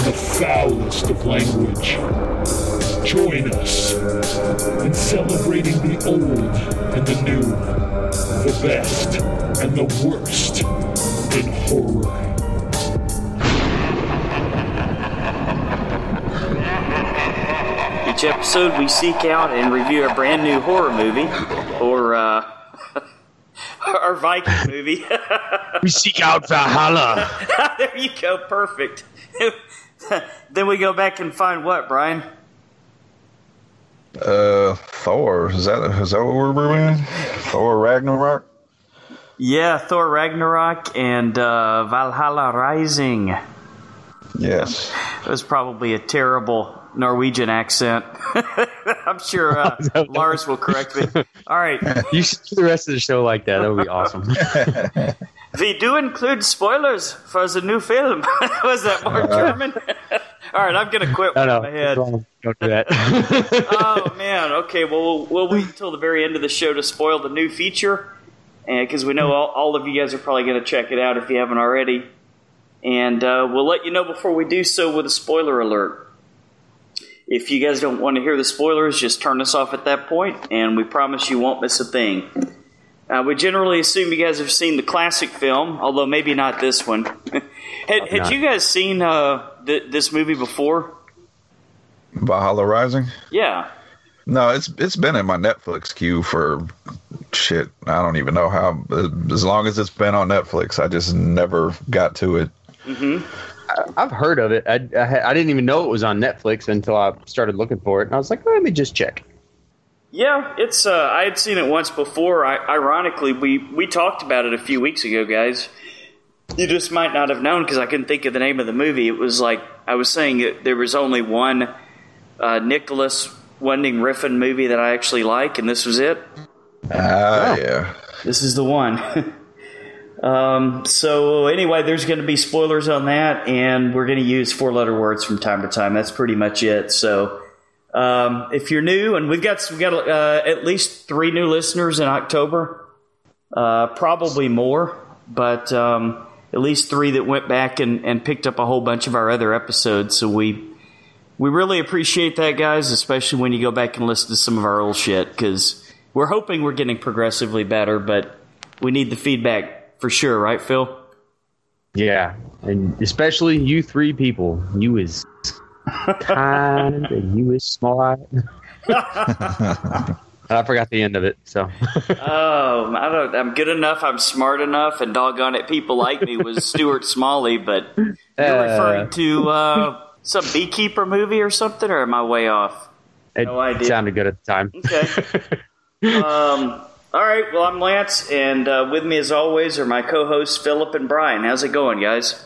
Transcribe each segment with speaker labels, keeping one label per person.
Speaker 1: the foulest of language. Join us in celebrating the old and the new, the best and the worst in horror.
Speaker 2: Each episode, we seek out and review a brand new horror movie or, uh, our Viking movie.
Speaker 3: we seek out Valhalla.
Speaker 2: there you go, perfect. then we go back and find what, Brian?
Speaker 4: Uh, Thor. Is that is that what we're doing? Thor Ragnarok.
Speaker 2: Yeah, Thor Ragnarok and uh, Valhalla Rising.
Speaker 4: Yes,
Speaker 2: it was probably a terrible Norwegian accent. I'm sure uh, Lars will correct me. All right.
Speaker 3: You should do the rest of the show like that. That would be awesome.
Speaker 2: we do include spoilers for the new film. Was that more German? All right, I'm going to quit Uh, no, no, my head.
Speaker 3: Don't do that.
Speaker 2: oh, man. Okay, well, we'll wait until the very end of the show to spoil the new feature because we know all, all of you guys are probably going to check it out if you haven't already. And uh, we'll let you know before we do so with a spoiler alert if you guys don't want to hear the spoilers, just turn us off at that point, and we promise you won't miss a thing. Uh, we generally assume you guys have seen the classic film, although maybe not this one. had, had you guys seen uh, th- this movie before?
Speaker 4: Valhalla Rising.
Speaker 2: Yeah.
Speaker 4: No, it's it's been in my Netflix queue for shit. I don't even know how. As long as it's been on Netflix, I just never got to it.
Speaker 2: Mm-hmm.
Speaker 3: I've heard of it. I, I, I, didn't even know it was on Netflix until I started looking for it, and I was like, let me just check.
Speaker 2: Yeah, it's. Uh, I had seen it once before. I, ironically, we we talked about it a few weeks ago, guys. You just might not have known because I couldn't think of the name of the movie. It was like I was saying that there was only one uh, Nicholas Winding Refn movie that I actually like, and this was it.
Speaker 4: Ah, uh, oh, yeah.
Speaker 2: This is the one. Um, so anyway, there's going to be spoilers on that, and we're going to use four-letter words from time to time. That's pretty much it. So um, if you're new, and we've got we got uh, at least three new listeners in October, uh, probably more, but um, at least three that went back and, and picked up a whole bunch of our other episodes. So we we really appreciate that, guys, especially when you go back and listen to some of our old shit because we're hoping we're getting progressively better, but we need the feedback for sure, right, Phil?
Speaker 3: Yeah, and especially you three people. You is kind and you is smart. I forgot the end of it. So,
Speaker 2: oh, I don't. I'm good enough. I'm smart enough, and doggone it, people like me was Stuart Smalley. But you're referring to uh, some beekeeper movie or something, or am I way off?
Speaker 3: It no idea. Sounded good at the time.
Speaker 2: Okay. um. All right. Well, I'm Lance, and uh, with me, as always, are my co-hosts Philip and Brian. How's it going, guys?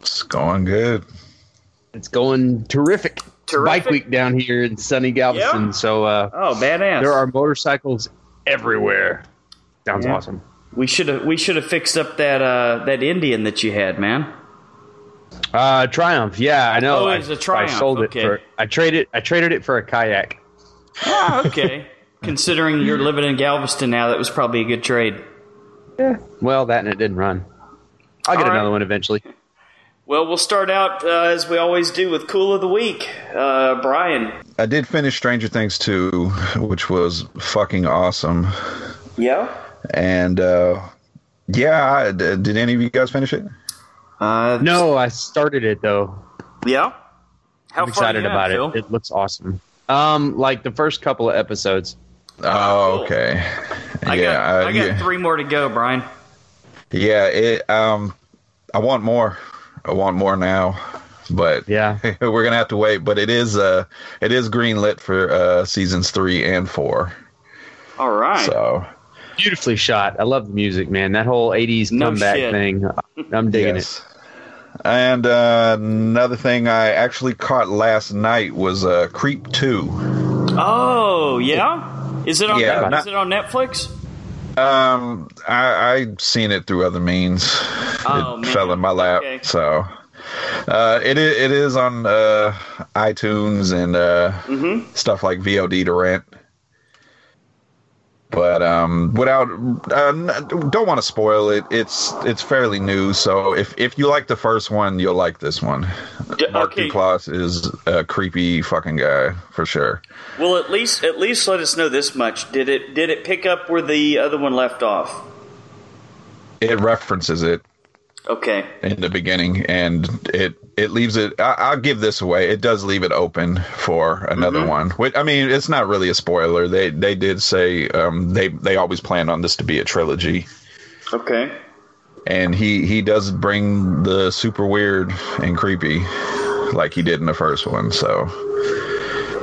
Speaker 4: It's going good.
Speaker 3: It's going terrific. terrific. It's bike week down here in sunny Galveston, yeah. so uh,
Speaker 2: oh, badass!
Speaker 3: There are motorcycles everywhere. Sounds yeah. awesome.
Speaker 2: We should have we should have fixed up that uh, that Indian that you had, man.
Speaker 3: Uh, Triumph. Yeah, I know.
Speaker 2: Oh, it was a Triumph.
Speaker 3: I, I sold
Speaker 2: okay.
Speaker 3: it for. I traded. I traded it for a kayak.
Speaker 2: Ah, okay. considering you're living in Galveston now, that was probably a good trade.
Speaker 3: Yeah. Well, that and it didn't run. I'll get right. another one eventually.
Speaker 2: Well, we'll start out uh, as we always do with Cool of the Week. Uh, Brian.
Speaker 4: I did finish Stranger Things 2, which was fucking awesome.
Speaker 2: Yeah.
Speaker 4: And uh, yeah, I, did any of you guys finish it?
Speaker 3: no, I started it though.
Speaker 2: Yeah.
Speaker 3: How I'm excited about have, it. Phil? It looks awesome. Um, like the first couple of episodes.
Speaker 4: Oh, okay.
Speaker 2: I yeah, got, I, I got yeah. three more to go, Brian.
Speaker 4: Yeah, it. Um, I want more. I want more now, but
Speaker 3: yeah,
Speaker 4: we're gonna have to wait. But it is uh, it is greenlit for uh, seasons three and four.
Speaker 2: All right.
Speaker 4: So
Speaker 3: beautifully shot. I love the music, man. That whole '80s no comeback shit. thing. I'm digging yes. uh, it.
Speaker 4: And uh, another thing I actually caught last night was uh, Creep 2.
Speaker 2: Oh yeah, is it on?
Speaker 4: Yeah,
Speaker 2: Net-
Speaker 4: not-
Speaker 2: is it on Netflix?
Speaker 4: Um, I, I seen it through other means.
Speaker 2: Oh,
Speaker 4: it
Speaker 2: man.
Speaker 4: fell in my lap.
Speaker 2: Okay.
Speaker 4: So uh, it i- it is on uh, iTunes and uh,
Speaker 2: Mm-hmm.
Speaker 4: stuff like VOD to rent. But um, without uh, n- don't want to spoil it. It's it's fairly new, so if if you like the first one, you'll like this one.
Speaker 2: D-
Speaker 4: Mark
Speaker 2: okay.
Speaker 4: Duplass is a creepy fucking guy for sure.
Speaker 2: Well, at least at least let us know this much. Did it did it pick up where the other one left off?
Speaker 4: It references it
Speaker 2: Okay.
Speaker 4: in the beginning, and it it leaves it. I, I'll give this away. It does leave it open for another one. Which I mean, it's not really a spoiler. They they did say um, they they always planned on this to be a trilogy,
Speaker 2: Okay.
Speaker 4: and he he does bring the super weird and creepy, like he did in the first one. So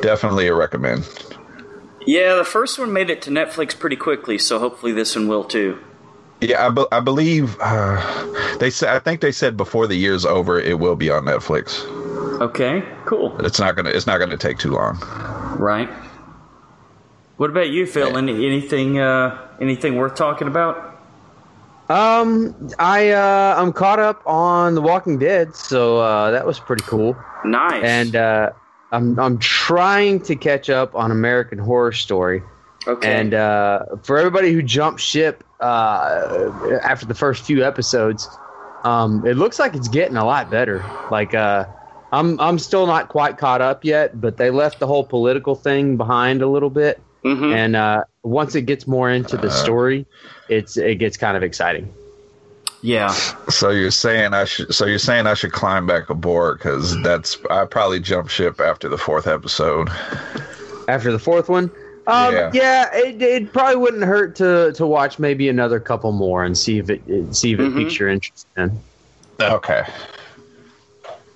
Speaker 4: definitely a recommend.
Speaker 2: Yeah, the first one made it to Netflix pretty quickly, so hopefully this one will too.
Speaker 4: Yeah, I, be- I believe uh, they said. I think they said before the year's over, it will be on Netflix.
Speaker 2: Okay. Cool.
Speaker 4: It's not gonna. It's not gonna take too long.
Speaker 2: Right. Eh. What about you, Phil? Any, anything uh, anything worth talking about?
Speaker 3: Um, I uh, I'm caught up on The Walking Dead, so uh, that was pretty cool.
Speaker 2: Nice.
Speaker 3: And uh, I'm I'm trying to catch up on American Horror Story.
Speaker 2: okay.
Speaker 3: And uh, for everybody who jumped ship uh, after the first few episodes, um, it looks like it's getting a lot better. Like uh, I'm I'm still not quite caught up yet, but they left the whole political thing behind a little bit.
Speaker 2: Mhm.
Speaker 3: And uh, once it gets more into the story, it's it gets kind of exciting.
Speaker 2: yeah.
Speaker 4: So you're saying I should? So you're saying I should climb back aboard because that's I probably jump ship after the fourth episode.
Speaker 3: after the fourth one. Um,
Speaker 4: Yeah.
Speaker 3: yeah, it, it probably wouldn't hurt to to watch maybe another couple more and see if it, it see if it piques your interest. In.
Speaker 4: Okay,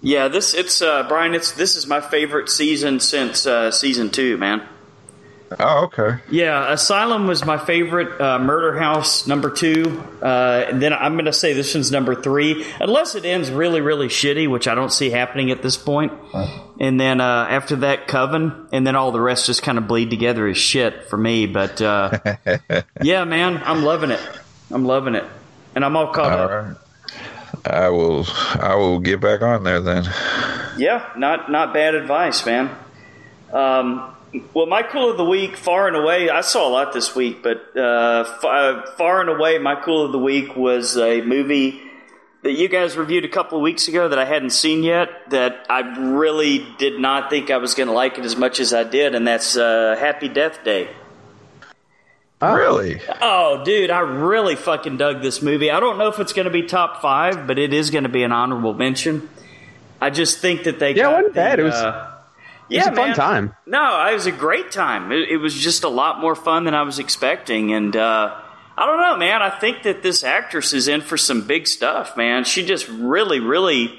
Speaker 2: Yeah, this it's uh, Brian. It's this is my favorite season since uh, season two, man.
Speaker 4: oh okay,
Speaker 2: Yeah, Asylum was my favorite. Uh, Murder House number two, uh, and then I'm gonna say this one's number three, unless it ends really, really shitty, which I don't see happening at this point. And then uh, after that, Coven, and then all the rest just kind of bleed together as shit for me. But uh, yeah, man, I'm loving it. I'm loving it, and I'm all caught
Speaker 4: all
Speaker 2: up.
Speaker 4: right. I will I will get back on there then.
Speaker 2: Yeah, not not bad advice, man. Um, well, my cool of the week, far and away, I saw a lot this week, but uh, f- uh, far and away, my cool of the week was a movie that you guys reviewed a couple of weeks ago that I hadn't seen yet. That I really did not think I was going to like it as much as I did, and that's uh, Happy Death Day.
Speaker 4: Really?
Speaker 2: Oh, dude, I really fucking dug this movie. I don't know if it's going to be top five, but it is going to be an honorable mention. I just think that they
Speaker 3: Yeah,
Speaker 2: got
Speaker 3: it wasn't
Speaker 2: the,
Speaker 3: bad. It was-
Speaker 2: uh,
Speaker 3: It's
Speaker 2: yeah,
Speaker 3: a fun
Speaker 2: man.
Speaker 3: time.
Speaker 2: No, it was a great time. It, it was just a lot more fun than I was expecting, and uh, I don't know, man. I think that this actress is in for some big stuff, man. She just really, really.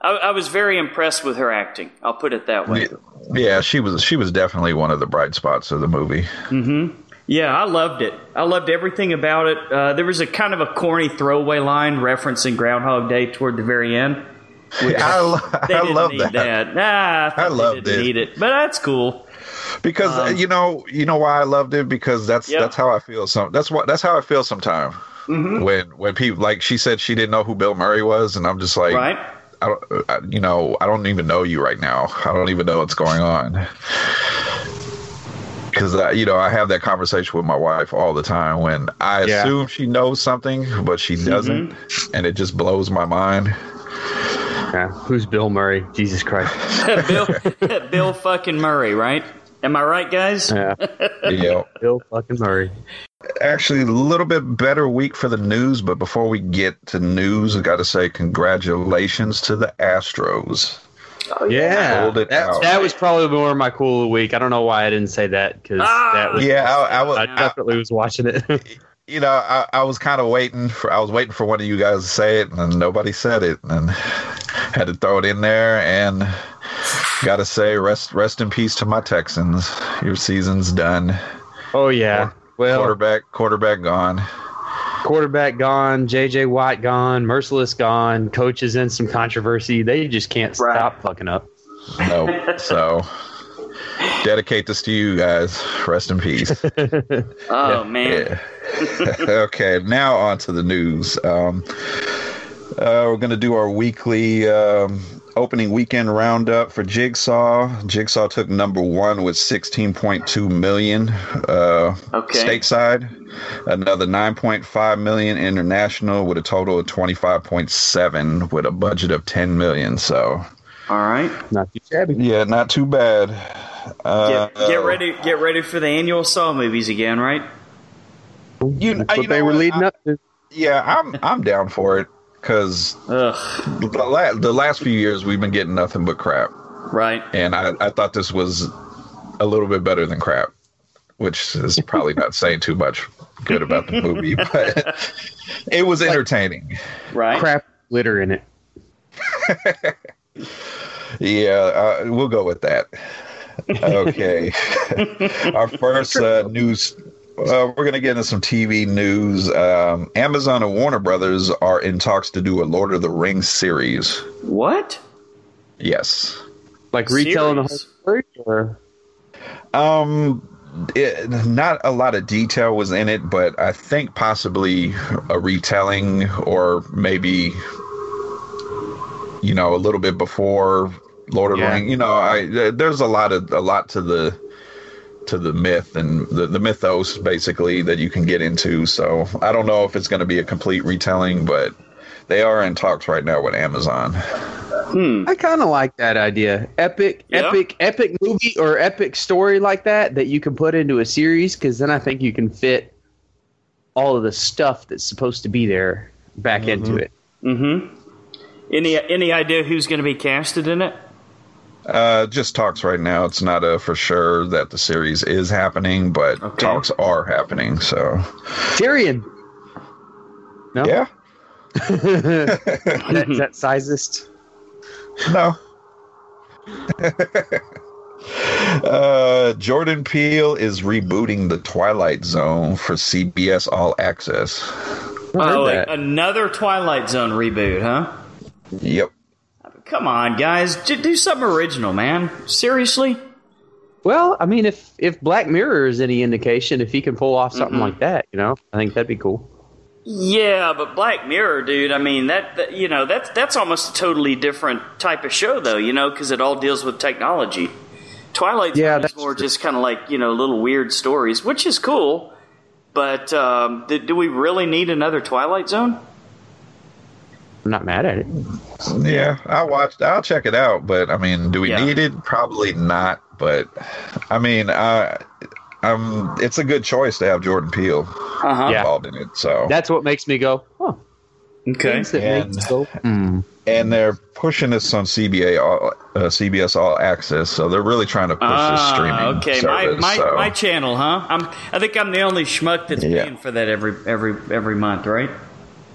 Speaker 2: I, I was very impressed with her acting. I'll put it that way.
Speaker 4: Yeah, she was she was definitely one of the bright spots of the movie.
Speaker 2: Yeah, I loved it. I loved everything about it. Uh, there was a kind of a corny throwaway line referencing Groundhog Day toward the very end.
Speaker 4: I, lo-
Speaker 2: They
Speaker 4: I
Speaker 2: didn't
Speaker 4: love
Speaker 2: need
Speaker 4: that.
Speaker 2: Nah, I, thought they
Speaker 4: loved
Speaker 2: didn't
Speaker 4: it.
Speaker 2: Need it, but that's cool.
Speaker 4: because uh, you know you know why I loved it because that's
Speaker 2: Um, Yep.
Speaker 4: that's how I feel some that's what that's how I feel sometimes
Speaker 2: Mm-hmm.
Speaker 4: when when people like she said she didn't know who Bill Murray was and I'm just like
Speaker 2: Right.
Speaker 4: I don't uh, I, you know I don't even know you right now I don't even know what's going on because you know I have that conversation with my wife all the time when I
Speaker 3: Yeah.
Speaker 4: assume she knows something but she doesn't and it just blows my mind
Speaker 3: Yeah. Who's Bill Murray? Jesus Christ!
Speaker 2: Bill, Bill fucking Murray, right? Am I right, guys?
Speaker 3: Yeah,
Speaker 4: you know.
Speaker 3: Bill fucking Murray.
Speaker 4: actually a little bit better week for the news, but before we get to news, I got to say congratulations to the Astros.
Speaker 3: Yeah,
Speaker 4: Hold it
Speaker 3: that,
Speaker 4: out.
Speaker 3: that was probably more my cool of the week. I don't know why I didn't say that because
Speaker 2: Ah!
Speaker 3: that was
Speaker 4: Yeah, I, I was,
Speaker 3: I
Speaker 4: I,
Speaker 3: definitely was watching it.
Speaker 4: you know, I, I was kind of waiting for, I was waiting for one of you guys to say it, and then nobody said it, and had to throw it in there. And got to say, rest, rest in peace to my Texans. Your season's done.
Speaker 3: oh yeah. Well,
Speaker 4: Quarterback, quarterback gone.
Speaker 3: quarterback gone, JJ Watt gone, Merciless gone, coaches in some controversy. They just can't
Speaker 2: Right.
Speaker 3: stop fucking up.
Speaker 4: Nope. so dedicate this to you guys. Rest in peace.
Speaker 2: Oh man.
Speaker 4: Yeah. okay, now on to the news. Um, uh, we're going to do our weekly um, opening weekend roundup for Jigsaw. Jigsaw took number one with 16.2 million uh,
Speaker 2: Okay.
Speaker 4: stateside, another 9.5 million international, with a total of 25.7 with a budget of 10 million. So,
Speaker 2: All right.
Speaker 3: Not too shabby.
Speaker 4: yeah, not too bad. Uh,
Speaker 2: Get, get ready. Get ready for the annual Saw movies again, right?
Speaker 4: You, uh,
Speaker 3: That's
Speaker 4: you
Speaker 3: what they
Speaker 4: know
Speaker 3: were
Speaker 4: what?
Speaker 3: leading
Speaker 4: I-
Speaker 3: up to.
Speaker 4: Yeah, I'm I'm down for it because
Speaker 2: Ugh.
Speaker 4: the, la- the last few years we've been getting nothing but crap
Speaker 2: Right.
Speaker 4: and I, I thought this was a little bit better than crap which is probably not saying too much good about the movie but it was entertaining
Speaker 2: Right.
Speaker 3: Crap litter in it.
Speaker 4: yeah uh, we'll go with that okay our first uh, news uh, we're going to get into some TV news. Um, Amazon and Warner Brothers are in talks to do a Lord of the Rings series.
Speaker 2: What?
Speaker 4: Yes.
Speaker 3: Like retelling the whole
Speaker 2: Series.
Speaker 3: story. Or
Speaker 4: Um, it, not a lot of detail was in it, but I think possibly a retelling or maybe, you know, a little bit before Lord of the
Speaker 3: Yeah.
Speaker 4: Rings. You know, I there- there's a lot of a lot to the to the myth and the, the mythos basically that you can get into. So I don't know if it's going to be a complete retelling, but they are in talks right now with Amazon.
Speaker 2: Hmm.
Speaker 3: I kind of like that idea. Epic,
Speaker 2: Yeah.
Speaker 3: epic, epic movie or epic story like that that you can put into a series because then I think you can fit all of the stuff that's supposed to be there back into it.
Speaker 2: Mm-hmm. Any any idea who's going to be casted in it?
Speaker 4: Uh, just talks right now. It's not a for sure that the series is happening, but
Speaker 2: Okay.
Speaker 4: talks are happening. So
Speaker 3: Tyrion.
Speaker 2: Oh.
Speaker 3: No?
Speaker 4: yeah,
Speaker 3: That- is that sizest?
Speaker 4: no. uh, Jordan Peele is rebooting the Twilight Zone for CBS All Access.
Speaker 2: Oh,
Speaker 3: that.
Speaker 2: another Twilight Zone reboot, huh?
Speaker 4: Yep.
Speaker 2: Come on, guys, J- do something original, man. Seriously.
Speaker 3: Well, I mean, if if Black Mirror is any indication, if he can pull off something like that, you know, I think that'd be cool.
Speaker 2: Yeah, but Black Mirror, dude. I mean, that, that you know, that's that's almost a totally different type of show, though. You know, because it all deals with technology. Twilight Zone
Speaker 3: Yeah,
Speaker 2: is
Speaker 3: that's
Speaker 2: more
Speaker 3: true.
Speaker 2: just kind of like you know little weird stories, which is cool. But um, th- do we really need another Twilight Zone?
Speaker 3: I'm not mad at it.
Speaker 4: Yeah, I watched. I'll check it out, but I mean, do we
Speaker 2: Yeah.
Speaker 4: need it? Probably not. But I mean, I, um, it's a good choice to have Jordan Peele
Speaker 2: Uh huh.
Speaker 3: Yeah.
Speaker 4: involved in it. So
Speaker 3: That's what makes me go, huh?
Speaker 2: Okay.
Speaker 3: things that
Speaker 4: And-
Speaker 3: make us go, hmm.
Speaker 4: and they're pushing this on CBA all, uh, CBS All Access, so they're really trying to push this
Speaker 2: Ah,
Speaker 4: streaming.
Speaker 2: okay. my
Speaker 4: service,
Speaker 2: my,
Speaker 4: so-
Speaker 2: my channel, huh? I'm. I think I'm the only schmuck that's
Speaker 4: Yeah.
Speaker 2: paying for that every every every month, right?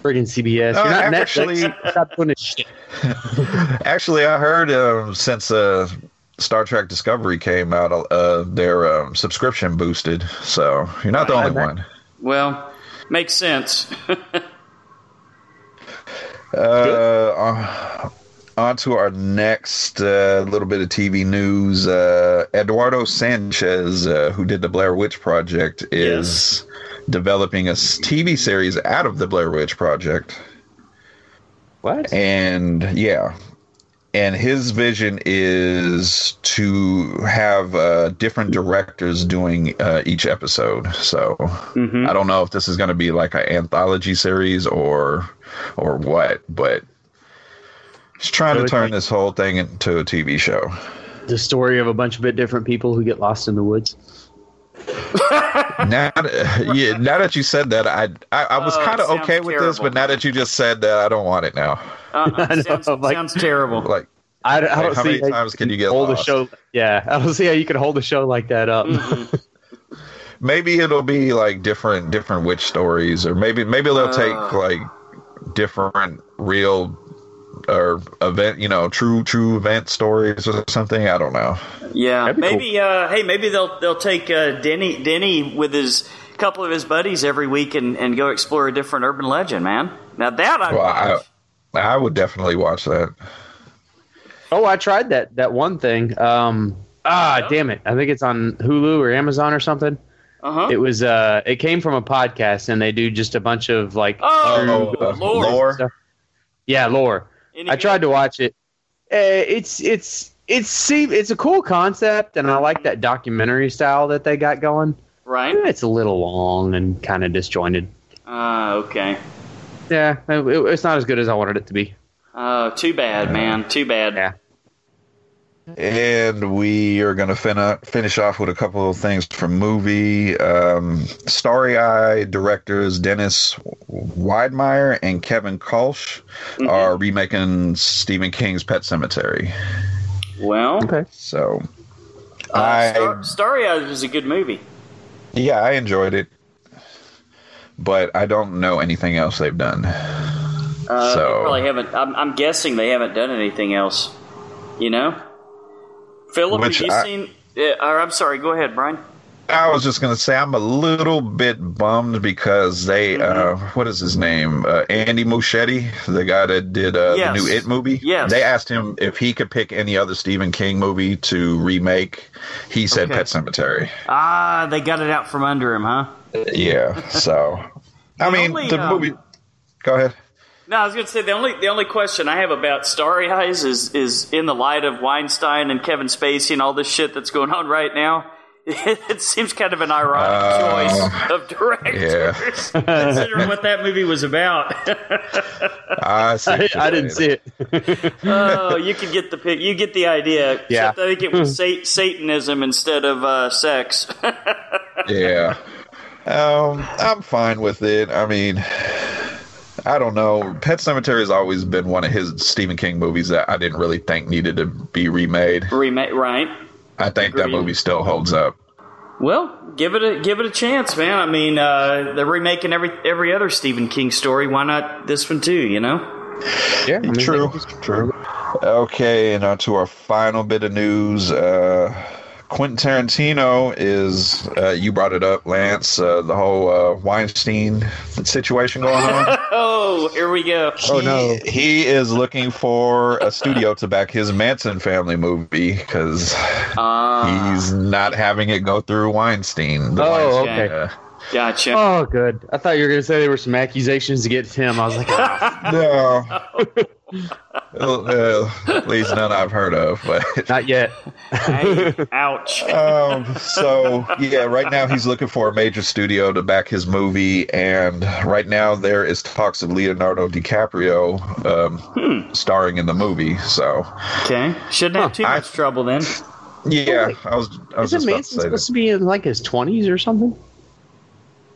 Speaker 3: Friggin' CBS.
Speaker 4: Uh,
Speaker 3: You're not
Speaker 4: actually-
Speaker 3: Netflix. Stop doing this shit.
Speaker 4: Actually, I heard um, since uh, Star Trek Discovery came out, uh, their um, subscription boosted. So you're not the only
Speaker 3: bet.
Speaker 4: one.
Speaker 2: Well, makes sense.
Speaker 4: Uh, on- on to our next uh, little bit of TV news. Uh, Eduardo Sanchez, uh, who did the Blair Witch Project, is developing a s- TV series out of the Blair Witch Project.
Speaker 3: What?
Speaker 4: and yeah and his vision is to have uh, different directors doing uh, each episode so
Speaker 2: Mhm.
Speaker 4: i don't know if this is going to be like an anthology series or or what but he's trying
Speaker 3: So
Speaker 4: to
Speaker 3: it's
Speaker 4: turn
Speaker 3: like-
Speaker 4: this whole thing into a tv show
Speaker 3: the story of a bunch of bit different people who get lost in the woods.
Speaker 4: now, uh, yeah, now that you said that i i, I was
Speaker 2: Oh, it
Speaker 4: kind of
Speaker 2: sounds
Speaker 4: okay with this but
Speaker 2: terrible.
Speaker 4: now that you just said that i don't want it now
Speaker 2: Uh-uh.
Speaker 3: I know,
Speaker 2: sounds,
Speaker 3: I'm like-
Speaker 2: sounds terrible.
Speaker 4: like
Speaker 3: I, don't- I
Speaker 4: Like,
Speaker 3: don't
Speaker 4: how
Speaker 3: see
Speaker 4: many
Speaker 3: how
Speaker 4: times can you get
Speaker 3: hold
Speaker 4: lost?
Speaker 3: a show. Yeah, I don't see how you can hold a show like that up.
Speaker 2: Mm-hmm.
Speaker 4: maybe it'll be like different different witch stories or maybe maybe they'll take
Speaker 2: Uh.
Speaker 4: like different real or event you know true true event stories or something i don't know
Speaker 2: Yeah,
Speaker 3: That'd be
Speaker 2: maybe. Uh, hey, maybe they'll they'll take uh, Denny Denny with his couple of his buddies every week and, and go explore a different urban legend, man. Now that I
Speaker 4: Well, I,
Speaker 2: watch.
Speaker 4: I would definitely watch that.
Speaker 3: Oh, I tried that that one thing. Um, ah, damn it! I think it's on Hulu or Amazon or something.
Speaker 2: Uh-huh.
Speaker 3: It was uh, it came from a podcast, and they do just a bunch of like,
Speaker 2: Oh,
Speaker 4: uh,
Speaker 2: Lord.
Speaker 4: lore.
Speaker 3: Stuff. yeah, lore.
Speaker 2: Any
Speaker 3: I
Speaker 2: good?
Speaker 3: tried to watch it. Eh, It's it's it's see it's a cool concept, and I like that documentary style that they got going. Eh,
Speaker 2: Right.
Speaker 3: It's a little long and kind of disjointed.
Speaker 2: Uh, okay.
Speaker 3: Yeah, it, it's not as good as I wanted it to be.
Speaker 2: Oh, too bad, man. Too bad.
Speaker 3: Yeah.
Speaker 4: And we are going to fin- finish off with a couple of things from movie. Um, Starry Eye directors Dennis Widemeyer and Kevin Kolsch are remaking Stephen King's Pet Cemetery.
Speaker 2: Well,
Speaker 3: Okay.
Speaker 4: So,
Speaker 2: uh,
Speaker 4: I
Speaker 2: Star- Starry Eyes was a good movie.
Speaker 4: yeah, I enjoyed it, but I don't know anything else they've done.
Speaker 2: Uh,
Speaker 4: So-
Speaker 2: they probably haven't. I'm, I'm guessing they haven't done anything else. You know, Philip,
Speaker 4: Which
Speaker 2: have you
Speaker 4: I-
Speaker 2: seen? Yeah, or I'm sorry. Go ahead, Brian.
Speaker 4: I was just gonna say I'm a little bit bummed because they
Speaker 2: Mm-hmm.
Speaker 4: uh, what is his name uh, Andy Muschietti, the guy that did uh,
Speaker 2: Yes.
Speaker 4: the new It movie.
Speaker 2: Yes.
Speaker 4: they asked him if he could pick any other Stephen King movie to remake. He said
Speaker 2: Okay.
Speaker 4: Pet Cemetery.
Speaker 2: Ah, they got it out from under him, huh?
Speaker 4: Yeah, so I mean
Speaker 2: only,
Speaker 4: the
Speaker 2: um,
Speaker 4: movie. Go ahead.
Speaker 2: No, I was going to say the only the only question I have about Starry Eyes is is in the light of Weinstein and Kevin Spacey and all this shit that's going on right now. It seems kind of an ironic
Speaker 4: Uh,
Speaker 2: choice of directors, considering what that movie was about.
Speaker 4: I, see
Speaker 3: I,
Speaker 4: what
Speaker 3: I
Speaker 4: you're
Speaker 3: didn't
Speaker 4: saying.
Speaker 3: see it.
Speaker 2: oh, you can get the pic- you get the idea.
Speaker 3: Yeah.
Speaker 2: Except I think it was sa- Satanism instead of uh, sex.
Speaker 4: yeah. Um, I'm fine with it. I mean, I don't know. Pet Cemetery has always been one of his Stephen King movies that I didn't really think needed to be remade.
Speaker 2: Remake, right?
Speaker 4: I think that
Speaker 2: Agreed.
Speaker 4: movie still holds up.
Speaker 2: Well, give it a give it a chance, man. I mean, uh, they're remaking every every other Stephen King story. Why not this one too? You know?
Speaker 3: Yeah, I mean,
Speaker 4: True. True. Okay, and on to our final bit of news. Uh, Quentin Tarantino is, uh, you brought it up, Lance, uh, the whole uh, Weinstein situation going on.
Speaker 2: Oh, here we go.
Speaker 3: Oh, no.
Speaker 4: He, he is looking for a studio to back his Manson family movie because
Speaker 2: Ah,
Speaker 4: he's not having it go through Weinstein. The
Speaker 3: Oh,
Speaker 4: Weinstein,
Speaker 3: okay.
Speaker 4: uh,
Speaker 2: gotcha.
Speaker 3: Oh, good. I thought you were gonna say there were some accusations against him. I was like, ah,
Speaker 4: no. Uh, at least none I've heard of, but
Speaker 3: not yet.
Speaker 2: Hey, ouch.
Speaker 4: um, so yeah, right now he's looking for a major studio to back his movie, and right now there is talks of Leonardo DiCaprio um,
Speaker 3: Hmm.
Speaker 4: starring in the movie. So
Speaker 2: Okay, shouldn't have too
Speaker 4: I-
Speaker 2: much trouble then.
Speaker 4: yeah, I was I was
Speaker 3: Isn't
Speaker 4: just about to
Speaker 3: Manson
Speaker 4: say
Speaker 3: supposed
Speaker 4: that.
Speaker 3: to be in like his twenties or something?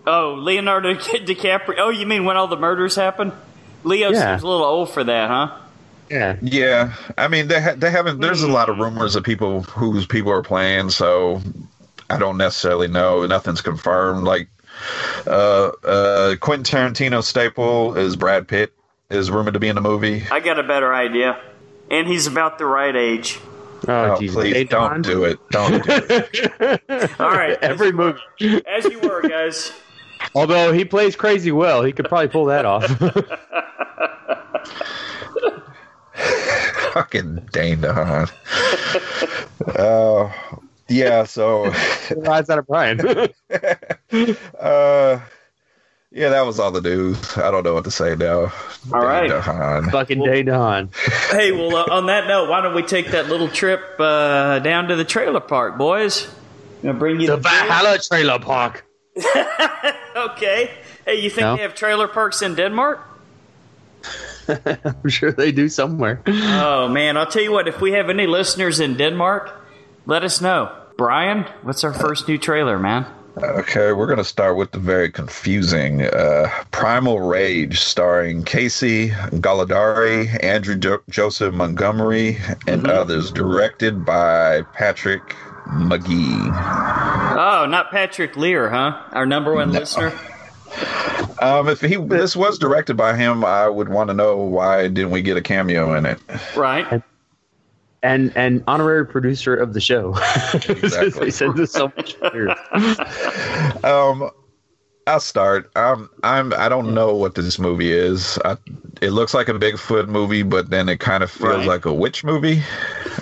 Speaker 2: Oh, Leonardo DiCaprio. Oh, you mean when all the murders happened? Leo
Speaker 3: Yeah.
Speaker 2: seems a little old for that, huh?
Speaker 3: Yeah.
Speaker 4: Yeah, I mean they ha- they haven't. There's a
Speaker 2: Hmm.
Speaker 4: lot of rumors of people whose people are playing, so I don't necessarily know. Nothing's confirmed. Like uh, uh, Quentin Tarantino staple is Brad Pitt is rumored to be in the movie.
Speaker 2: I got a better idea. And he's about the right age.
Speaker 3: Oh,
Speaker 4: Oh,
Speaker 3: Jesus.
Speaker 4: please
Speaker 3: Hey,
Speaker 4: don't
Speaker 3: Don.
Speaker 4: do it. Don't do it.
Speaker 2: All right,
Speaker 3: Every movie.
Speaker 2: as you were, guys.
Speaker 3: Although he plays crazy well, he could probably pull that off.
Speaker 4: Fucking Dane DeHaan. uh, yeah, so
Speaker 3: Rise out of Brian.
Speaker 4: uh, yeah, that was all the news. I don't know what to say now.
Speaker 2: All right.
Speaker 4: DeHaan.
Speaker 3: Fucking Day Don.
Speaker 2: Hey, well, uh, on that note, why don't we take that little trip uh, down to the trailer park, boys? Gonna bring you the
Speaker 3: Valhalla Trailer Park.
Speaker 2: Okay. Hey, you think
Speaker 3: No.
Speaker 2: they have trailer parks in Denmark?
Speaker 3: I'm sure they do somewhere.
Speaker 2: Oh man, I'll tell you what. If we have any listeners in Denmark, let us know. Brian, what's our first new trailer, man?
Speaker 4: Okay, we're going to start with the very confusing uh, Primal Rage, starring Casey Galadari, Andrew jo- Joseph Montgomery, and others, directed by Patrick McGee.
Speaker 2: Oh, not Patrick Lear, huh? Our number one listener.
Speaker 4: Um, if he this was directed by him, I would want to know why didn't we get a cameo in it?
Speaker 2: Right.
Speaker 3: And and honorary producer of the show. Since
Speaker 4: Exactly.
Speaker 3: we said this so much earlier.
Speaker 4: Um, I'll start. Um, I'm I don't know what this movie is. I, it looks like a Bigfoot movie, but then it kind of feels
Speaker 2: Right.
Speaker 4: like a witch movie.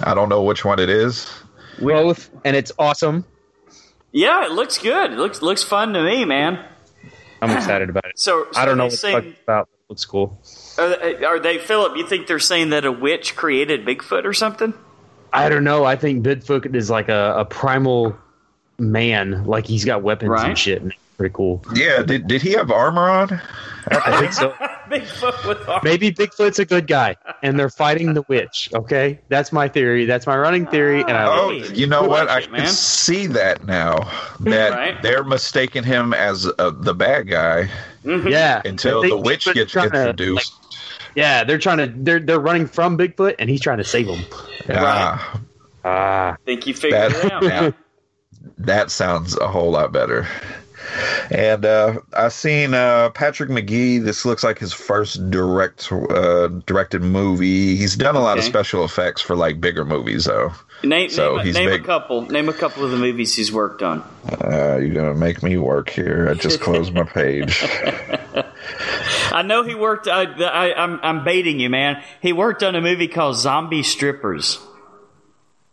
Speaker 4: I don't know which one it is.
Speaker 5: Both, and it's awesome.
Speaker 2: Yeah, it looks good. It looks looks fun to me, man.
Speaker 5: I'm excited about it.
Speaker 2: So, so
Speaker 5: I don't know what
Speaker 2: they
Speaker 5: the fuck
Speaker 2: saying,
Speaker 5: it's about. But it looks cool.
Speaker 2: Uh, are, are they Philip? You think they're saying that a witch created Bigfoot or something?
Speaker 5: I don't know. I think Bigfoot is like a, a primal man. Like he's got weapons
Speaker 2: Right.
Speaker 5: and shit. and it's Pretty cool.
Speaker 4: Yeah. Did did he have armor on?
Speaker 5: I think so.
Speaker 2: Bigfoot with arms.
Speaker 5: Maybe Bigfoot's a good guy, and they're fighting the witch. Okay, that's my theory. That's my running theory, and I
Speaker 4: Oh,
Speaker 5: love it.
Speaker 2: Hey,
Speaker 4: you know
Speaker 2: I
Speaker 4: what?
Speaker 2: like
Speaker 4: I
Speaker 2: it,
Speaker 4: can
Speaker 2: man.
Speaker 4: see that now. That
Speaker 2: Right.
Speaker 4: they're mistaking him as uh, the bad guy
Speaker 5: yeah.
Speaker 4: until
Speaker 5: I think
Speaker 4: the witch
Speaker 5: Bigfoot's
Speaker 4: gets
Speaker 5: trying to,
Speaker 4: introduced.
Speaker 5: like, yeah, they're trying to they're they're running from Bigfoot, and he's trying to save him.
Speaker 4: Ah,
Speaker 5: Ah,
Speaker 2: Think you figured
Speaker 4: That-
Speaker 2: it out?
Speaker 4: now, that sounds a whole lot better. And uh, I seen uh, Patrick McGee. This looks like his first direct uh, directed movie. He's done a lot of
Speaker 2: Okay.
Speaker 4: special effects for like bigger movies, though.
Speaker 2: Name,
Speaker 4: So
Speaker 2: name, a,
Speaker 4: he's
Speaker 2: name a
Speaker 4: big.
Speaker 2: couple. Name a couple of the movies he's worked on.
Speaker 4: Uh, you're gonna make me work here. I just closed my page.
Speaker 2: I know he worked. I, I, I'm, I'm baiting you, man. He worked on a movie called Zombie Strippers.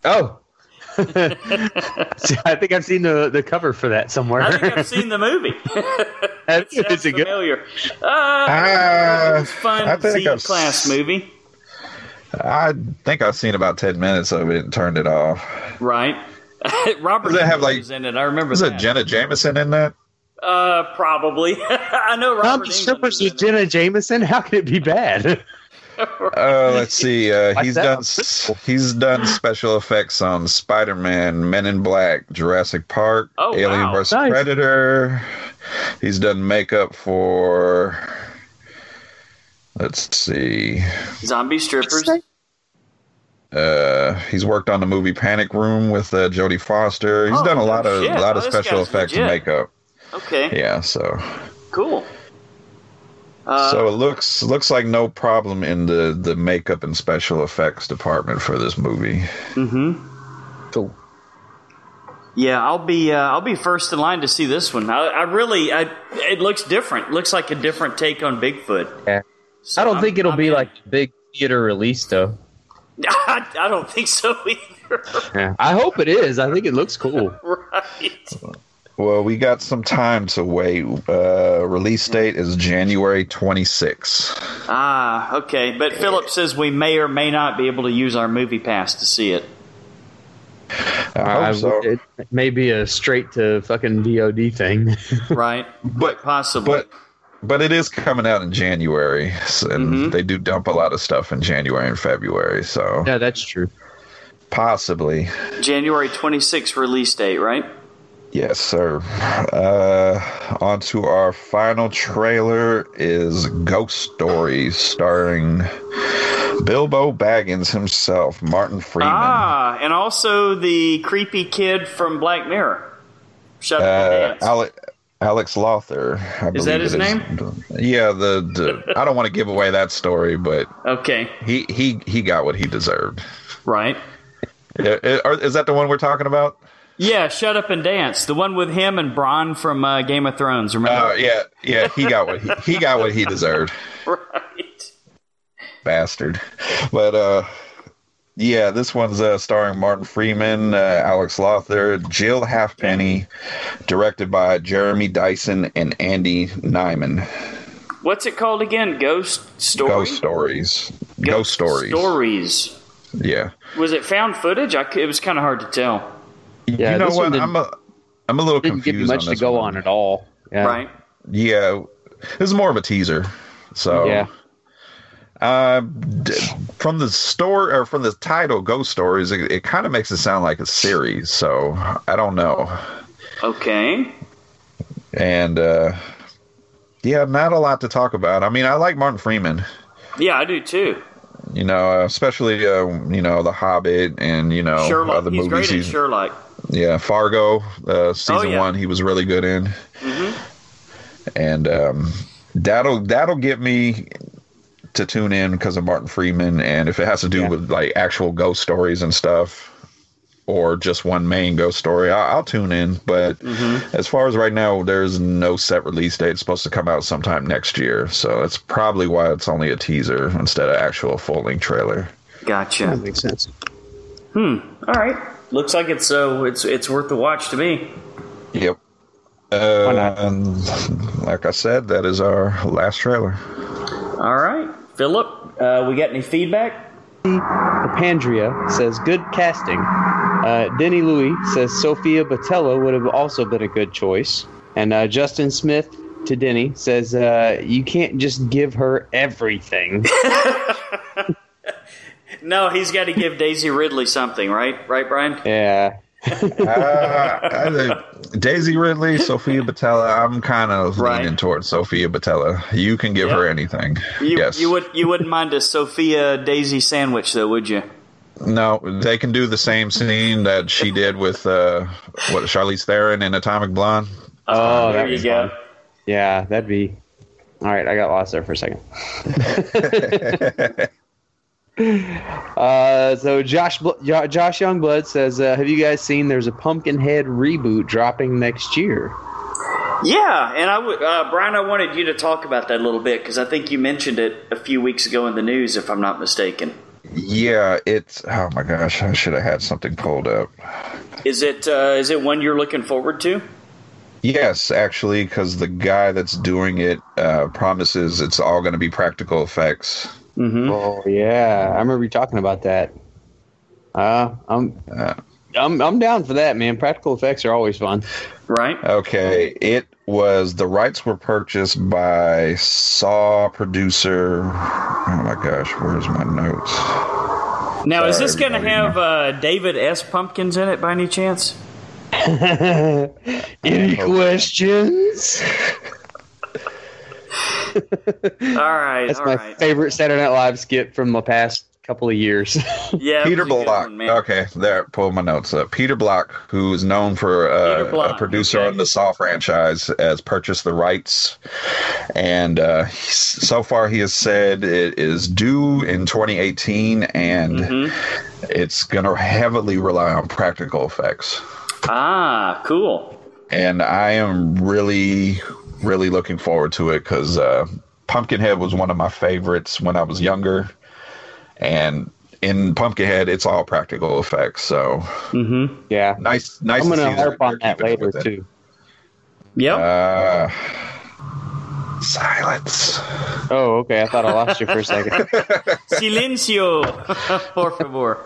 Speaker 5: oh. See, I think I've seen the, the cover for that somewhere.
Speaker 2: I think I've seen the movie.
Speaker 5: That's-
Speaker 2: Sounds
Speaker 5: it's a good-
Speaker 2: familiar. Uh, it
Speaker 4: Ah,
Speaker 2: was a fun
Speaker 4: I think
Speaker 2: Z
Speaker 4: I've
Speaker 2: class movie,
Speaker 4: I think I've seen about ten minutes of it and turned it off.
Speaker 2: right? Robert
Speaker 4: Does it have, like-
Speaker 2: was in it. I remember
Speaker 4: Was
Speaker 2: that.
Speaker 4: it Jenna Jameson in that?
Speaker 2: uh, probably. I know Robert.
Speaker 5: Zombie
Speaker 2: Englund
Speaker 5: strippers
Speaker 2: was
Speaker 5: with
Speaker 2: in it.
Speaker 5: Jenna Jameson. How could it be bad?
Speaker 4: Uh, let's see. Uh,
Speaker 5: Like
Speaker 4: he's
Speaker 5: that?
Speaker 4: done. s- He's done special effects on Spider-Man, Men in Black, Jurassic Park,
Speaker 2: Oh,
Speaker 4: Alien
Speaker 2: wow.
Speaker 4: vs
Speaker 5: Nice.
Speaker 4: Predator. He's done makeup for. Let's see.
Speaker 2: Zombie strippers.
Speaker 4: Uh, he's worked on the movie Panic Room with uh, Jodie Foster. He's
Speaker 2: Oh,
Speaker 4: done a lot of
Speaker 2: shit.
Speaker 4: lot
Speaker 2: Oh,
Speaker 4: of
Speaker 2: this
Speaker 4: special
Speaker 2: guy's
Speaker 4: effects and
Speaker 2: legit.
Speaker 4: makeup.
Speaker 2: Okay,
Speaker 4: Yeah, so
Speaker 2: cool. Uh,
Speaker 4: so it looks looks like no problem in the the makeup and special effects department for this movie.
Speaker 2: hmm
Speaker 5: Cool.
Speaker 2: Yeah, I'll be uh, I'll be first in line to see this one. I, I really, I it looks different. Looks like a different take on Bigfoot.
Speaker 3: Yeah.
Speaker 2: So
Speaker 3: I don't
Speaker 2: I'm-
Speaker 3: think it'll
Speaker 2: I'm
Speaker 3: be
Speaker 2: in.
Speaker 3: like a big theater release though.
Speaker 2: I, I don't think so either.
Speaker 5: Yeah. I hope it is. I think it looks cool.
Speaker 2: right.
Speaker 4: Well, we got some time to wait. Uh, release
Speaker 5: Hmm.
Speaker 4: date is January 26th.
Speaker 2: Ah, okay. But Philip says we may or may not be able to use our movie pass to see it.
Speaker 4: I
Speaker 5: I-
Speaker 4: hope so.
Speaker 5: It may be a straight to fucking VOD thing.
Speaker 2: Right?
Speaker 4: But
Speaker 2: Possibly.
Speaker 4: but but it is coming out in January, and
Speaker 5: Mm-hmm.
Speaker 4: they do dump a lot of stuff in January and February. So
Speaker 5: yeah, that's true.
Speaker 4: possibly,
Speaker 2: January 26th release date, right?
Speaker 4: yes, sir. Uh, on to our final trailer is Ghost Story, starring Bilbo Baggins himself, Martin Freeman.
Speaker 2: Ah, and also the creepy kid from Black Mirror. Shut up and
Speaker 4: uh,
Speaker 2: dance.
Speaker 4: Alex, Alex Lothar. I
Speaker 2: Is that
Speaker 4: believe
Speaker 2: his
Speaker 4: it
Speaker 2: name?
Speaker 4: Yeah, the, the I don't want to give away that story, but
Speaker 2: okay,
Speaker 4: he he he got what he deserved.
Speaker 2: right.
Speaker 4: Yeah, it- are- Is that the one we're talking about?
Speaker 2: Yeah, Shut Up and Dance. The one with him and Bron from uh, Game of Thrones,
Speaker 4: Uh,
Speaker 2: remember?
Speaker 4: yeah, yeah, he got what he, he got what he deserved,
Speaker 2: right.
Speaker 4: bastard. But uh, yeah, this one's uh, starring Martin Freeman, uh, Alex Lothar, Jill Halfpenny, directed by Jeremy Dyson and Andy Nyman.
Speaker 2: What's it called again? Ghost Story?
Speaker 4: Ghost stories, ghost, stories.
Speaker 2: Stories.
Speaker 4: Yeah.
Speaker 2: Was it found footage? I c it was kind of hard to tell.
Speaker 3: Yeah,
Speaker 4: you know
Speaker 3: this one
Speaker 4: what?
Speaker 3: didn't-
Speaker 4: I'm a, I'm a little
Speaker 3: Didn't
Speaker 4: confused.
Speaker 3: give you much
Speaker 4: on
Speaker 3: to
Speaker 4: this
Speaker 3: go
Speaker 4: one.
Speaker 3: on at all. Yeah.
Speaker 2: Right?
Speaker 4: Yeah, this is more of a teaser. So
Speaker 3: Yeah.
Speaker 4: uh, d- from the store or from the title "Ghost Stories," it, it kind of makes it sound like a series. So I don't know,
Speaker 2: Okay.
Speaker 4: and uh, yeah, not a lot to talk about. I mean, I like Martin Freeman.
Speaker 2: Yeah, I do too.
Speaker 4: You know, especially uh, you know The Hobbit and you know
Speaker 2: Sherlock.
Speaker 4: Oh, other
Speaker 2: He's
Speaker 4: movies.
Speaker 2: great at
Speaker 4: he's-
Speaker 2: Sherlock.
Speaker 4: Yeah, Fargo, uh, season
Speaker 2: Oh, yeah. Mm-hmm.
Speaker 4: one, he was really good in, and um, that'll that'll get me to tune in because of Martin Freeman, and if it has to do with like actual ghost stories and stuff, or just one main ghost story, I, I'll tune in. But
Speaker 2: Mm-hmm.
Speaker 4: as far as right now, there's no set release date. It's supposed to come out sometime next year, so that's probably why it's only a teaser instead of actual full length trailer.
Speaker 2: Gotcha. Hmm.
Speaker 3: That makes sense.
Speaker 2: All right. Looks like it's so it's it's worth the watch to me.
Speaker 4: Yep. Uh, and like I said, that is our last trailer.
Speaker 2: All right, Philip, uh, we got any feedback?
Speaker 6: Papandria says good casting. Uh, Denny Louis says Sophia Batella would have also been a good choice.
Speaker 3: And uh, Justin Smith to Denny says, uh, "You can't just give her everything."
Speaker 2: No, he's got to give Daisy Ridley something, right? Right, Brian?
Speaker 3: yeah,
Speaker 4: Uh, I think Daisy Ridley, Sophia Batella. I'm kind of
Speaker 2: Right.
Speaker 4: leaning towards Sophia Batella. You can give her anything.
Speaker 2: You,
Speaker 4: yes.
Speaker 2: you would you wouldn't mind a Sophia Daisy sandwich though, would you?
Speaker 4: No, they can do the same scene that she did with uh, what Charlize Theron in Atomic Blonde.
Speaker 2: Oh, there
Speaker 3: that
Speaker 2: you
Speaker 3: was
Speaker 2: go.
Speaker 3: yeah, that'd be. All right, I got lost there for a second. uh, so Josh Bl- Jo- Josh Youngblood says, uh, "Have you guys seen? There's a Pumpkinhead reboot dropping next year."
Speaker 2: Yeah, and I would uh, Brian, I wanted you to talk about that a little bit because I think you mentioned it a few weeks ago in the news, if I'm not mistaken.
Speaker 4: Yeah, it's oh my gosh, I should have had something pulled up.
Speaker 2: Is it uh, is it one you're looking forward to?
Speaker 4: Yes, actually, because the guy that's doing it uh, promises it's all going to be practical effects.
Speaker 3: Oh yeah, I remember you talking about that. Uh, I'm, I'm, I'm down for that, man. Practical effects are always fun.
Speaker 2: Right.
Speaker 4: Okay, it was the rights were purchased by Saw producer. Oh my gosh, where's my notes?
Speaker 2: Now, is this
Speaker 4: Sorry,
Speaker 2: going to
Speaker 4: everybody.
Speaker 2: have uh, David S. Pumpkins in it by any chance?
Speaker 3: Any questions?
Speaker 2: All right,
Speaker 3: That's
Speaker 2: all
Speaker 3: my
Speaker 2: right.
Speaker 3: favorite Saturday Night Live skit from the past couple of years.
Speaker 2: Yeah,
Speaker 4: Peter
Speaker 2: it was a good
Speaker 4: Block.
Speaker 2: one, man.
Speaker 4: Okay, there, pull my notes up. Peter Block, who is known for
Speaker 2: Peter
Speaker 4: uh,
Speaker 2: Block,
Speaker 4: a producer
Speaker 2: okay.
Speaker 4: on the Saw franchise, has purchased the rights, and uh, he's- so far he has said it is due in 2018, and
Speaker 2: Mm-hmm.
Speaker 4: it's going to heavily rely on practical effects.
Speaker 2: Ah, cool.
Speaker 4: and I am really, really looking forward to it because uh, Pumpkinhead was one of my favorites when I was younger, and in Pumpkinhead, it's all practical effects. So
Speaker 2: Mm-hmm.
Speaker 3: yeah,
Speaker 4: nice, nice.
Speaker 3: I'm
Speaker 4: to
Speaker 3: gonna
Speaker 4: see that
Speaker 3: harp on
Speaker 4: they're
Speaker 3: that
Speaker 4: keeping up
Speaker 3: later
Speaker 4: with it.
Speaker 3: too.
Speaker 2: Yep.
Speaker 4: Uh, silence.
Speaker 3: Oh, okay. I thought I lost you for a second.
Speaker 2: Silencio, por favor.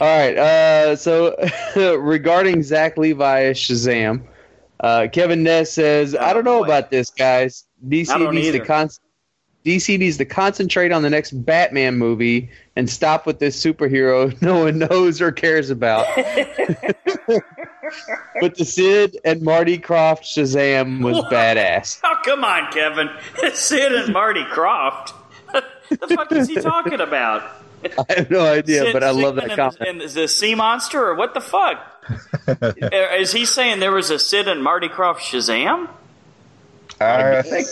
Speaker 3: All right. Uh, so regarding Zach Levi as Shazam, uh, Kevin Ness says, "I don't know
Speaker 2: boy.
Speaker 3: about this, guys. DC
Speaker 2: I don't
Speaker 3: needs
Speaker 2: either.
Speaker 3: to con- DC needs to concentrate on the next Batman movie and stop with this superhero no one knows or cares about." but the Sid and Marty Croft Shazam was
Speaker 2: What?
Speaker 3: badass.
Speaker 2: Oh, come on, Kevin. It's Sid and Marty Croft. the fuck is he talking about?
Speaker 3: I have no idea,
Speaker 2: Sid Oh,
Speaker 3: but I love
Speaker 2: Sigmund
Speaker 3: that
Speaker 2: and-
Speaker 3: comment.
Speaker 2: And the sea monster, or what the fuck? Uh, is he saying there was a Sid and Marty Croft Shazam?
Speaker 4: I, think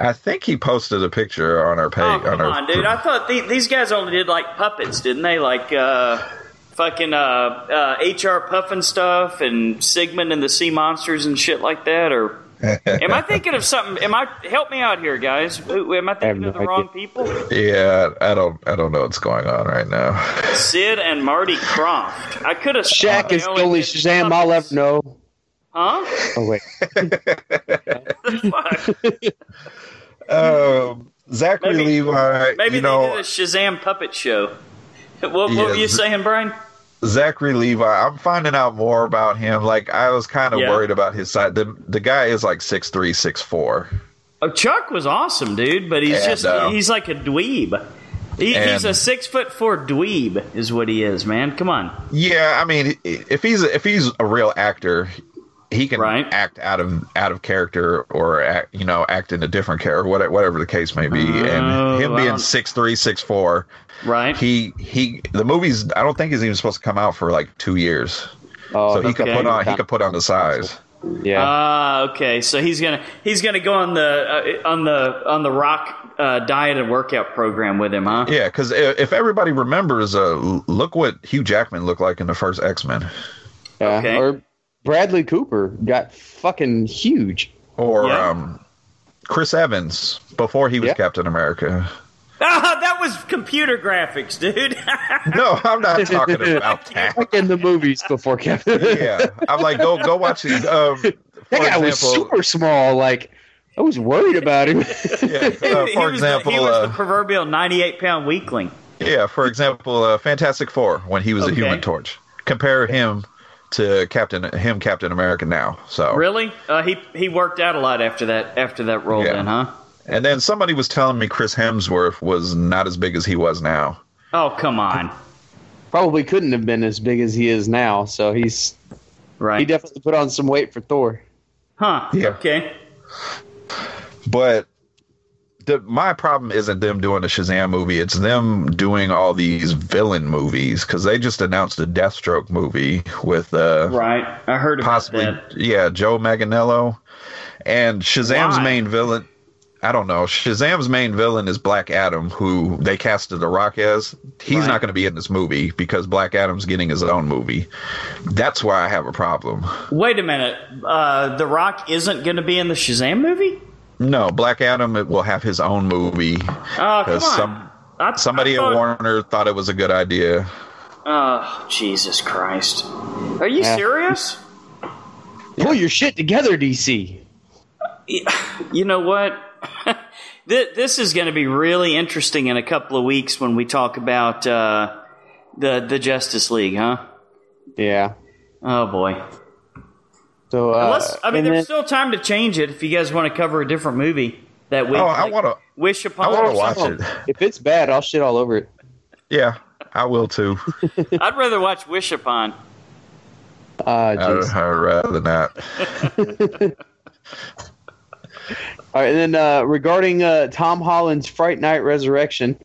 Speaker 4: I think he posted a picture on our page.
Speaker 2: Oh,
Speaker 4: on
Speaker 2: come
Speaker 4: our,
Speaker 2: on, dude. I thought the, these guys only did like puppets, didn't they? Like uh, fucking uh, uh, HR Puffin stuff and Sigmund and the Sea Monsters and shit like that? Or am I thinking of something? Am I help me out here, guys? Who- Am I
Speaker 3: have
Speaker 2: thinking
Speaker 3: no
Speaker 2: of the
Speaker 3: idea.
Speaker 2: wrong people?
Speaker 4: Yeah, I don't, I don't know what's going on right now.
Speaker 2: Sid and Marty Croft. I could have.
Speaker 3: Shaq
Speaker 2: oh,
Speaker 3: is the only Shazam I'll ever know.
Speaker 2: Huh?
Speaker 3: Oh wait,
Speaker 2: Fuck.
Speaker 4: Um, Zachary
Speaker 2: Maybe-
Speaker 4: Levi.
Speaker 2: Maybe
Speaker 4: you know,
Speaker 2: they did a Shazam puppet show. What, what were
Speaker 4: Yeah,
Speaker 2: you
Speaker 4: th-
Speaker 2: saying, Brian?
Speaker 4: Zachary Levi, I'm finding out more about him. Like I was kind of
Speaker 2: Yeah.
Speaker 4: worried about his size. The the guy is like six three, six four.
Speaker 2: Oh, Chuck was awesome, dude, but he's
Speaker 4: And,
Speaker 2: just
Speaker 4: uh,
Speaker 2: he's like a dweeb. He, he's
Speaker 4: and-
Speaker 2: a six foot four dweeb, is what he is, man. Come on.
Speaker 4: Yeah, I mean, if he's if he's a real actor, he can
Speaker 2: Right.
Speaker 4: act out of out of character or act, you know act in a different character, whatever, whatever the case may be.
Speaker 2: Oh,
Speaker 4: and him
Speaker 2: I
Speaker 4: being
Speaker 2: don't-
Speaker 4: six three, six four,
Speaker 2: Right?
Speaker 4: he he the movie's I don't think he's even supposed to come out for like two years.
Speaker 3: oh,
Speaker 4: so he could
Speaker 2: okay.
Speaker 4: put on he could put on the size.
Speaker 3: yeah.
Speaker 2: Ah, okay. So he's gonna he's gonna go on uh, the uh, on the on the rock uh, diet and workout program with him, huh?
Speaker 4: Yeah, because if everybody remembers, uh, look what Hugh Jackman looked like in the first X Men,
Speaker 3: Yeah.
Speaker 2: Okay.
Speaker 3: Or Bradley Cooper got fucking huge.
Speaker 4: or
Speaker 2: Yeah.
Speaker 4: um, Chris Evans before he was
Speaker 3: Yeah.
Speaker 4: Captain America.
Speaker 2: Ah, that was computer graphics, dude.
Speaker 4: No, I'm not talking about that.
Speaker 3: Like in the movies before Captain.
Speaker 4: Yeah, I'm like, go go watch it. Um, for
Speaker 3: That guy was
Speaker 4: example-
Speaker 3: super small. Like I was worried about him.
Speaker 4: Yeah, uh,
Speaker 2: He- he,
Speaker 4: for
Speaker 2: was the-
Speaker 4: example,
Speaker 2: he was the
Speaker 4: uh,
Speaker 2: proverbial 98 pound weakling.
Speaker 4: yeah, for example, uh, Fantastic Four when he was a
Speaker 2: Okay.
Speaker 4: Human Torch. Compare him to Captain him Captain America now. So
Speaker 2: Really? Uh, he he worked out a lot after that after that role,
Speaker 4: Yeah.
Speaker 2: then, huh?
Speaker 4: And then somebody was telling me Chris Hemsworth was not as big as he was now.
Speaker 2: Oh, come on.
Speaker 3: Probably couldn't have been as big as he is now. So he's
Speaker 2: Right.
Speaker 3: he definitely put on some weight for Thor.
Speaker 2: huh.
Speaker 4: Yeah.
Speaker 2: Okay.
Speaker 4: But the, my problem isn't them doing a Shazam movie; it's them doing all these villain movies because they just announced a Deathstroke movie with uh,
Speaker 2: Right. I heard about
Speaker 4: possibly
Speaker 2: that.
Speaker 4: yeah Joe Manganiello, and Shazam's
Speaker 2: Why?
Speaker 4: main villain. I don't know. Shazam's main villain is Black Adam, who they casted The Rock as. He's
Speaker 2: Right.
Speaker 4: not going to be in this movie because Black Adam's getting his own movie. That's why I have a problem.
Speaker 2: Wait a minute. Uh, the Rock isn't going to be in the Shazam movie?
Speaker 4: No, Black Adam will have his own movie.
Speaker 2: Oh, come on.
Speaker 4: some-
Speaker 2: I-
Speaker 4: Somebody
Speaker 2: I thought-
Speaker 4: at Warner thought it was a good idea.
Speaker 2: Oh, Jesus Christ. Are you
Speaker 3: Yeah.
Speaker 2: serious?
Speaker 3: Pull your shit together, DC.
Speaker 2: You know what? Th- this is going to be really interesting in a couple of weeks when we talk about uh, the the Justice League, huh?
Speaker 3: Yeah.
Speaker 2: Oh
Speaker 4: Uh,
Speaker 2: boy.
Speaker 3: So uh,
Speaker 2: Unless, I mean,
Speaker 3: and
Speaker 2: there's still
Speaker 3: then-
Speaker 2: time to change it if you guys want to cover a different movie that week.
Speaker 4: Oh, I
Speaker 2: like
Speaker 4: want to.
Speaker 2: Wish
Speaker 4: I
Speaker 2: upon.
Speaker 4: want
Speaker 2: or
Speaker 4: to watch
Speaker 2: something.
Speaker 4: it.
Speaker 3: if it's bad, I'll shit all over it.
Speaker 4: Yeah, I will too.
Speaker 2: I'd rather watch Wish Upon.
Speaker 3: Uh,
Speaker 4: I,
Speaker 3: jeez.
Speaker 4: I'd rather not.
Speaker 3: All right, and then uh, regarding uh, Tom Holland's Fright Night Resurrection,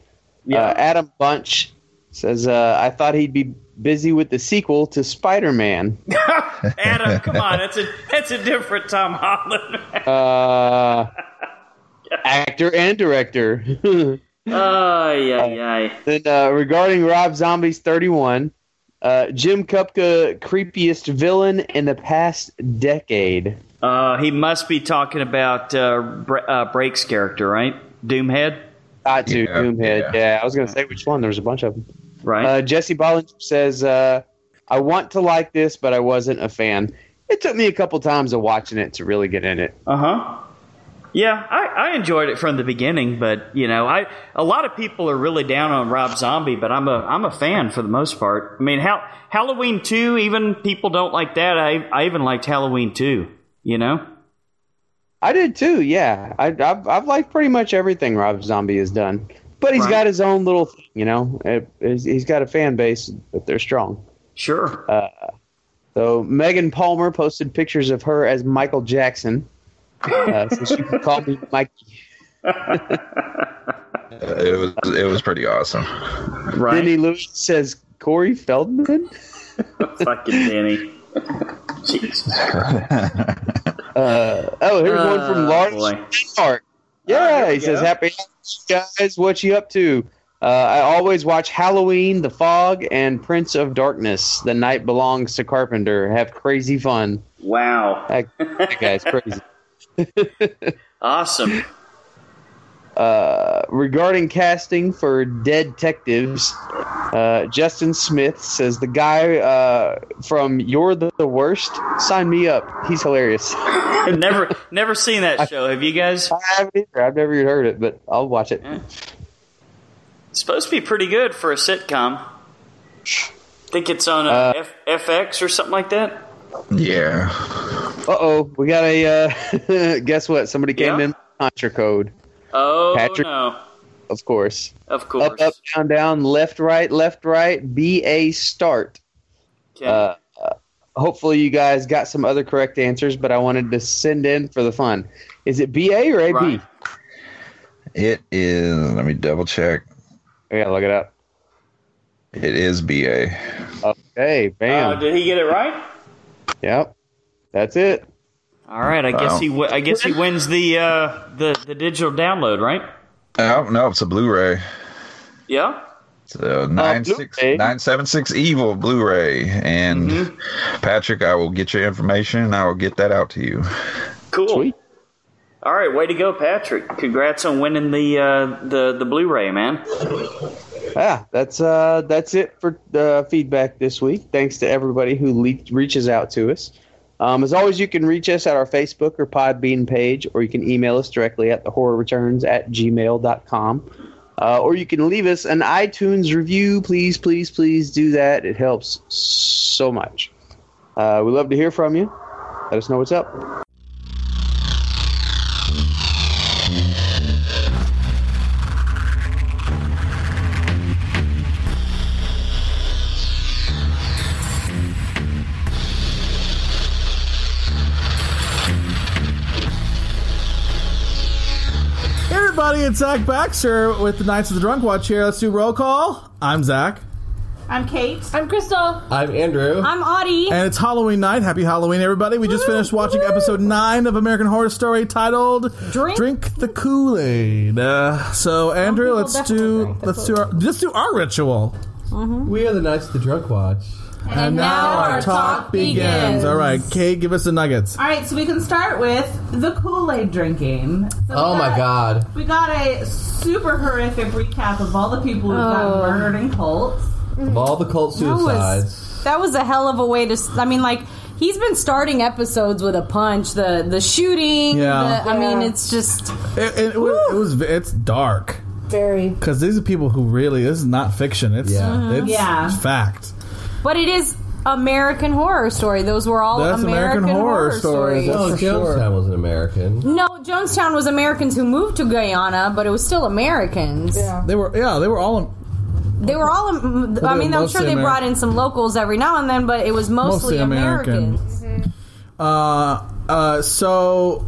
Speaker 3: uh, Adam Bunch says, uh, "I thought he'd be busy with the sequel to Spider-Man."
Speaker 2: Adam, come on, that's a that's a different Tom Holland.
Speaker 3: Uh, actor and director. then
Speaker 2: Oh yeah, yeah.
Speaker 3: uh, regarding Rob Zombie's 31, uh, Jim Kupka, creepiest villain in the past decade.
Speaker 2: Uh, he must be talking about uh, Bra- uh, Brake's character, right? Doomhead,
Speaker 3: Not to
Speaker 4: Yeah,
Speaker 3: Doomhead.
Speaker 4: yeah.
Speaker 3: Yeah, I was gonna say which one. There's a bunch of them.
Speaker 2: right?
Speaker 3: Uh, Jesse Bollinger says, uh, I want to like this, but I wasn't a fan. It took me a couple times of watching it to really get in it.
Speaker 2: Uh huh. Yeah, I, I enjoyed it from the beginning, but you know, I a lot of people are really down on Rob Zombie, but I'm a I'm a fan for the most part. I mean, how Halloween two, even people don't like that. I I even liked Halloween two. You know,
Speaker 3: I did too, yeah. I, I've, I've liked pretty much everything Rob Zombie has done. But he's
Speaker 2: Right.
Speaker 3: got his own little thing, you know? It- it's- he's got a fan base, but they're strong.
Speaker 2: sure.
Speaker 3: So Megan Palmer posted pictures of her as Michael Jackson. Uh, so she can call me Mikey.
Speaker 4: It was it was pretty awesome.
Speaker 2: right,
Speaker 3: Denny Lewis says, Corey Feldman?
Speaker 2: fucking Danny. Jeez.
Speaker 3: Uh, oh, here's one from
Speaker 2: Oh,
Speaker 3: Lawrence
Speaker 2: boy.
Speaker 3: Park. Yeah,
Speaker 2: there Ah, we
Speaker 3: he says,
Speaker 2: go.
Speaker 3: "Happy holidays, guys. What you up to?" Uh, I always watch Halloween, The Fog, and Prince of Darkness. The night belongs to Carpenter. Have crazy fun.
Speaker 2: Wow,
Speaker 3: That, that guy's crazy.
Speaker 2: awesome.
Speaker 3: Uh, regarding casting for Dead Detectives, uh, Justin Smith says the guy uh, from You're the, the Worst. Sign me up. He's hilarious. I
Speaker 2: never never seen that show. Have you guys?
Speaker 3: haven't either. I've never even heard it, but I'll watch it.
Speaker 2: It's supposed to be pretty good for a sitcom. Think it's on
Speaker 3: Uh,
Speaker 2: uh, F- FX or something like that.
Speaker 4: Yeah,
Speaker 3: Uh oh, we got a uh, guess what? Somebody came
Speaker 2: Yeah?
Speaker 3: in with contra code,
Speaker 2: Oh
Speaker 3: Patrick-
Speaker 2: no,
Speaker 3: of course.
Speaker 2: of course.
Speaker 3: Up, up, down, down, left, right, left, right. B A start.
Speaker 2: Okay.
Speaker 3: Uh, uh, hopefully, you guys got some other correct answers, but I wanted to send in for the fun. Is it B A or A B?
Speaker 2: Right.
Speaker 4: it is. Let me double check.
Speaker 3: I gotta look it up.
Speaker 4: It is BA.
Speaker 3: Okay,
Speaker 2: Uh,
Speaker 3: bam.
Speaker 2: did he get it right?
Speaker 3: yep, that's it.
Speaker 2: All right. I guess
Speaker 4: Wow.
Speaker 2: he. W- I guess he wins the uh, the the digital download, right?
Speaker 4: Oh no, it's a Blu-ray.
Speaker 2: Yeah.
Speaker 4: So nine six nine seven six evil Blu-ray, and Patrick, I will get your information. and I will get that out to you.
Speaker 2: Cool.
Speaker 3: Sweet.
Speaker 2: All right, way to go, Patrick! Congrats on winning the uh, the the Blu-ray, man.
Speaker 3: Yeah, that's uh, that's it for uh, feedback this week. Thanks to everybody who le- reaches out to us. Um, as always, you can reach us at our Facebook or Podbean page, or you can email us directly at thehorrorreturns at gmail.com. Uh, or you can leave us an iTunes review. Please, please, please do that. It helps so much. Uh, we love to hear from you. Let us know what's up.
Speaker 7: Hey everybody, it's Zach Baxter with the Knights of the Drunk Watch here. Let's do roll call. I'm Zach.
Speaker 8: I'm Kate. I'm Crystal.
Speaker 9: I'm Andrew.
Speaker 8: I'm Audie.
Speaker 7: And it's Halloween night. Happy Halloween, everybody. We just finished watching episode 9 of American Horror Story titled
Speaker 8: Drink?
Speaker 7: the Kool-Aid. Uh, so, Andrew,
Speaker 8: people
Speaker 7: let's
Speaker 8: definitely
Speaker 7: do
Speaker 8: drink the
Speaker 7: let's do our let's do our ritual.
Speaker 9: we are the Knights of the Drunk Watch.
Speaker 8: And now our talk begins.
Speaker 7: All right, Kay, give us the nuggets.
Speaker 8: All right, so we can start with the Kool Aid drinking. So we
Speaker 9: Oh my
Speaker 8: got-
Speaker 9: god.
Speaker 8: We got a super horrific recap of all the people who got murdered in cults.
Speaker 9: Of all the cult
Speaker 10: Oh. was-
Speaker 9: suicides.
Speaker 10: That was a hell of a way to. s- I mean, like he's been starting episodes with a punch. The the shooting.
Speaker 7: Yeah.
Speaker 10: the- I mean, it's just
Speaker 7: It, it, was, it was it's dark
Speaker 11: Very.
Speaker 7: cuz these are people who really this is not fiction. It's
Speaker 9: Yeah. Mhm.
Speaker 7: it's
Speaker 8: Yeah.
Speaker 7: fact.
Speaker 10: but it is American Horror Story. Those were all
Speaker 7: That's
Speaker 10: Oh, American, Horror, Stories.
Speaker 9: oh, Jonestown was an American.
Speaker 10: No, Jonestown was Americans who moved to Guyana, but it was still Americans.
Speaker 11: Yeah.
Speaker 7: They were yeah, they were all
Speaker 10: They were all. Am- I
Speaker 7: were
Speaker 10: mean, I'm sure
Speaker 7: mostly
Speaker 10: they
Speaker 7: Ameri-
Speaker 10: brought in some locals every now and then, but it was
Speaker 7: Mostly
Speaker 10: mostly,
Speaker 7: American.
Speaker 10: Americans.
Speaker 7: Uh, uh, so,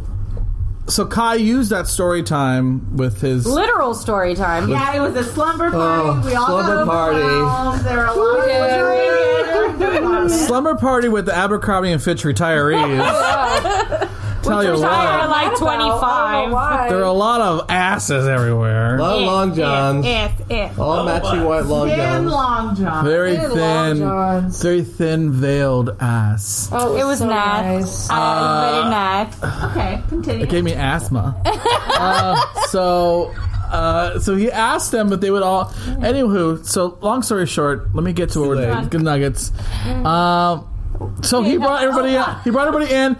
Speaker 7: so Kai used that story time with his.
Speaker 10: Literal story time.
Speaker 8: Yeah, it was a slumber party.
Speaker 9: Oh,
Speaker 8: we all
Speaker 9: slumber
Speaker 8: got
Speaker 9: party.
Speaker 8: overwhelmed. There were a lot of drinking.
Speaker 7: Slumber party with the Abercrombie and Fitch retirees. Tell you
Speaker 10: Which I
Speaker 7: what,
Speaker 10: were like 25.
Speaker 11: Why?
Speaker 7: there are a lot of asses everywhere.
Speaker 9: A lot of Oh, long johns.
Speaker 8: Yes, yes.
Speaker 10: Oh,
Speaker 9: All matching white long
Speaker 8: Thin
Speaker 9: johns.
Speaker 8: long john.
Speaker 7: Very
Speaker 11: They're long
Speaker 7: thin,
Speaker 11: johns.
Speaker 7: very thin veiled ass.
Speaker 11: Oh,
Speaker 10: It was
Speaker 11: so
Speaker 10: not.
Speaker 11: nice.
Speaker 10: Uh, very nice.
Speaker 8: Okay, continue.
Speaker 7: It gave me asthma. uh, so. Uh, so he asked them, but they would all. Anywho, so long story short, let me get to where we're
Speaker 9: late.
Speaker 7: good nuggets. Um, so he brought everybody. In, he brought everybody in.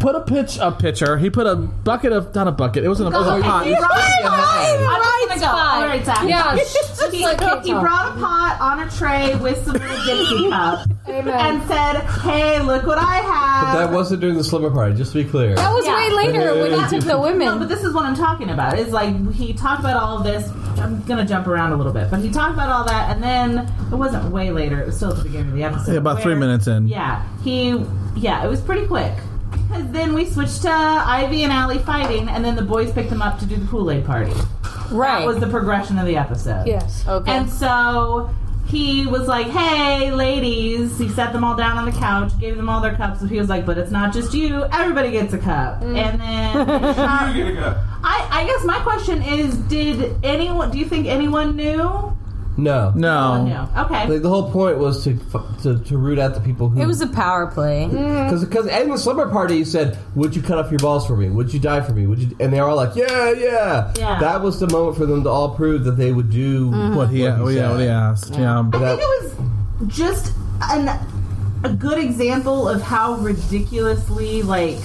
Speaker 7: Put a pitch, a pitcher. He put a bucket of not a bucket. It wasn't a, it was a pot.
Speaker 8: He brought a pot. I'm just gonna go.
Speaker 10: fine.
Speaker 8: All right, Zach.
Speaker 11: Yeah, just
Speaker 8: He,
Speaker 11: like uh-huh.
Speaker 8: he brought a pot on a tray with some little Dixie cup and
Speaker 11: Amen.
Speaker 8: said, "Hey, look what I have."
Speaker 9: That wasn't during the slumber party, just to be clear.
Speaker 10: That was
Speaker 8: Yeah.
Speaker 10: way later when he took the
Speaker 8: no,
Speaker 10: women.
Speaker 8: but this is what I'm talking about. It's like he talked about all of this. I'm gonna jump around a little bit, but he talked about all that, and then it wasn't way later. It was still at the beginning of the episode.
Speaker 7: Yeah, about three
Speaker 8: where-
Speaker 7: minutes in.
Speaker 8: Yeah, he. Yeah, it was pretty quick. Because then we switched to Ivy and Allie fighting, and then the boys picked them up to do the Kool Aid party. That
Speaker 10: right.
Speaker 8: was the progression of the episode.
Speaker 11: Yes.
Speaker 10: okay.
Speaker 8: And so he was like, hey, ladies. He set them all down on the couch, gave them all their cups. He was like, but it's not just you. Everybody gets a cup. And then. I, I guess my question is did anyone. Do you think anyone knew?
Speaker 9: no.
Speaker 7: No.
Speaker 8: No. Okay.
Speaker 9: Like, the whole point was to, f- to to root out the people who
Speaker 10: it was a power play.
Speaker 9: because because and the slumber party you said would you cut off your balls for me would you die for me would you and they're all like yeah yeah
Speaker 8: Yeah.
Speaker 9: that was the moment for them to all prove that they would do
Speaker 10: Mm-hmm.
Speaker 7: What he,
Speaker 9: What he
Speaker 7: oh, yeah,
Speaker 9: said.
Speaker 7: what he asked. Yeah.
Speaker 8: I
Speaker 9: that-
Speaker 8: think it was just an, a good example of how ridiculously like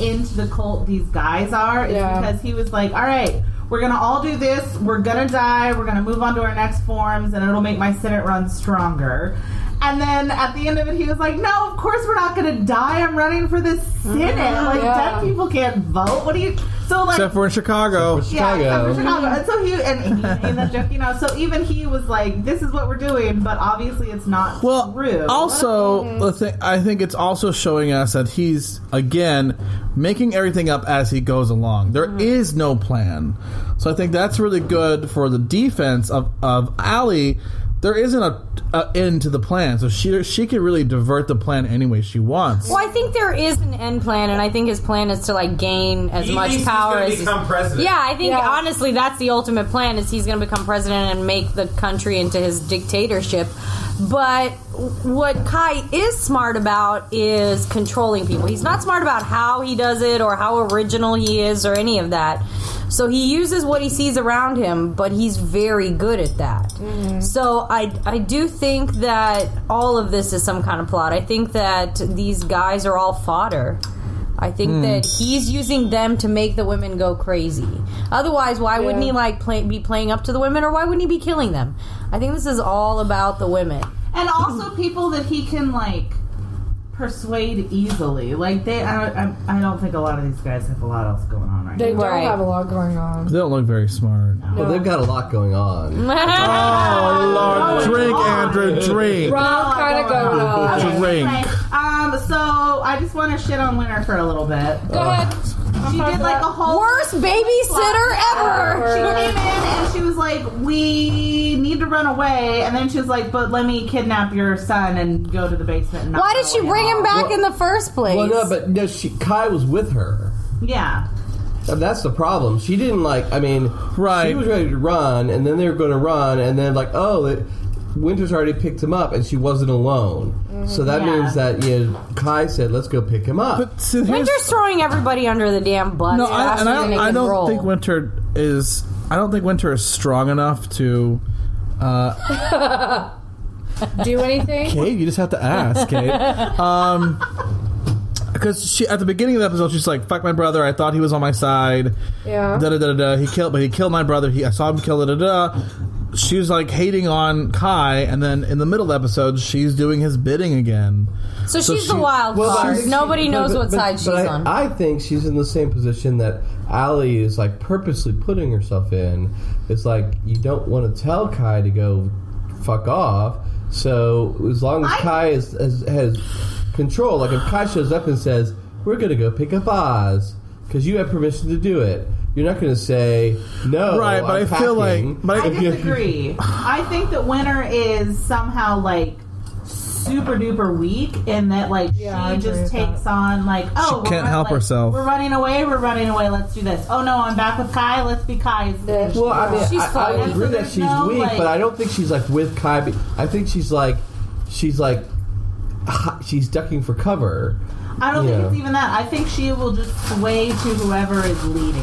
Speaker 8: into the cult these guys are. Is
Speaker 11: Yeah.
Speaker 8: because he was like, "All right, we're gonna all do this. We're gonna die. We're gonna move on to our next forms, and it'll make my Senate run stronger." And then at the end of it, he was like, "No, of course we're not gonna die. I'm running for this Senate. like
Speaker 11: Mm-hmm. Yeah.
Speaker 8: deaf people can't vote. What do you?" So like
Speaker 7: Except for in Chicago.
Speaker 8: yeah, except for
Speaker 9: Chicago.
Speaker 8: Chicago. And so he and he, in the joke, you know, so even he was like, "This is what we're doing," but obviously it's not
Speaker 7: Well,
Speaker 8: true.
Speaker 7: also, the thi- I think it's also showing us that he's, again, making everything up as he goes along. There is
Speaker 10: Mm-hmm.
Speaker 7: no plan. So I think that's really good for the defense of, of Allie there isn't a, a end to the plan, so she she could really divert the plan any way she wants.
Speaker 10: Well, I think there is an end plan, and I think his plan is to like gain as
Speaker 11: He
Speaker 10: much
Speaker 11: thinks
Speaker 10: power
Speaker 11: he's
Speaker 10: as.
Speaker 11: gonna become president.
Speaker 10: yeah, I think
Speaker 12: Yeah.
Speaker 10: honestly that's the ultimate plan is he's going to become president and make the country into his dictatorship. But what Kai is smart about is controlling people. He's not smart about how he does it or how original he is or any of that. So he uses what he sees around him, but he's very good at that. So I, I do think that all of this is some kind of plot. I think that these guys are all fodder. I think that he's using them to make the women go crazy. Otherwise, why wouldn't he like play, be playing up to the women, or why wouldn't he be killing them? I think this is all about the women.
Speaker 8: and also people that he can like persuade easily. Like they, I, I, I don't think a lot of these guys have a lot else going on right
Speaker 12: They
Speaker 8: now.
Speaker 12: don't
Speaker 10: Right.
Speaker 12: have a lot going on.
Speaker 7: They don't look very smart.
Speaker 9: Well, they've got a lot going on.
Speaker 7: Oh Lord, drink, Andrew, drink.
Speaker 12: Rob kind of going on.
Speaker 7: Drink.
Speaker 8: Anyway, um, so I just want to shit on Winter for a little bit.
Speaker 12: Go ahead.
Speaker 8: She did like a whole
Speaker 10: Worst babysitter ever.
Speaker 8: She came in and she was like, "We need to run away," and then she was like, "But let me kidnap your son and go to the basement." And knock
Speaker 10: Why did she
Speaker 8: away
Speaker 10: bring him
Speaker 8: all."
Speaker 10: back in the first place?
Speaker 9: Well, no, but no, she, Kai was with her.
Speaker 8: Yeah,
Speaker 9: And That's the problem. She didn't like. I mean,
Speaker 7: Right.
Speaker 9: She was ready to run, and then they were going to run, and then like, oh, it, Winter's already picked him up, and she wasn't alone. So that
Speaker 8: Yeah.
Speaker 9: means that you know, Kai said, "Let's go pick him up."
Speaker 7: But see, here's-
Speaker 10: Winter's throwing everybody under the damn bus.
Speaker 7: no, I,
Speaker 10: faster
Speaker 7: and I
Speaker 10: than
Speaker 7: don't,
Speaker 10: they
Speaker 7: I
Speaker 10: can
Speaker 7: don't
Speaker 10: roll.
Speaker 7: think Winter is. I don't think Winter is strong enough to. Uh,
Speaker 12: Do anything?
Speaker 7: Kate, you just have to ask, Kate. Um, because she at the beginning of the episode, she's like, "Fuck my brother. I thought he was on my side."
Speaker 12: Yeah.
Speaker 7: da da da da. da. He killed, but he killed my brother. He, I saw him kill da da da. She was like hating on Kai, and then in the middle episode, she's doing his bidding again.
Speaker 10: so,
Speaker 7: so
Speaker 10: she's
Speaker 7: she-
Speaker 10: the wild
Speaker 9: Well, but I
Speaker 10: card.
Speaker 9: think she-
Speaker 10: Nobody
Speaker 9: no,
Speaker 10: knows
Speaker 9: but-
Speaker 10: what
Speaker 9: but-
Speaker 10: side
Speaker 9: but I,
Speaker 10: she's on.
Speaker 9: I think she's in the same position that Allie is like purposely putting herself in. It's like you don't want to tell Kai to go fuck off. So as long as
Speaker 8: I-
Speaker 9: Kai is, has, has control, like if Kai shows up and says, "We're going to go pick up Oz," because you have permission to do it. You're not going to say no.
Speaker 7: Right, but
Speaker 9: I'm
Speaker 7: I feel like-
Speaker 9: packing."
Speaker 7: but I-
Speaker 8: I
Speaker 7: If you-
Speaker 8: disagree. I think that Winter is somehow like super duper weak in that like
Speaker 12: Yeah, I
Speaker 8: she
Speaker 12: agree with
Speaker 8: just takes on like oh
Speaker 7: She
Speaker 8: we're
Speaker 7: can't help
Speaker 8: like,
Speaker 7: herself.
Speaker 8: we're running away we're running away let's do this oh no I'm back with Kai let's be Kai
Speaker 9: Well, I mean,
Speaker 10: She's
Speaker 9: I, I
Speaker 10: fine.
Speaker 9: agree that she's
Speaker 8: No,
Speaker 9: weak,
Speaker 8: like-
Speaker 9: but I don't think she's like with Kai. be- I think she's like, she's like, hi- she's ducking for cover.
Speaker 8: I don't
Speaker 9: Yeah.
Speaker 8: think it's even that I think she will just sway to whoever is leading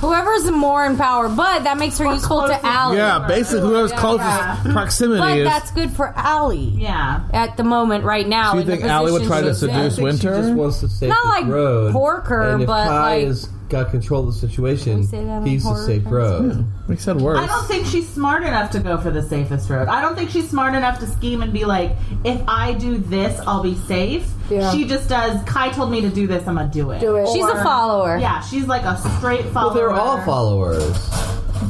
Speaker 10: Whoever's more in power, but that makes her useful
Speaker 8: closest.
Speaker 10: to Allie.
Speaker 7: Yeah, basically, whoever's closest proximity
Speaker 10: But
Speaker 7: is.
Speaker 10: that's good for Allie
Speaker 8: yeah
Speaker 10: at the moment, right now.
Speaker 7: Do you
Speaker 10: in the
Speaker 7: think Allie would
Speaker 10: position
Speaker 7: try to
Speaker 10: she's in.
Speaker 9: I
Speaker 7: seduce- This
Speaker 9: think
Speaker 7: winter?
Speaker 9: she just wants to stay
Speaker 10: Not like
Speaker 9: road.
Speaker 10: Porker,
Speaker 9: and if
Speaker 10: but
Speaker 9: Kai
Speaker 10: like-
Speaker 9: has got control of the situation,
Speaker 10: say that on
Speaker 9: he's the
Speaker 10: horror
Speaker 9: safe
Speaker 10: films?
Speaker 9: road.
Speaker 7: we said worse.
Speaker 8: I don't think she's smart enough to go for the safest road. I don't think she's smart enough to scheme and be like, if I do this, I'll be safe.
Speaker 12: Yeah.
Speaker 8: She just does. Kai told me to do this. I'm gonna do it.
Speaker 12: Do it.
Speaker 10: She's a follower.
Speaker 8: Yeah, she's like a straight
Speaker 9: Well,
Speaker 8: follower.
Speaker 9: they're all followers.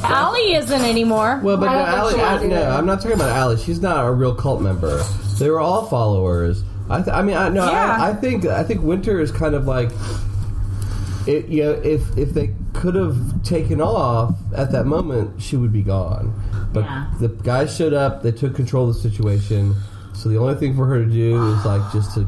Speaker 10: Allie isn't anymore.
Speaker 9: Well, but
Speaker 12: I
Speaker 9: no,
Speaker 12: don't think
Speaker 9: Allie,
Speaker 12: she would
Speaker 9: I,
Speaker 12: do
Speaker 9: no,
Speaker 12: that.
Speaker 9: I'm not talking about Allie. She's not a real cult member. They were all followers. I, th- I mean, I, no,
Speaker 10: Yeah.
Speaker 9: I, I think I think Winter is kind of like, it, you know, if if they could have taken off at that moment, she would be gone. But
Speaker 8: Yeah.
Speaker 9: the guys showed up. They took control of the situation. So the only thing for her to do is like just to,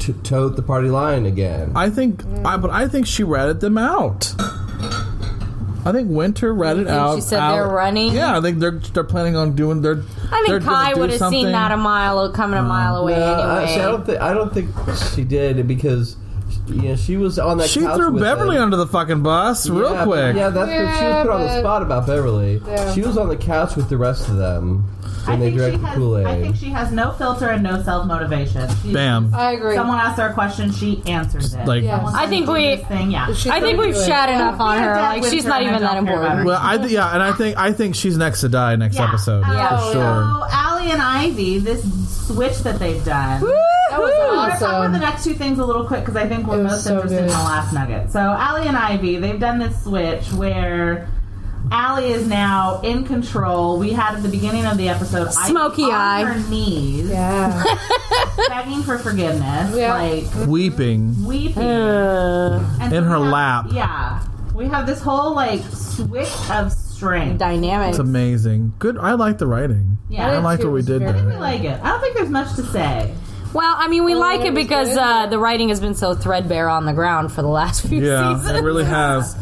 Speaker 9: to tote the party line again.
Speaker 7: I think, I, but I think she ratted them out. I think Winter ratted
Speaker 10: think
Speaker 7: out.
Speaker 10: she said they're
Speaker 7: Al-
Speaker 10: running?
Speaker 7: Yeah, I think they're they're planning on doing. They're.
Speaker 10: I think Kai would have seen that a mile coming a
Speaker 7: Uh,
Speaker 10: mile away
Speaker 9: No, Uh, I- see, I
Speaker 10: anyway.
Speaker 9: don't think I don't think she did because you know, she was on that.
Speaker 7: she
Speaker 9: couch
Speaker 7: threw
Speaker 9: with
Speaker 7: Beverly
Speaker 9: them.
Speaker 7: under the fucking bus real
Speaker 9: Yeah,
Speaker 7: quick.
Speaker 9: Yeah, that's what she was
Speaker 12: Yeah,
Speaker 9: put on the
Speaker 12: but-
Speaker 9: spot about Beverly.
Speaker 12: Yeah.
Speaker 9: She was on the couch with the rest of them
Speaker 8: I
Speaker 9: when they
Speaker 8: think, she
Speaker 9: drank the Kool
Speaker 8: has, I think
Speaker 9: Aid.
Speaker 8: she has no filter and no self motivation.
Speaker 10: Oh,
Speaker 7: Bam.
Speaker 12: I agree.
Speaker 8: Someone asked her a question, she answers it.
Speaker 7: Like,
Speaker 12: Yeah.
Speaker 8: Someone
Speaker 10: I
Speaker 8: said,
Speaker 10: think
Speaker 8: "Do
Speaker 10: we-
Speaker 8: this thing. Yeah.
Speaker 12: She's
Speaker 10: I think
Speaker 12: gonna
Speaker 10: we've
Speaker 12: do it.
Speaker 10: shat enough on her.
Speaker 8: Yeah,
Speaker 10: Like she's
Speaker 8: Winter,
Speaker 10: not
Speaker 8: and
Speaker 10: even
Speaker 8: I
Speaker 10: that
Speaker 8: don't care about
Speaker 10: important.
Speaker 8: her.
Speaker 7: well, I th- yeah, and I think I think she's next to die next
Speaker 8: Yeah.
Speaker 7: episode
Speaker 10: Yeah.
Speaker 7: for
Speaker 12: Oh,
Speaker 7: sure.
Speaker 8: So Allie and Ivy, this switch that they've done.
Speaker 12: That was
Speaker 8: Let's talk about the
Speaker 12: awesome.
Speaker 8: next two things a little quick because I think we're
Speaker 12: It was
Speaker 8: most
Speaker 12: so
Speaker 8: interested in
Speaker 12: good.
Speaker 8: the last nugget. So Allie and Ivy, they've done this switch where Allie is now in control. We had at the beginning of the episode Ivy
Speaker 10: Smoky
Speaker 8: on
Speaker 10: eye.
Speaker 8: her knees,
Speaker 12: Yeah.
Speaker 8: begging for forgiveness,
Speaker 12: Yeah.
Speaker 8: like
Speaker 7: Weeping.
Speaker 8: weeping
Speaker 10: Uh,
Speaker 8: And
Speaker 7: In
Speaker 8: we
Speaker 7: her
Speaker 8: have-
Speaker 7: lap.
Speaker 8: Yeah, we have this whole like switch of strength.
Speaker 7: It's
Speaker 10: Dynamics.
Speaker 7: amazing. Good. I like the writing.
Speaker 8: Yeah.
Speaker 7: I like
Speaker 12: It
Speaker 7: what we
Speaker 12: was
Speaker 7: did
Speaker 12: very-
Speaker 8: I
Speaker 7: there.
Speaker 8: like it. I don't think there's much to say.
Speaker 10: Well, I mean, we like
Speaker 12: it
Speaker 10: it
Speaker 12: was
Speaker 10: because
Speaker 12: good.
Speaker 10: uh, the writing has been so threadbare on the ground for the last few seasons.
Speaker 7: Yeah, it really has.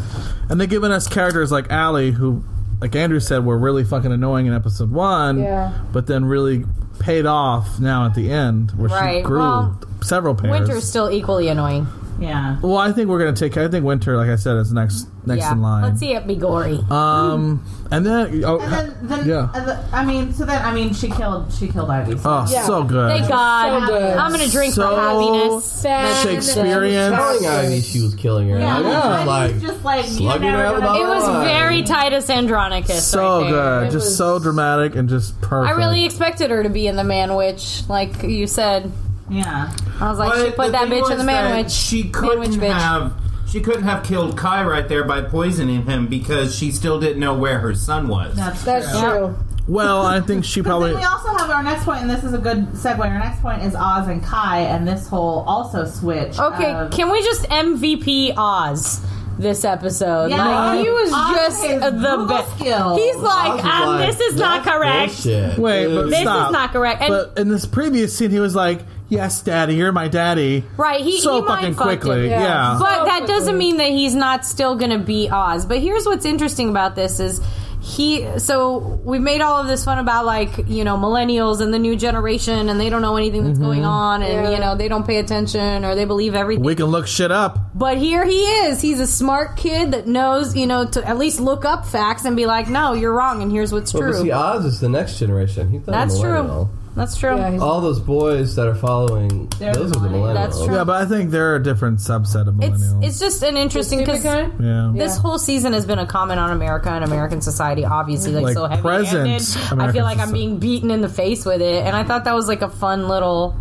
Speaker 7: And they've given us characters like Allie, who, like Andrew said, were really fucking annoying in episode one,
Speaker 12: Yeah.
Speaker 7: but then really paid off now at the end, where she
Speaker 10: Right,
Speaker 7: grew
Speaker 10: well,
Speaker 7: several pairs.
Speaker 10: Winter's still equally annoying.
Speaker 8: Yeah.
Speaker 7: well, I think we're gonna take. I think Winter, like I said, is next next
Speaker 10: yeah.
Speaker 7: in line.
Speaker 10: Let's see it be gory.
Speaker 7: Um, and then oh,
Speaker 8: And then, then
Speaker 7: yeah.
Speaker 8: uh, the- I mean, so then I mean, she killed she killed Ivy.
Speaker 7: oh,
Speaker 12: Yeah.
Speaker 7: so good.
Speaker 10: Thank God.
Speaker 12: So good.
Speaker 10: I'm going to drink
Speaker 7: So
Speaker 10: for happiness.
Speaker 12: Sad.
Speaker 7: Shakespearean.
Speaker 9: Telling Ivy she was killing her.
Speaker 8: yeah,
Speaker 9: and
Speaker 8: yeah.
Speaker 9: I was just like,
Speaker 8: just like you
Speaker 9: slugging
Speaker 8: never
Speaker 9: it out
Speaker 8: gonna-
Speaker 9: with
Speaker 10: It was
Speaker 9: Oh.
Speaker 10: very Titus Andronicus.
Speaker 7: so
Speaker 10: right there.
Speaker 7: good,
Speaker 12: It
Speaker 7: just
Speaker 12: was-
Speaker 7: so dramatic and just
Speaker 10: I
Speaker 7: perfect.
Speaker 10: really expected her to be in the man witch, like you said.
Speaker 8: Yeah.
Speaker 10: I was like, she
Speaker 11: But
Speaker 10: put
Speaker 11: the
Speaker 10: that
Speaker 11: thing
Speaker 10: bitch in
Speaker 11: was
Speaker 10: the man
Speaker 11: that
Speaker 10: witch.
Speaker 11: She
Speaker 10: Man
Speaker 11: couldn't
Speaker 10: witch bitch.
Speaker 11: have. She couldn't have killed Kai right there by poisoning him because she still didn't know where her son was.
Speaker 8: That's,
Speaker 12: That's
Speaker 8: true.
Speaker 12: true.
Speaker 7: well. I think she
Speaker 8: But
Speaker 7: probably.
Speaker 8: then we also have our next point, and this is a good segue. Our next point is Oz and Kai, and this whole also switch.
Speaker 10: Okay,
Speaker 8: of-
Speaker 10: can we just MVP Oz this episode?
Speaker 8: Yeah.
Speaker 10: Like, he was
Speaker 8: Oz
Speaker 10: just
Speaker 8: his
Speaker 10: the
Speaker 8: Google
Speaker 10: best.
Speaker 8: skills.
Speaker 10: He's like,
Speaker 9: was
Speaker 10: um,
Speaker 9: like,
Speaker 10: this is not
Speaker 9: "That's
Speaker 10: correct.
Speaker 9: bullshit,
Speaker 7: Wait,
Speaker 9: dude."
Speaker 7: but
Speaker 10: This
Speaker 7: stop.
Speaker 10: is not correct. And
Speaker 7: but in this previous scene, he was like, "Yes, daddy, you're my daddy."
Speaker 10: Right, he-
Speaker 7: so
Speaker 10: he
Speaker 7: fucking
Speaker 10: mind-fucked
Speaker 7: quickly.
Speaker 10: it,
Speaker 7: Yeah.
Speaker 12: yeah.
Speaker 10: But
Speaker 12: So
Speaker 10: that doesn't
Speaker 12: quickly.
Speaker 10: mean that he's not still going to be Oz. But here's what's interesting about this is he so we made all of this fun about like, you know, millennials and the new generation and they don't know anything that's going on and
Speaker 12: Yeah.
Speaker 10: you know, they don't pay attention or they believe everything.
Speaker 7: Mm-hmm. we can look shit up.
Speaker 10: But here he is. He's a smart kid that knows, you know, to at least look up facts and be like, "No, you're wrong and here's what's
Speaker 9: Well, but see,
Speaker 10: true."
Speaker 9: Oz is the next generation. He's not
Speaker 10: That's
Speaker 9: a millennial.
Speaker 10: true. That's true.
Speaker 12: Yeah, he's-
Speaker 9: All those boys that are following,
Speaker 8: They're
Speaker 9: those are the
Speaker 8: millennials.
Speaker 9: millennials.
Speaker 10: That's true.
Speaker 7: Yeah, but I think they're a different subset of
Speaker 10: it's
Speaker 7: millennials.
Speaker 10: it's just an interesting
Speaker 12: Stupid
Speaker 10: because
Speaker 12: guy?
Speaker 7: yeah.
Speaker 10: This whole season has been a comment on America and American society, obviously, like,
Speaker 7: Like
Speaker 10: so heavy
Speaker 7: present
Speaker 10: I
Speaker 7: American
Speaker 10: feel like I'm
Speaker 7: society.
Speaker 10: being beaten in the face with it, and I thought that was like a fun little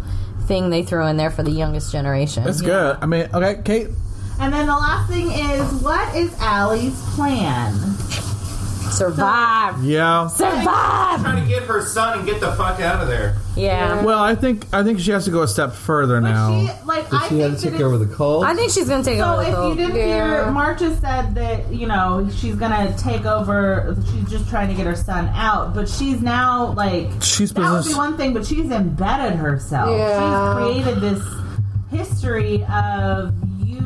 Speaker 10: thing they threw in there for the youngest generation.
Speaker 7: It's good. I mean, okay, Kate.
Speaker 8: And then the last thing is, what is Allie's plan?
Speaker 10: Survive,
Speaker 7: Yeah.
Speaker 10: survive.
Speaker 11: Trying to get her son and get the fuck out of there.
Speaker 10: Yeah,
Speaker 7: Well, I think I think she has to go a step further
Speaker 8: But
Speaker 7: now.
Speaker 8: she like
Speaker 9: But
Speaker 8: I
Speaker 9: she had
Speaker 8: think
Speaker 9: to
Speaker 8: that
Speaker 9: take over
Speaker 8: it's-
Speaker 9: the cult.
Speaker 10: I think she's gonna take
Speaker 8: so
Speaker 10: over.
Speaker 8: if
Speaker 10: the
Speaker 8: you
Speaker 10: cult.
Speaker 8: didn't
Speaker 12: Yeah.
Speaker 8: hear, Marcia said that you know she's gonna take over. She's just trying to get her son out, but she's now like
Speaker 7: She's
Speaker 8: that would be
Speaker 7: possessed-
Speaker 8: one thing. But she's embedded herself.
Speaker 12: Yeah.
Speaker 8: She's created this history of you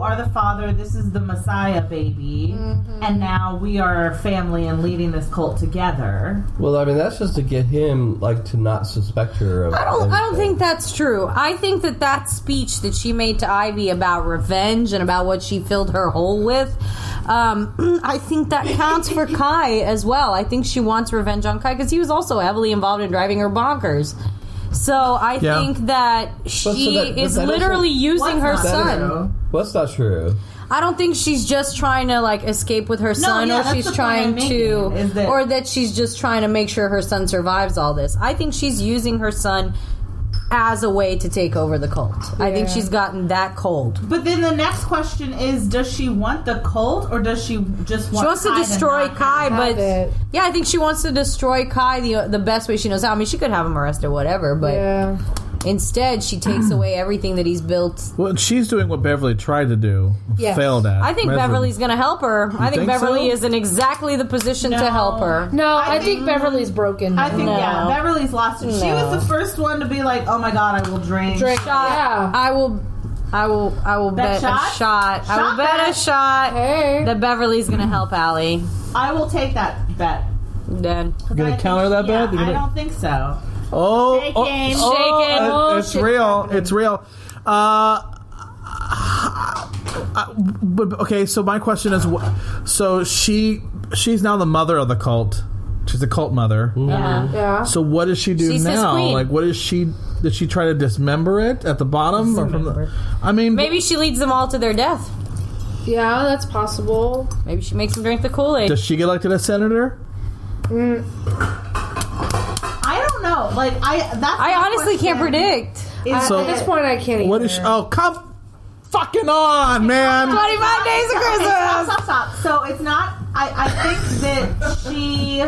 Speaker 8: are the father. This is the Messiah baby,
Speaker 10: Mm-hmm.
Speaker 8: and now we are family and leading this cult together.
Speaker 9: well, I mean, that's just to get him like to not suspect her. Of
Speaker 10: I don't. I don't
Speaker 9: anything.
Speaker 10: think that's true. I think that that speech that she made to Ivy about revenge and about what she filled her hole with, um, I think that counts for Kai as well. I think she wants revenge on Kai because he was also heavily involved in driving her bonkers. So I
Speaker 7: Yeah.
Speaker 10: think that she
Speaker 9: so that- but
Speaker 10: is
Speaker 9: that
Speaker 10: literally using
Speaker 8: What's
Speaker 10: her
Speaker 8: not
Speaker 10: son.
Speaker 8: true?
Speaker 9: What's not true?
Speaker 10: I don't think she's just trying to like escape with her son,
Speaker 8: yeah,
Speaker 10: or
Speaker 8: that's the
Speaker 10: she's
Speaker 8: point I'm
Speaker 10: trying to,
Speaker 8: making, is that-
Speaker 10: or that she's just trying to make sure her son survives all this. I think she's using her son as a way to take over the cult. I think
Speaker 12: Yeah.
Speaker 10: she's gotten that cold.
Speaker 8: But then the next question is: Does she want the cult, or does she just want?
Speaker 10: She wants to
Speaker 8: Kai
Speaker 10: destroy
Speaker 8: not
Speaker 10: Kai,
Speaker 12: have
Speaker 10: but
Speaker 12: it.
Speaker 10: yeah, I think she wants to destroy Kai the the best way she knows how. I mean, she could have him arrested, whatever, but
Speaker 12: yeah.
Speaker 10: instead she takes away everything that he's built.
Speaker 7: Well, she's doing what Beverly tried to do,
Speaker 12: Yes.
Speaker 7: failed at.
Speaker 10: I think
Speaker 7: Beverly-
Speaker 10: Beverly's going to help her. I think,
Speaker 7: think
Speaker 10: Beverly
Speaker 7: so?
Speaker 10: is in exactly the position to help her.
Speaker 12: No, I, think, Beverly's broken.
Speaker 8: I think
Speaker 10: No.
Speaker 8: yeah, Beverly's lost it. She
Speaker 10: No.
Speaker 8: was the first one to be like, "Oh my god, I will drink."
Speaker 12: Drink.
Speaker 10: shot.
Speaker 12: Yeah.
Speaker 10: I will. I will. I will bet,
Speaker 8: Bet
Speaker 10: a
Speaker 8: shot?
Speaker 10: shot. I will
Speaker 8: Shot
Speaker 10: bet a
Speaker 8: bet.
Speaker 10: shot
Speaker 12: Hey.
Speaker 10: that Beverly's gonna help Allie.
Speaker 8: I will take that bet.
Speaker 10: Then
Speaker 8: 'Cause
Speaker 7: gonna
Speaker 8: I think-
Speaker 7: counter that
Speaker 8: yeah,
Speaker 7: bet? You're
Speaker 8: I
Speaker 7: gonna-
Speaker 8: don't think so.
Speaker 7: Oh,
Speaker 8: Shaking,
Speaker 7: oh,
Speaker 8: shaking.
Speaker 7: oh,
Speaker 10: Oh,
Speaker 7: it- it's
Speaker 10: shit's
Speaker 7: real. It's real. Uh, I- but- okay, so my question is, wh- so she she's now the mother of the cult. She's a cult mother.
Speaker 12: Yeah.
Speaker 7: So what does she do
Speaker 10: She's his
Speaker 7: now?
Speaker 10: queen.
Speaker 7: Like, what is she? Did she try to dismember it at the bottom or from the? I mean,
Speaker 10: maybe she leads them all to their death.
Speaker 12: Yeah, that's possible.
Speaker 10: Maybe she makes them drink the Kool Aid.
Speaker 7: does she get elected as senator?
Speaker 8: I don't know. Like I, that's
Speaker 10: I
Speaker 8: my
Speaker 10: honestly can't
Speaker 8: question.
Speaker 10: predict.
Speaker 8: Is
Speaker 12: I-
Speaker 7: So-
Speaker 12: at
Speaker 8: it-
Speaker 12: this point, I can't.
Speaker 7: What
Speaker 12: either.
Speaker 7: is? She, oh, come fucking on, man!
Speaker 10: Twenty five days of
Speaker 8: Okay, stop,
Speaker 10: Christmas.
Speaker 8: stop, stop. So it's not. I, I think that she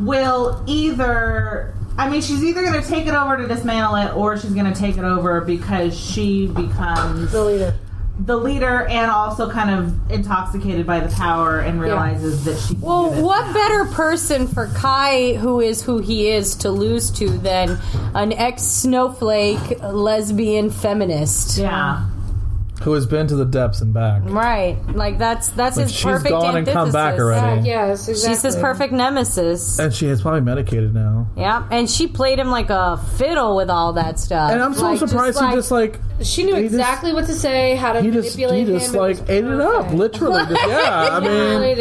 Speaker 8: will either. I mean, she's either going to take it over to dismantle it, or she's going to take it over because she becomes
Speaker 12: The leader.
Speaker 8: the leader and also kind of intoxicated by the power and realizes that she.
Speaker 10: Well, what better person for Kai, who is who he is, to lose to than an ex snowflake lesbian feminist?
Speaker 8: Yeah.
Speaker 7: Who has been to the depths and back?
Speaker 10: Right. Like that's that's
Speaker 7: Like,
Speaker 10: his
Speaker 7: she's
Speaker 10: perfect
Speaker 7: gone and
Speaker 10: antithesis.
Speaker 7: come back already.
Speaker 12: Yeah, yes,
Speaker 10: She's his
Speaker 12: exactly.
Speaker 10: perfect nemesis.
Speaker 7: And she is probably medicated now.
Speaker 10: Yeah, and she played him like a fiddle with all that stuff.
Speaker 7: And I'm so
Speaker 10: Like,
Speaker 7: surprised he just like
Speaker 12: She knew exactly what to say, how to
Speaker 7: he just he
Speaker 12: manipulate
Speaker 7: just
Speaker 12: him.
Speaker 7: like ate it up, literally. Just- yeah, I
Speaker 12: He really
Speaker 7: mean,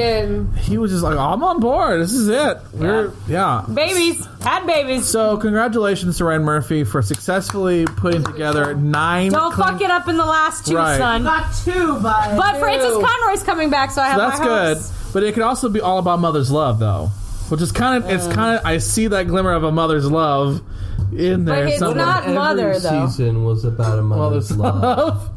Speaker 12: did.
Speaker 7: he was just like, I'm on board. This is it. We're yeah.
Speaker 10: Babies had babies.
Speaker 7: So congratulations to Ryan Murphy for successfully putting together 9
Speaker 10: Don't
Speaker 7: clean-
Speaker 10: fuck it up in the last two,
Speaker 7: Right.
Speaker 10: son.
Speaker 8: Got two, but
Speaker 10: But Francis Conroy's coming back, so I have
Speaker 7: So that's
Speaker 10: my hopes.
Speaker 7: good. But it could also be all about mother's love, though, which is kind of it's kind of I see that glimmer of a mother's love in
Speaker 10: But
Speaker 7: there.
Speaker 10: it's
Speaker 7: somewhere.
Speaker 10: not mother though.
Speaker 9: season was about a mother's love.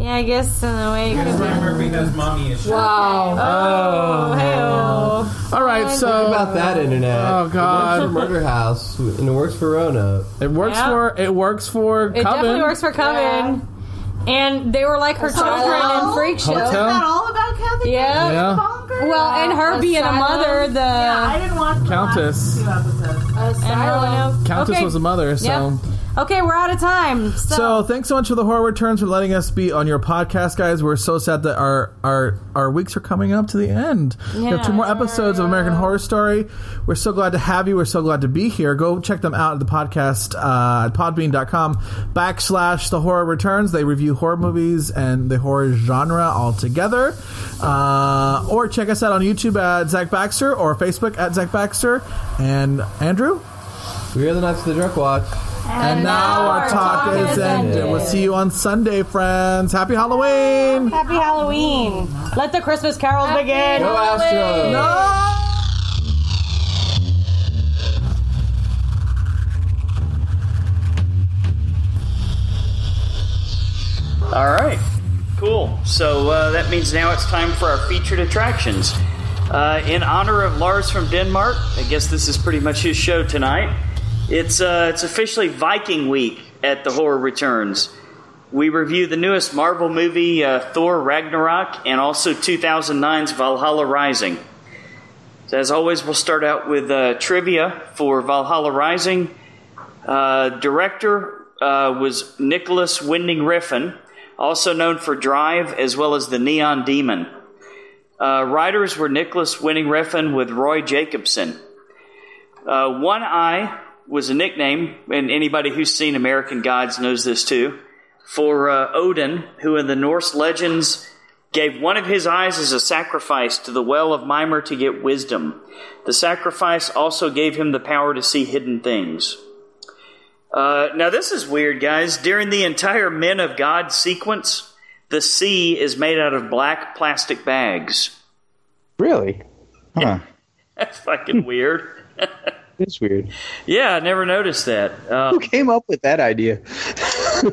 Speaker 10: Yeah, I guess in a way. it could be.
Speaker 11: Murphy has mommy issues.
Speaker 12: Wow.
Speaker 10: Oh, hell.
Speaker 7: All right,
Speaker 9: Think
Speaker 7: so
Speaker 9: about that internet.
Speaker 7: Oh, God.
Speaker 9: It works for Murder House and it works for Rona.
Speaker 7: it works
Speaker 10: Yeah.
Speaker 7: for it works for
Speaker 10: It definitely
Speaker 7: Coven.
Speaker 10: works for Coven. And they were like her children in
Speaker 8: Asylum.
Speaker 10: Freak Show.
Speaker 7: Hotel.
Speaker 8: Isn't that all about Kathy?
Speaker 10: Yeah.
Speaker 7: Yeah,
Speaker 10: Well, and her
Speaker 12: Asylum.
Speaker 10: being a mother, the
Speaker 8: I didn't watch the
Speaker 7: Countess.
Speaker 8: last two episodes.
Speaker 10: and her
Speaker 12: Asylum.
Speaker 10: one-
Speaker 7: Countess
Speaker 10: okay.
Speaker 7: was a mother, so.
Speaker 10: Yeah. Okay, we're out of time. So,
Speaker 7: So thanks so much for the horror returns for letting us be on your podcast, guys. We're so sad that our our our weeks are coming up to the end. We have two more episodes of American Horror Story. We're so glad to have you. We're so glad to be here. Go check them out at the podcast uh, at podbean.com backslash the horror returns. They review horror movies and the horror genre all together. Uh, or check us out on YouTube at Zach Baxter or Facebook at Zach Baxter and Andrew.
Speaker 9: We are the Knights of the Drunk Watch.
Speaker 7: And now our talk is ended. We'll see you on Sunday, friends. Happy Halloween!
Speaker 10: happy Halloween. Let the Christmas carols begin.
Speaker 9: Go Astros!
Speaker 2: All right, cool. So uh, that means now it's time for our featured attractions. Uh, in honor of Lars from Denmark, I guess this is pretty much his show tonight. It's uh, it's officially Viking Week at the Horror Returns. We review the newest Marvel movie, uh, Thor Ragnarok, and also 2009's Valhalla Rising. So as always, we'll start out with uh, trivia for Valhalla Rising. Uh, director uh, was Nicholas Winding Refn, also known for Drive as well as The Neon Demon. Uh, writers were Nicholas Winding Refn with Roy Jacobson. Uh, One Eye was a nickname, and anybody who's seen American Gods knows this too, for uh, Odin, who in the Norse legends gave one of his eyes as a sacrifice to the well of Mimer to get wisdom. The sacrifice also gave him the power to see hidden things. Uh, now, this is weird, guys. During the entire Men of God sequence, the sea is made out of black plastic bags.
Speaker 3: Really?
Speaker 4: Huh.
Speaker 2: That's fucking weird.
Speaker 3: It's weird.
Speaker 2: Yeah, I never noticed that. Uh,
Speaker 3: Who came up with that idea?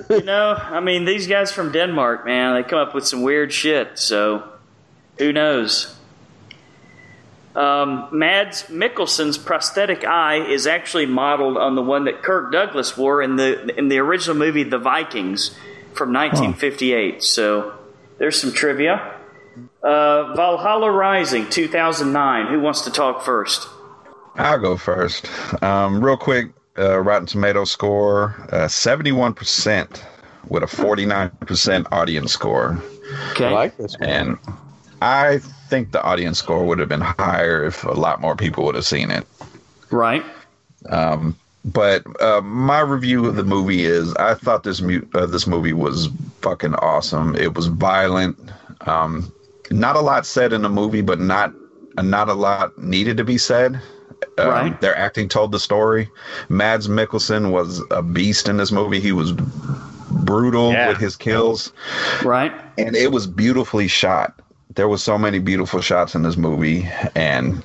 Speaker 2: you know, I mean, these guys from Denmark, man, they come up with some weird shit, so who knows? Um, Mads Mikkelsen's prosthetic eye is actually modeled on the one that Kirk Douglas wore in the in the original movie The Vikings from 1958. So there's some trivia. Uh, Valhalla Rising 2009. Who wants to talk first?
Speaker 4: I'll go first. Um, real quick, uh, Rotten Tomatoes score uh, 71% with a 49% audience score.
Speaker 2: Okay.
Speaker 3: I like this one.
Speaker 4: And I think the audience score would have been higher if a lot more people would have seen it.
Speaker 2: Right.
Speaker 4: But uh, my review of the movie is: I thought this mu- uh, this movie was fucking awesome. It was violent. Um, not a lot said in the movie, but not not a lot needed to be said. Um,
Speaker 2: Right.
Speaker 4: Their acting told the story. Mads Mikkelsen was a beast in this movie. He was brutal
Speaker 2: Yeah.
Speaker 4: with his kills
Speaker 2: Right.
Speaker 4: and it was beautifully shot. There was so many beautiful shots in this movie, and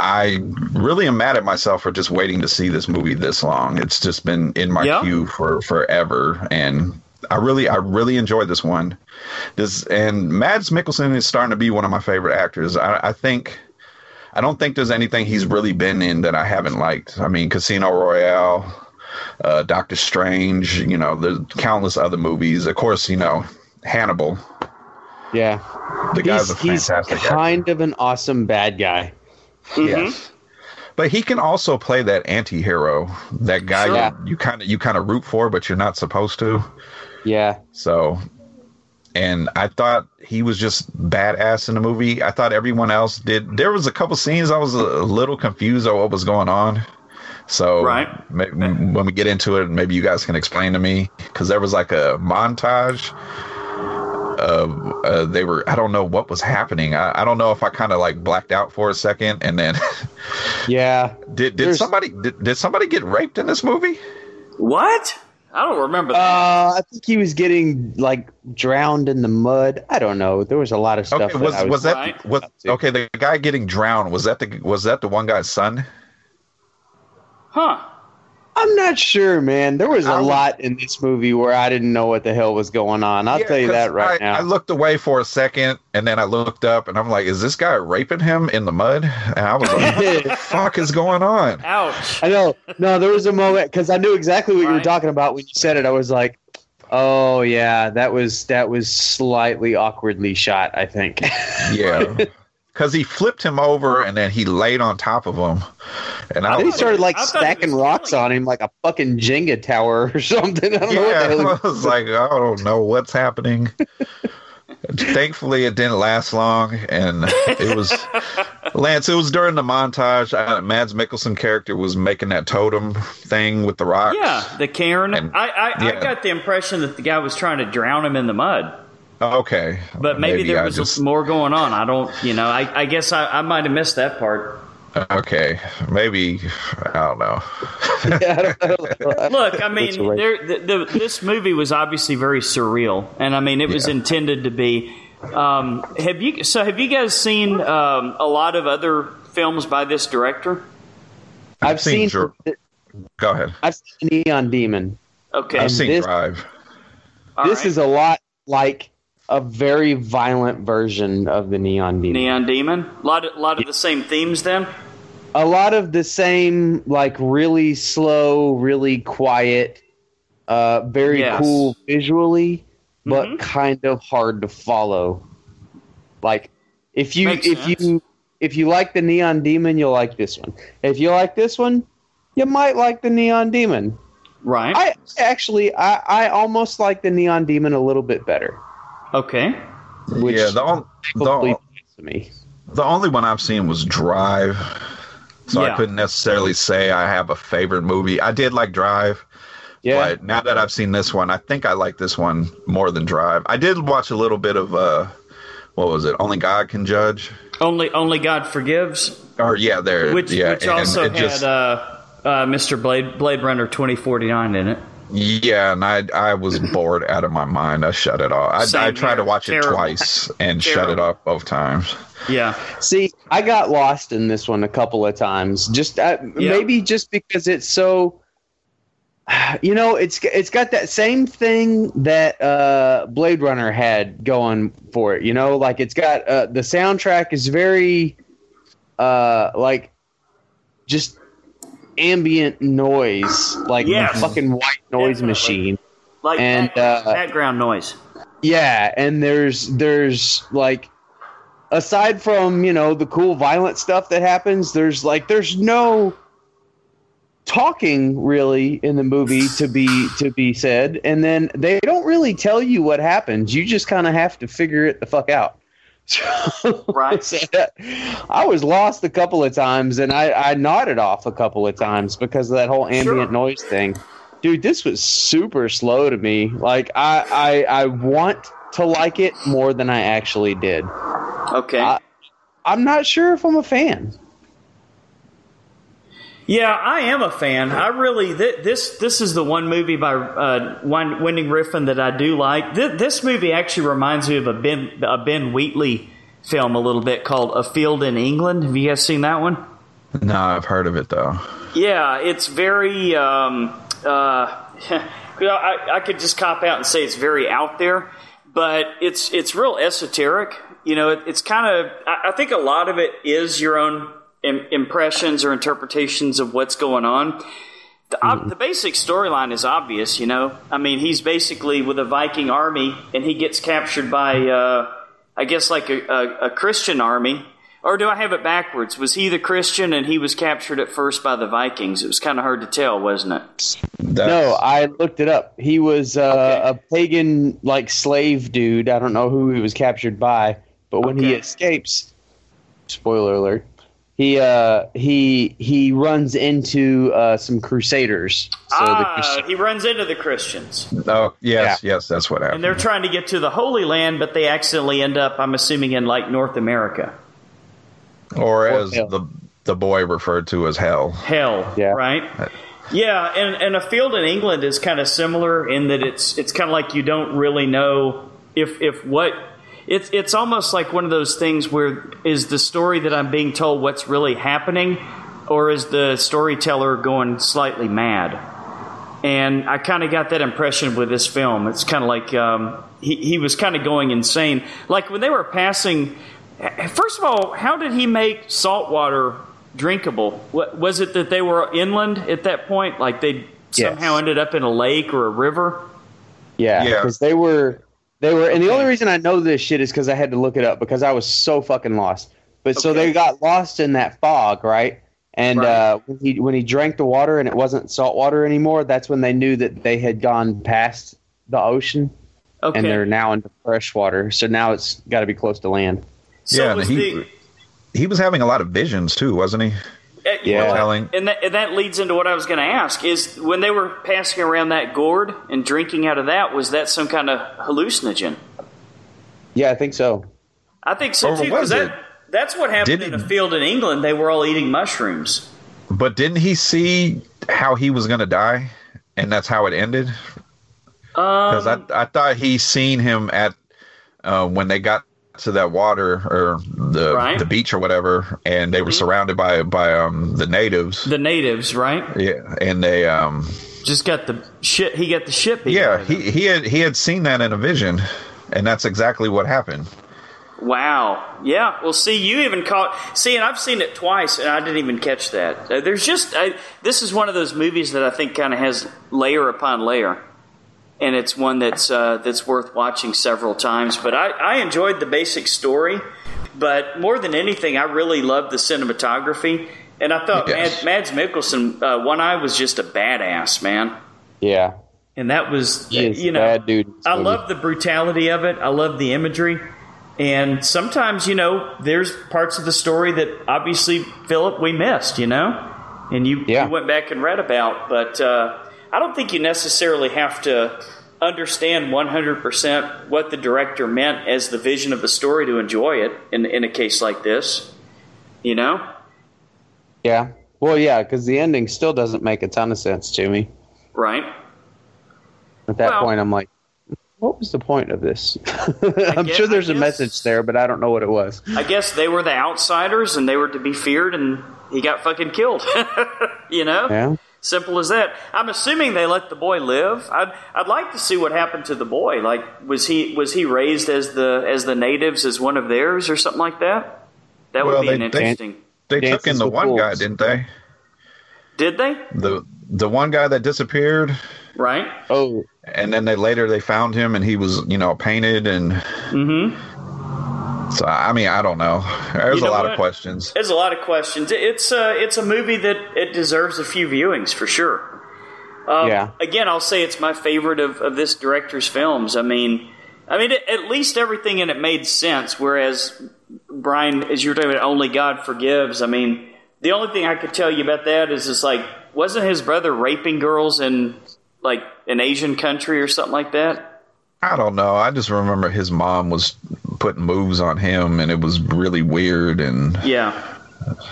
Speaker 4: I really am mad at myself for just waiting to see this movie this long. It's just been in my
Speaker 2: Yeah.
Speaker 4: queue for forever, and I really, I really enjoyed this one. This and Mads Mikkelsen is starting to be one of my favorite actors. I, I think. I don't think there's anything he's really been in that I haven't liked. I mean, Casino Royale, uh, Doctor Strange, you know, there's countless other movies. Of course, you know, Hannibal.
Speaker 3: Yeah.
Speaker 4: The guy's a
Speaker 3: he's,
Speaker 4: fantastic
Speaker 3: he's
Speaker 4: actor.
Speaker 3: kind of an awesome bad guy.
Speaker 4: Yes.
Speaker 3: Mm-hmm.
Speaker 4: But he can also play that anti-hero, that guy
Speaker 3: Sure.
Speaker 4: you- you kind of you kind of root for, but you're not supposed to.
Speaker 3: Yeah.
Speaker 4: So, and I thought he was just badass in the movie. I thought everyone else did. There was a couple scenes I was a little confused on what was going on. So,
Speaker 2: Right.
Speaker 4: may- when we get into it, maybe you guys can explain to me because there was like a montage. Of uh, they were, I don't know what was happening. I, I don't know if I kind of like blacked out for a second, and then
Speaker 3: Yeah.
Speaker 4: did did
Speaker 3: There's-
Speaker 4: somebody did, did somebody get raped in this movie?
Speaker 2: What? I don't remember that.
Speaker 3: Uh, I think he was getting like drowned in the mud. I don't know. There was a lot of stuff.
Speaker 4: Okay,
Speaker 3: that
Speaker 4: was
Speaker 3: I
Speaker 4: was, that
Speaker 2: Right.
Speaker 4: was okay? The guy getting drowned was that the was that the one guy's son?
Speaker 2: huh.
Speaker 3: I'm not sure, man. There was a
Speaker 4: I was-
Speaker 3: lot in this movie where I didn't know what the hell was going on. I'll
Speaker 4: Yeah,
Speaker 3: tell you
Speaker 4: 'cause
Speaker 3: that right
Speaker 4: I,
Speaker 3: now.
Speaker 4: I looked away for a second, and then I looked up, and I'm like, "Is this guy raping him in the mud?" And I was like, "What the fuck is going on?"
Speaker 2: Ouch.
Speaker 3: I know. No, there was a moment because I knew exactly what you were
Speaker 2: Right.
Speaker 3: talking about when you said it. I was like, "Oh yeah, that was that was slightly awkwardly shot." I think.
Speaker 4: Yeah, because he flipped him over, and then he laid on top of him, and I
Speaker 3: then he
Speaker 4: was,
Speaker 3: started like
Speaker 2: I thought he was
Speaker 3: stacking rocks
Speaker 2: killing
Speaker 3: on him like a fucking Jenga tower or something. I don't know what the hell.
Speaker 4: yeah,
Speaker 3: he-
Speaker 4: I was like, "I don't know what's happening." Thankfully, it didn't last long, and it was Lance. It was during the montage. Uh, Mads Mikkelsen character was making that totem thing with the rocks.
Speaker 2: Yeah, the Karen.
Speaker 4: And-
Speaker 2: I, I, I
Speaker 4: yeah.
Speaker 2: got the impression that the guy was trying to drown him in the mud.
Speaker 4: Okay.
Speaker 2: But maybe, there
Speaker 4: I
Speaker 2: was
Speaker 4: just-
Speaker 2: more going on. I don't, you know, I, I guess I, I might have missed that part.
Speaker 4: Okay, maybe I don't know.
Speaker 2: Look, I mean,
Speaker 3: right.
Speaker 2: there, the, the, this movie was obviously very surreal, and I mean, it was intended to be. Um, have you? So, have you guys seen um, a lot of other films by this director?
Speaker 3: I've seen.
Speaker 4: Dr- Go ahead.
Speaker 3: I've seen Neon Demon.
Speaker 2: Okay,
Speaker 4: I've seen
Speaker 3: this-
Speaker 4: Drive.
Speaker 2: all
Speaker 3: this
Speaker 2: right.
Speaker 3: is a lot like a very violent version of the Neon Demon.
Speaker 2: Neon Demon. A lot, of, lot of the same themes. Then,
Speaker 3: a lot of the same like really slow really quiet uh very
Speaker 2: Yes.
Speaker 3: cool visually but
Speaker 2: Mhm.
Speaker 3: kind of hard to follow like if you
Speaker 2: Makes
Speaker 3: if
Speaker 2: sense.
Speaker 3: you if you like the neon demon you'll like this one if you like this one you might like the neon demon
Speaker 2: right?
Speaker 3: i actually i i almost like the neon demon a little bit better
Speaker 2: okay.
Speaker 3: which
Speaker 4: yeah, the, on- the,
Speaker 3: hopefully
Speaker 4: on-
Speaker 3: to me
Speaker 4: the only one I've seen was Drive. So
Speaker 2: Yeah.
Speaker 4: I couldn't necessarily say I have a favorite movie. I did like Drive,
Speaker 3: yeah
Speaker 4: but now that I've seen this one, I think I like this one more than Drive. I did watch a little bit of uh what was it? Only God can judge.
Speaker 2: Only, only God forgives.
Speaker 4: Or yeah, there
Speaker 2: Which,
Speaker 4: yeah,
Speaker 2: which
Speaker 4: and
Speaker 2: also
Speaker 4: it
Speaker 2: had uh, uh, Mr. Blade, Blade Runner twenty forty nine in it.
Speaker 4: Yeah, and I I was bored out of my mind. I shut it off. I, I
Speaker 2: Same
Speaker 4: tried
Speaker 2: here.
Speaker 4: to watch it
Speaker 2: Terrible.
Speaker 4: twice and shut it
Speaker 2: Terrible.
Speaker 4: off both times.
Speaker 2: Yeah.
Speaker 3: See, I got lost in this one a couple of times. Just uh, maybe just because it's so, you know, it's it's got that same thing that uh, Blade Runner had going for it. You know, like it's got uh, the soundtrack is very, uh, like, just ambient noise, like
Speaker 2: Yes.
Speaker 3: a fucking white noise
Speaker 2: Definitely.
Speaker 3: machine.
Speaker 2: Like
Speaker 3: And,
Speaker 2: back-
Speaker 3: uh,
Speaker 2: background noise.
Speaker 3: Yeah, and there's there's like aside from, you know, the cool violent stuff that happens, there's like there's no talking really in the movie to be to be said and then they don't really tell you what happens. You just kind of have to figure it the fuck out. So,
Speaker 2: Right.
Speaker 3: so that- I was lost a couple of times and I I nodded off a couple of times because of that whole ambient noise thing dude this was super slow to me like i i i want to like it more than i actually did
Speaker 2: Okay.
Speaker 3: I- i'm not sure if i'm a fan
Speaker 2: yeah, I am a fan. I really th- this this is the one movie by uh, Win- Winding Refn that I do like. Th- this movie actually reminds me of a Ben a Ben Wheatley film a little bit called A Field in England. Have you guys seen that one?
Speaker 4: No, I've heard of it though.
Speaker 2: Yeah, it's very. Um, uh, you know, I, I could just cop out and say it's very out there, but it's it's real esoteric. You know, it, it's kind of. I, I think a lot of it is your own Im- impressions or interpretations of what's going on. The, ob- the basic storyline is obvious. You know, I mean, he's basically with a Viking army, and he gets captured by. Uh, I guess like a, a, a Christian army. Or do I have it backwards? Was he the Christian and he was captured at first by the Vikings? It was kind of hard to tell, wasn't it?
Speaker 3: no, I looked it up. He was uh, a pagan like slave dude. I don't know who he was captured by, but when he escapes, spoiler alert, he uh, he he runs into uh, some crusaders. So
Speaker 2: ah,
Speaker 3: the
Speaker 2: he runs into the Christians.
Speaker 4: Oh yes, yes, that's what happened.
Speaker 2: And they're trying to get to the Holy Land, but they accidentally end up, I'm assuming, in like North America.
Speaker 4: or as the the boy referred to as hell.
Speaker 2: Hell, right? Yeah, and, and a field in England is kind of similar in that it's it's kind of like you don't really know if if what it's it's almost like one of those things where is the story that I'm being told what's really happening, or is the storyteller going slightly mad? And I kind of got that impression with this film. It's kind of like um, he he was kind of going insane. Like when they were passing. First of all, how did he make salt water drinkable? Wa- Was it that they were inland at that point? Like they somehow ended up in a lake or a river?
Speaker 3: Yeah, because they were they were, and the only reason I know this shit is because I had to look it up because I was so fucking lost. But so they got lost in that fog, right? And Uh, when he when he drank the water and it wasn't salt water anymore, that's when they knew that they had gone past the ocean,
Speaker 2: Okay.
Speaker 3: and they're now into fresh water. So now it's got to be close to land.
Speaker 2: So
Speaker 4: yeah, and
Speaker 2: was
Speaker 4: he he was having a lot of visions too, wasn't he?
Speaker 2: Eh, you know what?
Speaker 4: telling.
Speaker 2: And that, and that leads into what I was going to ask is when they were passing around that gourd and drinking out of that, was that some kind of hallucinogen?
Speaker 3: Yeah, I think so.
Speaker 2: I think so
Speaker 4: Or
Speaker 2: too.
Speaker 4: was
Speaker 2: Because
Speaker 4: it?
Speaker 2: that, that's what happened in a field in England. They were all eating mushrooms.
Speaker 4: But didn't he see how he was gonna die, and that's how it ended? Because
Speaker 2: Um,
Speaker 4: I I thought he seen him at uh, when they got to that water or the
Speaker 2: Right. Mm-hmm.
Speaker 4: the beach or whatever, and they were surrounded by by um the natives.
Speaker 2: the natives, right?
Speaker 4: Yeah, and they um
Speaker 2: Just got the shit. He got the shit beat. out
Speaker 4: yeah
Speaker 2: of
Speaker 4: he he had he had seen that in a vision, and that's exactly what happened.
Speaker 2: Wow. Yeah. Well, see, you even caught. See, and I've seen it twice, and I didn't even catch that. Uh, There's just I, this is one of those movies that I think kind of has layer upon layer, and it's one that's uh, that's worth watching several times. But I, I enjoyed the basic story, but more than anything, I really loved the cinematography, and I thought
Speaker 4: Yes.
Speaker 2: Mad, Mads Mikkelsen, uh, One Eye, was just a badass man.
Speaker 3: Yeah,
Speaker 2: And that was,
Speaker 3: He is
Speaker 2: you
Speaker 3: a
Speaker 2: know,
Speaker 3: bad dude in this
Speaker 2: I
Speaker 3: movie.
Speaker 2: love the brutality of it. I love the imagery. And sometimes, you know, there's parts of the story that obviously, Philip, we missed, you know, and you, you went back and read about. But uh, I don't think you necessarily have to understand 100% what the director meant as the vision of the story to enjoy it in, in a case like this, you know?
Speaker 3: Yeah. Well, yeah, because the ending still doesn't make a ton of sense to me.
Speaker 2: Right?
Speaker 3: At that
Speaker 2: Well-
Speaker 3: point, I'm like, what was the point of this? I'm
Speaker 2: guess-
Speaker 3: sure there's a message there, but I don't know what it was.
Speaker 2: I guess they were the outsiders and they were to be feared, and he got fucking killed. you know?
Speaker 3: Yeah.
Speaker 2: Simple as that. I'm assuming they let the boy live. I'd, I'd like to see what happened to the boy. Like, was he was he raised as the as the natives as one of theirs or something like that? That would be an interesting.
Speaker 4: They, took in the one guy, didn't they?
Speaker 2: Did they?
Speaker 4: The the one guy that disappeared,
Speaker 2: Right.
Speaker 3: Oh,
Speaker 4: and then they later they found him, and he was you know painted and.
Speaker 2: Mm-hmm.
Speaker 4: So I mean, I don't know. There's
Speaker 2: You
Speaker 4: a
Speaker 2: know
Speaker 4: lot
Speaker 2: what?
Speaker 4: of questions.
Speaker 2: There's a lot of questions. It- It's a it's a movie that it deserves a few viewings for sure. Um,
Speaker 3: Yeah.
Speaker 2: Again, I'll say it's my favorite of, of this director's films. I mean, I mean, at- at least everything in it made sense. Whereas Brian, as you were talking about, only God forgives. I mean, the only thing I could tell you about that is it's like wasn't his brother raping girls in like an Asian country or something like that?
Speaker 4: I don't know. I just remember his mom was putting moves on him, and it was really weird. And
Speaker 2: Yeah.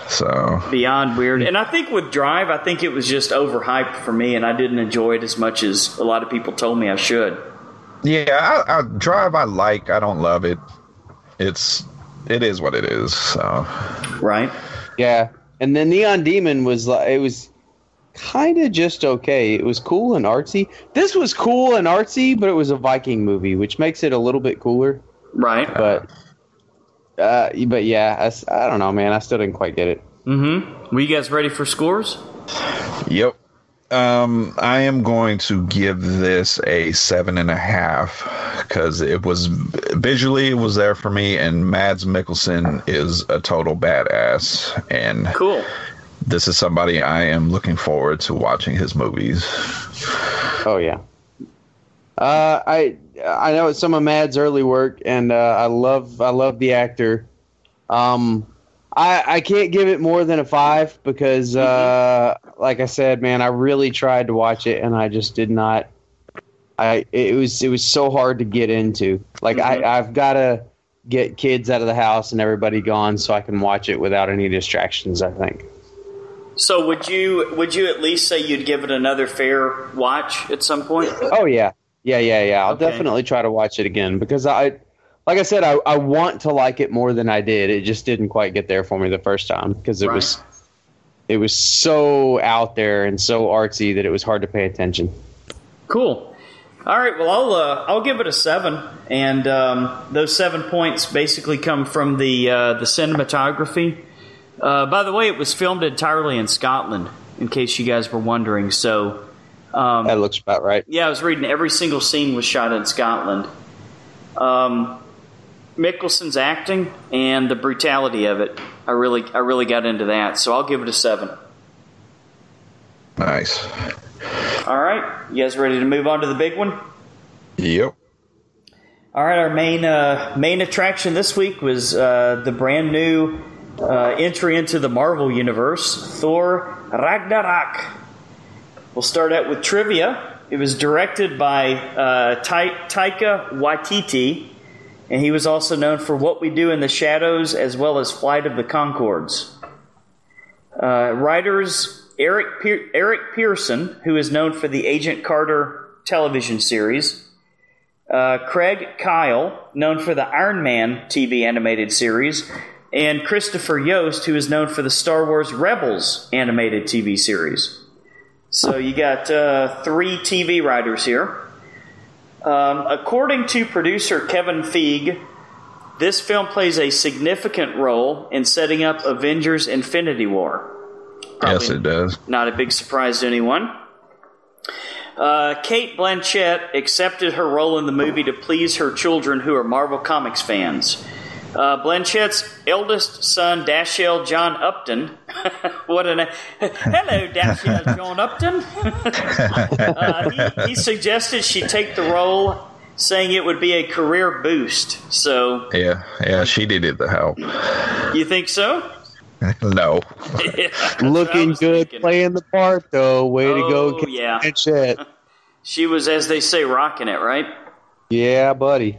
Speaker 4: so,
Speaker 2: beyond weird. And I think with Drive, I think it was just overhyped for me, and I didn't enjoy it as much as a lot of people told me I should.
Speaker 4: yeah, I, I drive. I like. I don't love it. It's it is what it is. So
Speaker 2: right.
Speaker 3: Yeah, and then Neon Demon was like, it was kind of just okay. It was cool and artsy. This was cool and artsy, but it was a Viking movie, which makes it a little bit cooler.
Speaker 2: Right.
Speaker 3: But, uh, but yeah, I s- I, don't know, man. I still didn't quite get it.
Speaker 2: Mm-hmm. Were you guys ready for scores?
Speaker 4: Yep. Um, I am going to give this a seven and a half because it was visually it was there for me, and Mads Mikkelsen is a total badass, and
Speaker 2: cool.
Speaker 4: This is somebody I am looking forward to watching his movies.
Speaker 3: Oh yeah. Uh, I I know it's some of Mad's early work, and uh, I love I love the actor. Um, I I can't give it more than a five because, uh, like I said, man, I really tried to watch it, and I just did not. I it was it was so hard to get into. Like I I've got to get kids out of the house and everybody gone so I can watch it without any distractions. I think.
Speaker 2: So would you would you at least say you'd give it another fair watch at some point?
Speaker 3: Oh yeah, yeah, yeah, yeah. I'll definitely try to watch it again because I, like I said, I, I want to like it more than I did. It just didn't quite get there for me the first time because it
Speaker 2: Right.
Speaker 3: was, it was so out there and so artsy that it was hard to pay attention.
Speaker 2: Cool. All right. Well, I'll uh, I'll give it a seven, and um, those seven points basically come from the uh, the cinematography. Uh, by the way, it was filmed entirely in Scotland, in case you guys were wondering. So um,
Speaker 3: That looks about right.
Speaker 2: yeah, I was reading every single scene was shot in Scotland. Um, Mickelson's acting and the brutality of it, I really I really got into that. So I'll give it a seven.
Speaker 4: Nice.
Speaker 2: All right, you guys ready to move on to the big one?
Speaker 4: Yep.
Speaker 2: All right, our main uh, main attraction this week was uh, the brand new uh, entry into the Marvel universe, Thor Ragnarok. We'll start out with trivia. It was directed by uh, Ta- Taika Waititi, and he was also known for What We Do in the Shadows as well as Flight of the Concords. Uh, writers Eric Pier- Eric Pearson, who is known for the Agent Carter television series. Uh, Craig Kyle, known for the Iron Man TV animated series, and Christopher Yost, who is known for the Star Wars Rebels animated TV series. So you got uh, three TV writers here. Um, according to producer Kevin Feige, this film plays a significant role in setting up Avengers Infinity War
Speaker 4: Yes, it does.
Speaker 2: not a big surprise to anyone. Uh, Kate Blanchett accepted her role in the movie to please her children who are Marvel Comics fans. Uh, Blanchett's eldest son, Dashiell John Upton. what an. Hello, Dashiell John Upton. uh, he, he suggested she take the role, saying it would be a career boost. So,
Speaker 4: Yeah, yeah. She needed the help.
Speaker 2: you think so?
Speaker 4: no.
Speaker 3: Looking good,
Speaker 2: thinking.
Speaker 3: playing the part though. Way to
Speaker 2: Oh,
Speaker 3: go, Kate
Speaker 2: yeah.
Speaker 3: Blanchett.
Speaker 2: She was, as they say, rocking it, right?
Speaker 3: yeah, buddy.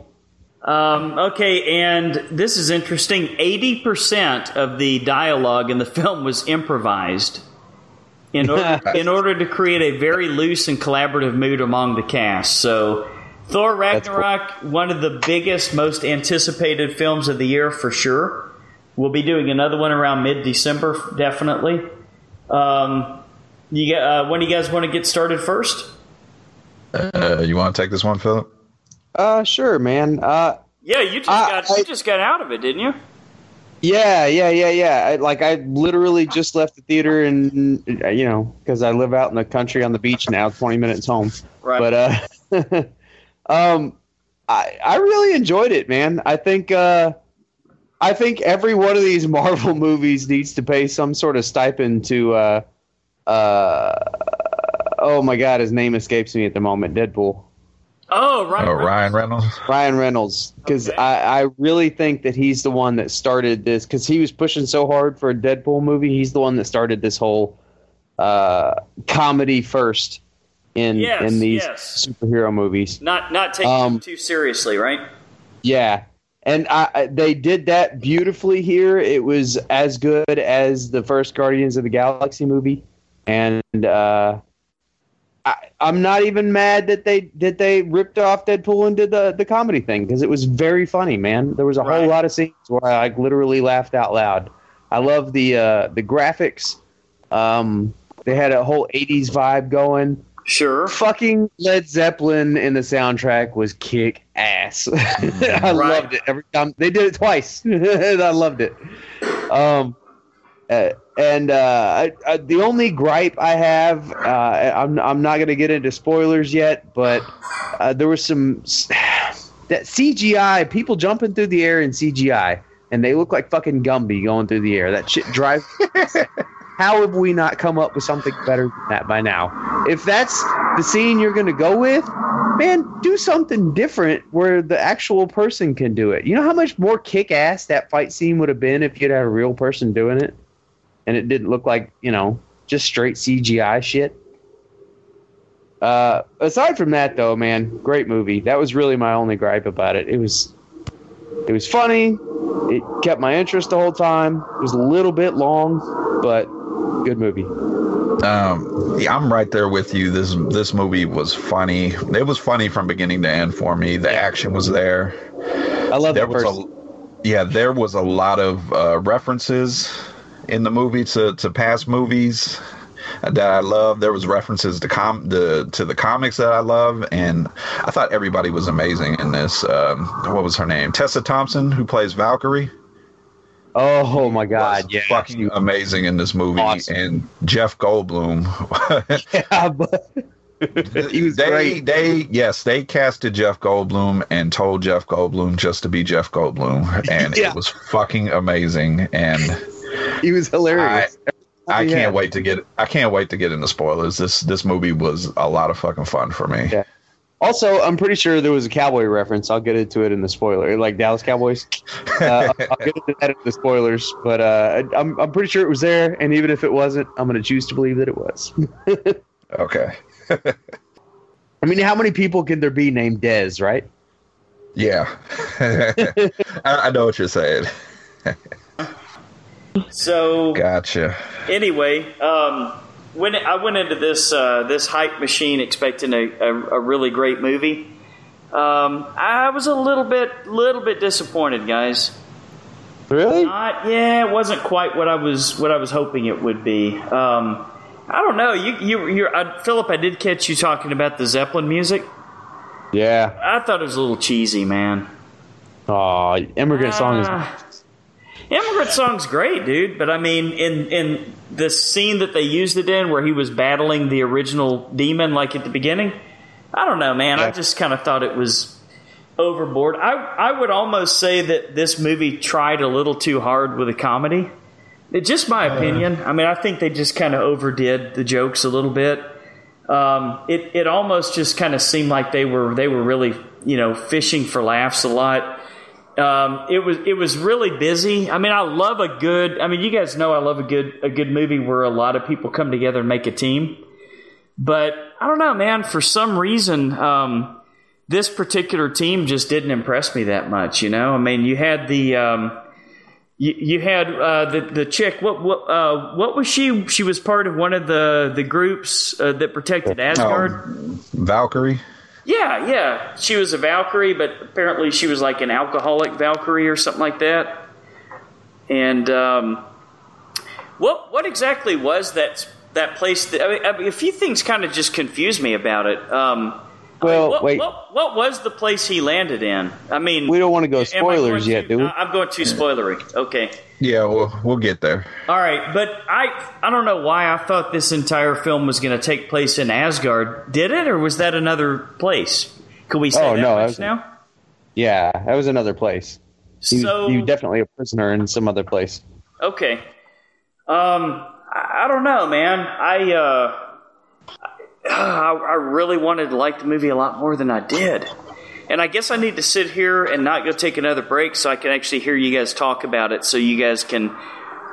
Speaker 2: Um, okay, and this is interesting. 80% of the dialogue in the film was improvised in order, in order to create a very loose and collaborative mood among the cast. So, Thor Ragnarok, one of the biggest, most anticipated films of the year for sure. We'll be doing another one around mid December, definitely. Um, you, got- uh, when do you guys want to get started first?
Speaker 4: Uh, you want to take this one, Philip?
Speaker 3: Uh, sure, man. Uh,
Speaker 2: Yeah, you just,
Speaker 3: I-
Speaker 2: got,
Speaker 3: I-
Speaker 2: you just got out of it, didn't you?
Speaker 3: Yeah, yeah, yeah, yeah. I, like I literally just left the theater, and uh, you know, because I live out in the country on the beach now, twenty minutes home.
Speaker 2: Right.
Speaker 3: But uh, um, I I really enjoyed it, man. I think uh, I think every one of these Marvel movies needs to pay some sort of stipend to uh, uh, oh my God, his name escapes me at the moment. Deadpool.
Speaker 2: Oh, right.
Speaker 4: Oh, Ryan Reynolds.
Speaker 3: Ryan Reynolds, because
Speaker 2: Okay.
Speaker 3: I, I really think that he's the one that started this, because he was pushing so hard for a Deadpool movie. He's the one that started this whole uh, comedy first in
Speaker 2: Yes,
Speaker 3: in these
Speaker 2: yes.
Speaker 3: superhero movies.
Speaker 2: not not taking
Speaker 3: Um,
Speaker 2: it too seriously, right?
Speaker 3: Yeah, and I, I, they did that beautifully here. It was as good as the first Guardians of the Galaxy movie, and uh, I, I'm not even mad that they that they ripped off Deadpool and did the the comedy thing because it was very funny, man. There was a
Speaker 2: Right.
Speaker 3: whole lot of scenes where I like literally laughed out loud. I love the uh, the graphics. Um, they had a whole '80s vibe going.
Speaker 2: Sure.
Speaker 3: Fucking Led Zeppelin in the soundtrack was kick ass. I
Speaker 2: Right.
Speaker 3: loved it every time they did it twice. I loved it. Um, uh, And uh, I, I, the only gripe I have, uh, I'm I'm not gonna get into spoilers yet, but uh, there was some that CGI people jumping through the air in CGI, and they look like fucking Gumby going through the air. That shit drives. How have we not come up with something better than that by now? If that's the scene you're going to go with, man, do something different where the actual person can do it. You know how much more kick ass that fight scene would have been if you'd had a real person doing it? And it didn't look like, you know, just straight CGI shit. Uh, aside from that, though, man, great movie. That was really my only gripe about it. It was, it was funny. It kept my interest the whole time. It was a little bit long, but good movie.
Speaker 4: Um, yeah, I'm right there with you. This this movie was funny. It was funny from beginning to end for me. The action was there.
Speaker 3: I love
Speaker 4: there
Speaker 3: that
Speaker 4: was
Speaker 3: person.
Speaker 4: a yeah. There was a lot of uh, references in the movie to to past movies that I love. There was references to com the to the comics that I love, and I thought everybody was amazing in this. Um, what was her name? Tessa Thompson, who plays Valkyrie.
Speaker 3: Oh my god, yeah,
Speaker 4: fucking amazing in this movie. And Jeff Goldblum.
Speaker 3: yeah, but he was
Speaker 4: they,
Speaker 3: great.
Speaker 4: They yes, they casted Jeff Goldblum and told Jeff Goldblum just to be Jeff Goldblum, and
Speaker 3: Yeah.
Speaker 4: it was fucking amazing. And
Speaker 3: He was hilarious.
Speaker 4: I
Speaker 3: Oh, Yeah.
Speaker 4: can't wait to get I can't wait to get into spoilers. This this movie was a lot of fucking fun for me.
Speaker 3: Yeah. Also, I'm pretty sure there was a cowboy reference. I'll get into it in the spoiler, like Dallas Cowboys. Uh, I'll get into that in the spoilers, but uh, I- I'm I'm pretty sure it was there. And even if it wasn't, I'm gonna choose to believe that it was.
Speaker 4: Okay.
Speaker 3: I mean, how many people can there be named Dez, right?
Speaker 4: Yeah. I, I know what you're saying.
Speaker 2: So
Speaker 4: Gotcha.
Speaker 2: anyway, um, when I went into this uh, this hype machine expecting a, a, a really great movie, um, I was a little bit little bit disappointed, guys.
Speaker 3: Really?
Speaker 2: Not, yeah, it wasn't quite what I was what I was hoping it would be. Um, I don't know. You you you're, I, Philip, I did catch you talking about the Zeppelin music.
Speaker 3: Yeah.
Speaker 2: I thought it was a little cheesy, man.
Speaker 3: Oh, immigrant song is.
Speaker 2: Ah. Immigrant Song's great, dude. But I mean, in in the scene that they used it in, where he was battling the original demon, like at the beginning, I don't know, man. I
Speaker 3: Yeah.
Speaker 2: just kind of thought it was overboard. I I would almost say that this movie tried a little too hard with a comedy. It's just my opinion. I mean, I think they just kind of overdid the jokes a little bit. Um, it it almost just kind of seemed like they were they were really you know fishing for laughs a lot. Um, it was it was really busy. I mean, I love a good. I mean, you guys know I love a good a good movie where a lot of people come together and make a team. But I don't know, man. For some reason, um, this particular team just didn't impress me that much. You know, I mean, you had the um, you, you had uh, the the chick. What what uh, what was she? She was part of one of the the groups uh, that protected Asgard.
Speaker 4: Valkyrie.
Speaker 2: Yeah, yeah. She was a Valkyrie, but apparently she was like an alcoholic Valkyrie or something like that. And um, what what exactly was that that place? That, I, mean, I mean, a few things kind of just confused me about it. Um,
Speaker 3: Well,
Speaker 2: what,
Speaker 3: wait.
Speaker 2: What, what was the place he landed in? I mean,
Speaker 3: We don't want to go
Speaker 2: am I going
Speaker 3: spoilers yet,
Speaker 2: too-
Speaker 3: do we?
Speaker 2: I- I'm going too spoilery. Okay.
Speaker 4: Yeah, we'll we'll get there.
Speaker 2: All right, but I I don't know why I thought this entire film was going to take place in Asgard. Did it, or was that another place? Could we say
Speaker 3: Oh,
Speaker 2: that
Speaker 3: no, that
Speaker 2: much
Speaker 3: was-
Speaker 2: now?
Speaker 3: Yeah, that was another place. He,
Speaker 2: So-
Speaker 3: he was definitely a prisoner in some other place.
Speaker 2: Okay. Um, I, I don't know, man. I uh, I, I really wanted to like the movie a lot more than I did, and I guess I need to sit here and not go take another break so I can actually hear you guys talk about it. So you guys can,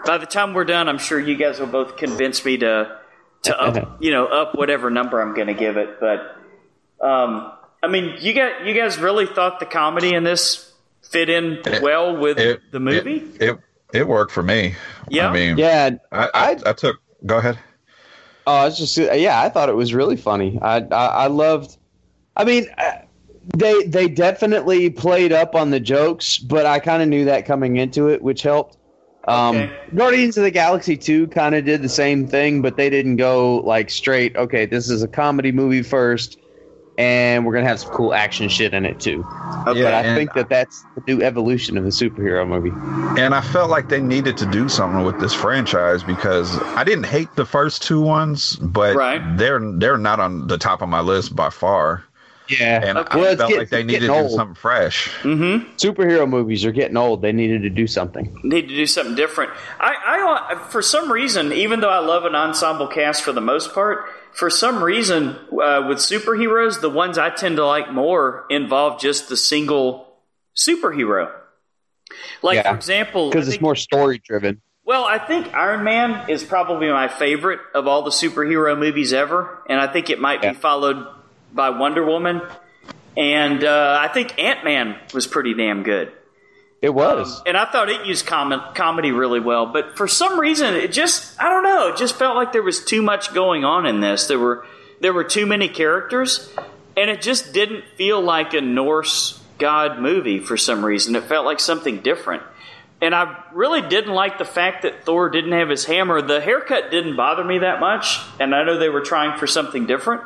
Speaker 2: by the time we're done, I'm sure you guys will both convince me to to up, you know, up whatever number I'm going to give it. But um, I mean, you got you guys really thought the comedy in this fit in well with
Speaker 4: It,
Speaker 2: the movie?
Speaker 4: It, it it worked for me.
Speaker 2: Yeah?
Speaker 4: I mean,
Speaker 3: Yeah,
Speaker 4: I, I, I took. Go ahead.
Speaker 3: Oh, it's just yeah. I thought it was really funny. I I, I loved. I mean, uh, they they definitely played up on the jokes, but I kind of knew that coming into it, which helped. Um,
Speaker 2: Okay.
Speaker 3: Guardians of the Galaxy Two kind of did the same thing, but they didn't go like straight. Okay, this is a comedy movie first, and we're gonna have some cool action shit in it too.
Speaker 4: Okay.
Speaker 3: but I
Speaker 4: And-
Speaker 3: think that that's the new evolution of the superhero movie.
Speaker 4: And I felt like they needed to do something with this franchise because I didn't hate the first two ones, but they're they're not on the top of my list by far.
Speaker 3: Yeah,
Speaker 4: and I
Speaker 3: Well, it's
Speaker 4: felt
Speaker 3: getting-
Speaker 4: like they
Speaker 3: it's
Speaker 4: needed to
Speaker 3: getting
Speaker 4: do
Speaker 3: old.
Speaker 4: something fresh.
Speaker 2: Mm-hmm.
Speaker 3: Superhero movies are getting old. They needed to do something.
Speaker 2: need to do something different. I, I for some reason, even though I love an ensemble cast for the most part, for some reason uh, with superheroes, the ones I tend to like more involve just the single superhero. Like for example, I
Speaker 3: because it's
Speaker 2: think-
Speaker 3: more story driven.
Speaker 2: well, I think Iron Man is probably my favorite of all the superhero movies ever, and I think it might be followed by Wonder Woman. And uh, I think Ant Man was pretty damn good.
Speaker 3: It was.
Speaker 2: And I thought it used com- comedy really well, but for some reason, it just—I don't know—it just felt like there was too much going on in this. There were there were too many characters, and it just didn't feel like a Norse god movie for some reason. It felt like something different. And I really didn't like the fact that Thor didn't have his hammer. The haircut didn't bother me that much, and I know they were trying for something different.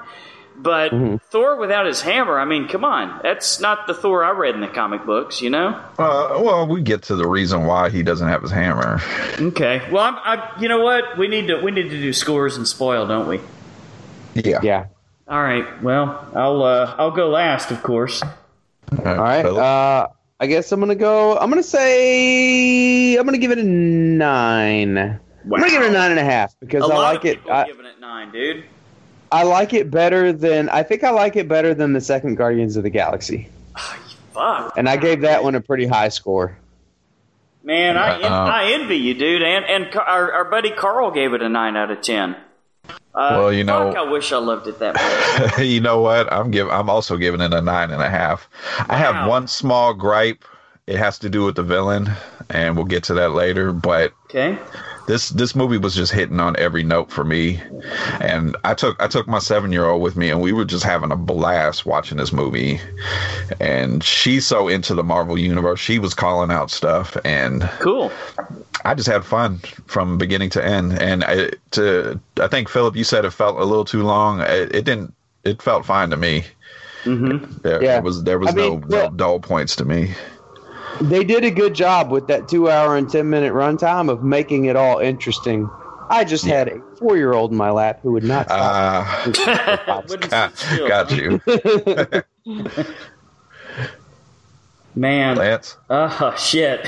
Speaker 2: But Thor without his hammer, I mean, come on. That's not the Thor I read in the comic books, you know?
Speaker 4: Uh, well, we get to the reason why he doesn't have his hammer.
Speaker 2: Okay. Well, I'm, I, you know what? We need to we need to do scores and spoil, don't we?
Speaker 4: Yeah.
Speaker 3: Yeah.
Speaker 2: All right. Well, I'll uh, I'll go last, of course.
Speaker 3: All right. Uh, I guess I'm gonna go. I'm gonna say I'm gonna give it a nine. I'm gonna give it a nine and a half because
Speaker 2: A
Speaker 3: I
Speaker 2: lot
Speaker 3: like
Speaker 2: of
Speaker 3: it.
Speaker 2: people
Speaker 3: I,
Speaker 2: giving it nine, dude.
Speaker 3: I like it better than I think I like it better than the second Guardians of the Galaxy,
Speaker 2: Fuck,
Speaker 3: and I gave that one a pretty high score.
Speaker 2: man. I en-
Speaker 3: Uh-uh.
Speaker 2: I envy you, dude. And and Ca- our, our buddy Carl gave it a nine out of ten. Uh,
Speaker 4: Well, you know-
Speaker 2: fuck, I wish I loved it that much.
Speaker 3: uh,
Speaker 4: you know what? I'm give I'm also giving it a nine and a half. I have one small gripe. It has to do with the villain, and we'll get to that later. But
Speaker 2: okay,
Speaker 4: this this movie was just hitting on every note for me, and I took I took my seven year old with me, and we were just having a blast watching this movie. And she's so into the Marvel universe, she was calling out stuff, and
Speaker 2: cool.
Speaker 4: I just had fun from beginning to end, and I, to I think Philip, you said it felt a little too long. It, it didn't. It felt fine to me.
Speaker 2: Mm-hmm.
Speaker 4: There, there was there was
Speaker 3: I
Speaker 4: no,
Speaker 3: mean,
Speaker 4: no dull points to me.
Speaker 3: They did a good job with that two hour and ten minute runtime of making it all interesting. I just had a four year old in my lap who would not.
Speaker 4: Uh, got, got you,
Speaker 2: man.
Speaker 4: Lance.
Speaker 2: Oh shit!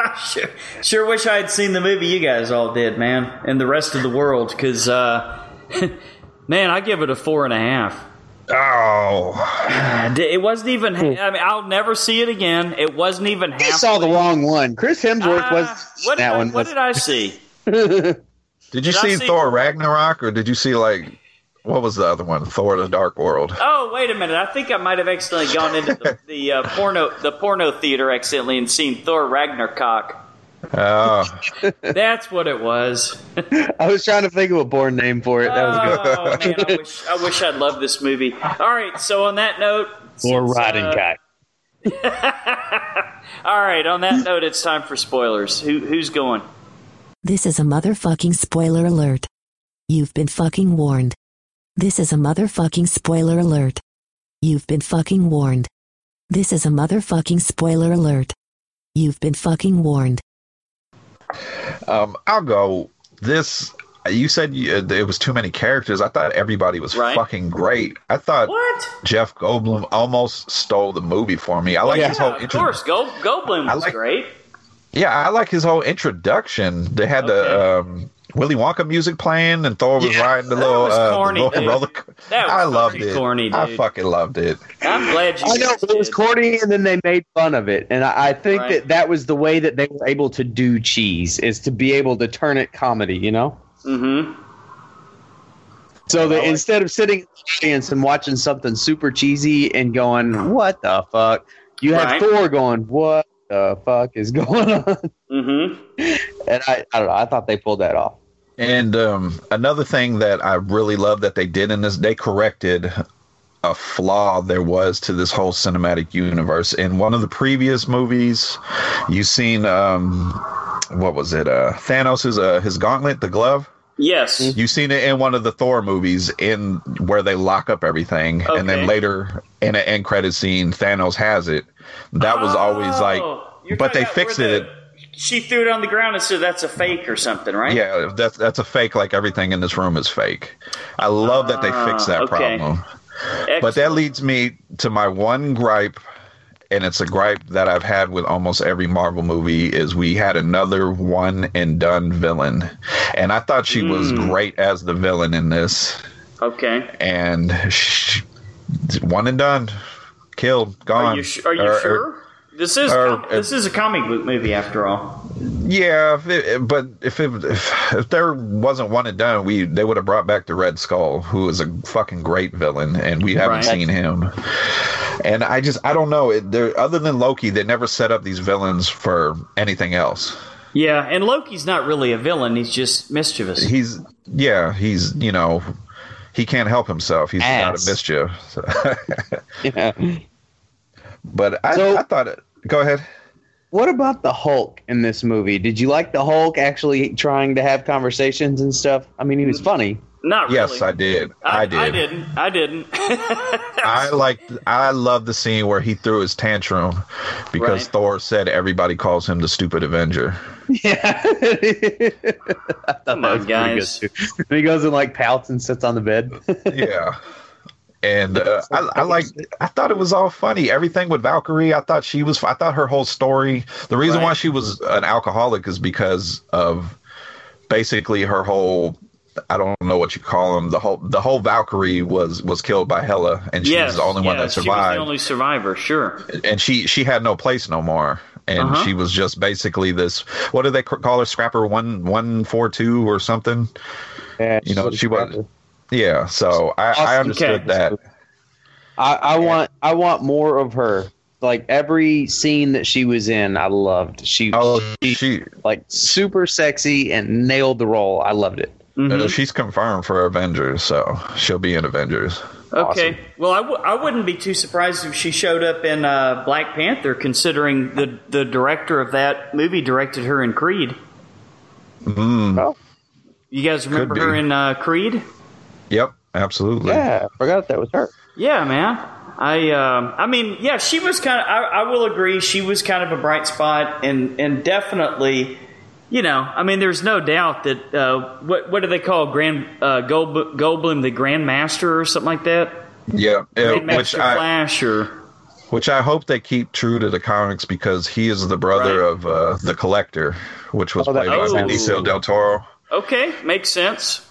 Speaker 2: sure, sure wish I had seen the movie you guys all did, man, and the rest of the world. Because, uh, man, I give it a four and a half.
Speaker 4: Oh,
Speaker 2: it wasn't even. I mean, I'll never see it again. It wasn't even half.
Speaker 3: You saw the wrong one. Chris Hemsworth
Speaker 2: Uh,
Speaker 3: was
Speaker 2: what did
Speaker 3: that
Speaker 2: I-
Speaker 3: one.
Speaker 2: what
Speaker 3: Was,
Speaker 2: did I see?
Speaker 4: Did you
Speaker 2: Did I
Speaker 4: see,
Speaker 2: see-
Speaker 4: Thor Ragnarok, or did you see like what was the other one? Thor: The Dark World.
Speaker 2: Oh, wait a minute! I think I might have accidentally gone into the, the uh, porno the porno theater accidentally and seen Thor Ragnarok.
Speaker 4: Oh,
Speaker 2: That's what it was.
Speaker 3: I was trying to think of a born name for it. That was good.
Speaker 2: Oh man, I wish I wish I'd loved this movie. All right, so on that note,
Speaker 3: Or rotting
Speaker 2: uh,
Speaker 3: cock.
Speaker 2: all right, on that note, it's time for spoilers. Who who's going?
Speaker 13: This is a motherfucking spoiler alert. You've been fucking warned. This is a motherfucking spoiler alert. You've been fucking warned. This is a motherfucking spoiler alert. You've been fucking warned.
Speaker 4: Um, I'll go. This you said you, uh, it was too many characters. I thought everybody was fucking great. I thought Jeff Goldblum almost stole the movie for me. I like
Speaker 2: yeah,
Speaker 4: his whole
Speaker 2: of
Speaker 4: intro.
Speaker 2: course. Gold, Goldblum was great.
Speaker 4: Yeah, I like his whole introduction. They had the um, Willy Wonka music playing, and Thor was riding the little,
Speaker 2: was
Speaker 4: uh, the
Speaker 2: corny,
Speaker 4: little
Speaker 2: dude.
Speaker 4: roller.
Speaker 2: That was
Speaker 4: I loved
Speaker 2: fucking
Speaker 4: it.
Speaker 2: corny,
Speaker 4: I
Speaker 2: dude.
Speaker 4: fucking loved it.
Speaker 2: I'm glad you.
Speaker 3: I know but it was corny, and then they made fun of it, and I, I think
Speaker 2: Right.
Speaker 3: that that was the way that they were able to do cheese is to be able to turn it comedy, you know.
Speaker 2: Mm-hmm. Oh,
Speaker 3: So that instead of sitting in the audience and watching something super cheesy and going "What the fuck," you have
Speaker 2: Right.
Speaker 3: Thor going "What the fuck is going on?"
Speaker 2: Mm-hmm.
Speaker 3: And I, I don't know. I thought they pulled that off.
Speaker 4: And um, another thing that I really love that they did in this, they corrected a flaw there was to this whole cinematic universe. In one of the previous movies, you seen um, what was it? Uh, Thanos' uh, his gauntlet, the glove.
Speaker 2: Yes.
Speaker 4: You seen it in one of the Thor movies in where they lock up everything, and
Speaker 2: Okay.
Speaker 4: then later in an end credit scene, Thanos has it. That was always
Speaker 2: Oh, you're
Speaker 4: like, but
Speaker 2: talking
Speaker 4: they
Speaker 2: about
Speaker 4: fixed
Speaker 2: where
Speaker 4: it.
Speaker 2: the- She threw it on the ground and said that's a fake or something, right?
Speaker 4: Yeah, that's that's a fake. Like everything in this room is fake. I love that they fixed that
Speaker 2: Ah, okay.
Speaker 4: problem. But that leads me to my one gripe, and it's a gripe that I've had with almost every Marvel movie is we had another one and done villain, and I thought she was
Speaker 2: Mm.
Speaker 4: great as the villain in this,
Speaker 2: Okay.
Speaker 4: and sh one and done, killed, gone.
Speaker 2: Are you, sh- are you
Speaker 4: Or- or-
Speaker 2: sure? this is
Speaker 4: or- uh,
Speaker 2: com- this is a comic book movie after all.
Speaker 4: Yeah, if it, but if, it, if if there wasn't one and done, we they would have brought back the Red Skull, who is a fucking great villain, and we
Speaker 2: Right.
Speaker 4: haven't seen him. And I just I don't know. It, there, other than Loki, they never set up these villains for anything else.
Speaker 2: Yeah, and Loki's not really a villain. He's just mischievous.
Speaker 4: He's yeah, he's you know he can't help himself. He's out of
Speaker 2: Ass.
Speaker 4: mischief. So. But I, I thought it. Go ahead.
Speaker 3: What about the Hulk in this movie? Did you like the Hulk actually trying to have conversations and stuff? I mean, he was funny.
Speaker 2: Not really.
Speaker 4: Yes, I did. I, did.
Speaker 2: I didn't. I didn't.
Speaker 4: I like I love the scene where he threw his tantrum because
Speaker 2: Right.
Speaker 4: Thor said everybody calls him the stupid Avenger.
Speaker 2: Come on, guys.
Speaker 3: and he goes and like pouts and sits on the bed.
Speaker 4: yeah. And uh, I, I like I thought it was all funny. Everything with Valkyrie, I thought she was I thought her whole story, the reason why she was an alcoholic is because of basically her whole I don't know what you call him. The whole the whole Valkyrie was was killed by Hela and she
Speaker 2: yes,
Speaker 4: was the only one
Speaker 2: yeah,
Speaker 4: that
Speaker 2: She was
Speaker 4: survived.
Speaker 2: the only survivor. Sure.
Speaker 4: and she she had no place no more and
Speaker 2: Uh-huh.
Speaker 4: she was just basically this what do they c- call her scrapper 1142 or something
Speaker 3: yeah,
Speaker 4: you know she was yeah so i, I
Speaker 3: Awesome.
Speaker 4: understood
Speaker 3: Okay.
Speaker 4: that
Speaker 3: I, I want I want more of her. Like every scene that she was in, I loved. She
Speaker 4: Oh, she,
Speaker 3: like super sexy and nailed the role. I loved it.
Speaker 4: Uh, she's confirmed for avengers so she'll be in avengers
Speaker 2: Okay. Well, I, w- I wouldn't be too surprised if she showed up in uh, Black Panther, considering the the director of that movie directed her in Creed.
Speaker 4: Mm.
Speaker 3: Oh,
Speaker 2: You guys remember
Speaker 4: be.
Speaker 2: her in uh, Creed?
Speaker 4: yep absolutely
Speaker 3: yeah I forgot that was her
Speaker 2: Yeah, man. I um, I mean, yeah, she was kind of. I, I will agree, she was kind of a bright spot, and and definitely, you know, I mean, there's no doubt that uh, what what do they call Grand uh, Gold, Goldblum the Grand Master or something like that?
Speaker 4: yeah,
Speaker 2: Grandmaster
Speaker 4: yeah, Oh, which i
Speaker 2: Flash or
Speaker 4: which i hope they keep true to the comics because he is the brother of uh, the collector which was
Speaker 2: Oh, that
Speaker 4: played by
Speaker 2: makes sense.
Speaker 4: benicio del toro
Speaker 2: Okay, makes sense.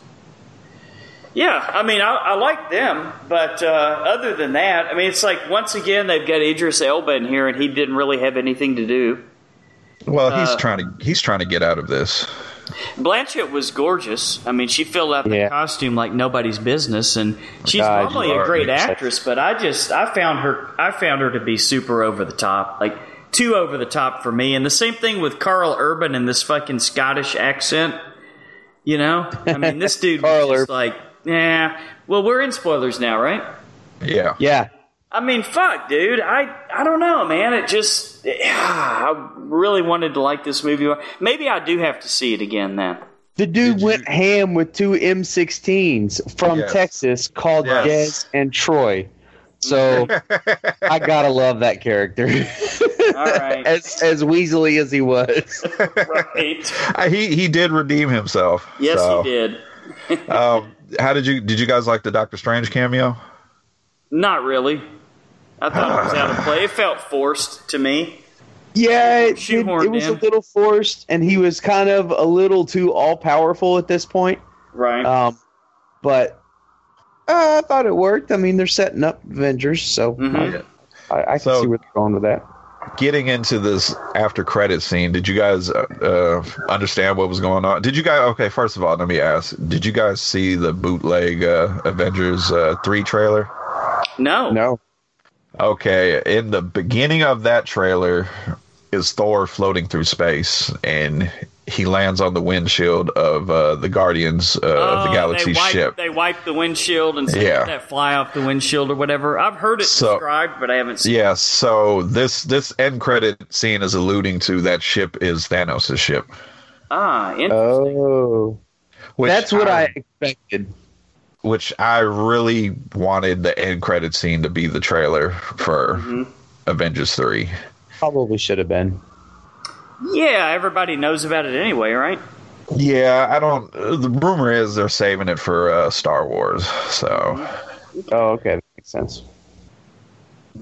Speaker 2: Yeah, I mean, I, I like them, but uh, other than that, I mean, it's like once again they've got Idris Elba in here, and he didn't really have anything to do.
Speaker 4: well he's
Speaker 2: Uh,
Speaker 4: trying to he's trying to get out of this
Speaker 2: Blanchett was gorgeous. I mean, she filled out the costume like nobody's business, and she's
Speaker 3: God,
Speaker 2: normally
Speaker 3: you
Speaker 2: a
Speaker 3: are
Speaker 2: great
Speaker 3: obsessed.
Speaker 2: actress. But I just I found her I found her to be super over the top, like too over the top for me. And the same thing with Carl Urban and this fucking Scottish accent. You know, I mean, this dude was just like, yeah. Well, we're in spoilers now, right?
Speaker 4: yeah
Speaker 3: yeah
Speaker 2: I mean, fuck, dude. I I don't know, man. It just I really wanted to like this movie. Maybe I do have to see it again then.
Speaker 3: The dude went ham with two M16s from
Speaker 2: Yes.
Speaker 3: Texas called
Speaker 2: Yes.
Speaker 3: Dez and Troy. So I gotta love that character.
Speaker 2: All right.
Speaker 3: as as weaselly as he was.
Speaker 2: Right.
Speaker 4: Uh, he he did redeem himself.
Speaker 2: Yes,
Speaker 4: so.
Speaker 2: he did.
Speaker 4: um, how did you did you guys like the Doctor Strange cameo?
Speaker 2: Not really. I thought it was out of play. It felt forced to me.
Speaker 3: Yeah, it, it, it
Speaker 2: Shoehorned
Speaker 3: was a
Speaker 2: in.
Speaker 3: little forced, and he was kind of a little too all powerful at this point.
Speaker 2: Right.
Speaker 4: Uh,
Speaker 3: Um, but uh, I thought it worked. I mean, they're setting up Avengers, so
Speaker 2: Mm-hmm.
Speaker 3: I, I can see where they're going with that.
Speaker 4: Getting into this after credit scene, did you guys uh, uh, understand what was going on? Did you guys okay? First of all, let me ask: Did you guys see the bootleg uh, Avengers uh, three trailer?
Speaker 2: No,
Speaker 3: no.
Speaker 4: Okay, in the beginning of that trailer is Thor floating through space, and he lands on the windshield of uh, the Guardians uh, of the
Speaker 2: Oh,
Speaker 4: Galaxy
Speaker 2: they wiped,
Speaker 4: ship.
Speaker 2: They wiped the windshield and said,
Speaker 4: Yeah.
Speaker 2: "Let that fly off the windshield or whatever. I've heard it
Speaker 4: So-
Speaker 2: described, but I haven't seen
Speaker 4: Yeah, so this this end credit scene is alluding to that ship is Thanos' ship.
Speaker 2: Ah, interesting.
Speaker 3: Oh.
Speaker 4: Which
Speaker 3: That's what I expected.
Speaker 4: Which I really wanted the end credit scene to be the trailer for
Speaker 3: Mm-hmm.
Speaker 4: Avengers Three.
Speaker 3: Probably should have been.
Speaker 2: Yeah, everybody knows about it anyway, right?
Speaker 4: Yeah, I don't. The rumor is they're saving it for uh, Star Wars. So.
Speaker 3: Oh, okay, that makes sense.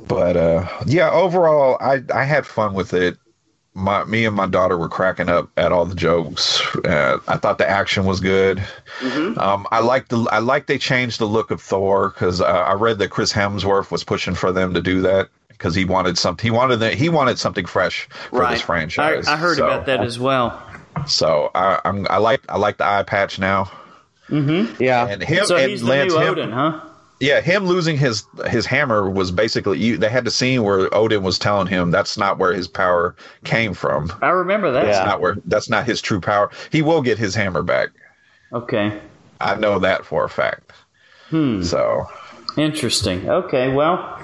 Speaker 4: But uh, yeah, overall, I I had fun with it. My me and my daughter were cracking up at all the jokes. Uh, I thought the action was good.
Speaker 2: Mm-hmm.
Speaker 4: Um, I like the I like they changed the look of Thor because uh, I read that Chris Hemsworth was pushing for them to do that because he wanted something he wanted that he wanted something fresh for
Speaker 2: right.
Speaker 4: this franchise.
Speaker 2: I, I heard
Speaker 4: So-
Speaker 2: about that as well.
Speaker 4: So I, I'm I like I like the eye patch now.
Speaker 2: Mm-hmm.
Speaker 3: Yeah,
Speaker 4: and him
Speaker 2: so
Speaker 4: and
Speaker 2: he's
Speaker 4: Lance
Speaker 2: the new
Speaker 4: him-
Speaker 2: Odin, huh?
Speaker 4: Yeah, him losing his his hammer was basically you, they had the scene where Odin was telling him that's not where his power came from.
Speaker 2: I remember that.
Speaker 4: That's
Speaker 2: Yeah.
Speaker 4: not where that's not his true power. He will get his hammer back.
Speaker 2: Okay.
Speaker 4: I know that for a fact.
Speaker 2: Hmm.
Speaker 4: So
Speaker 2: interesting. Okay, well,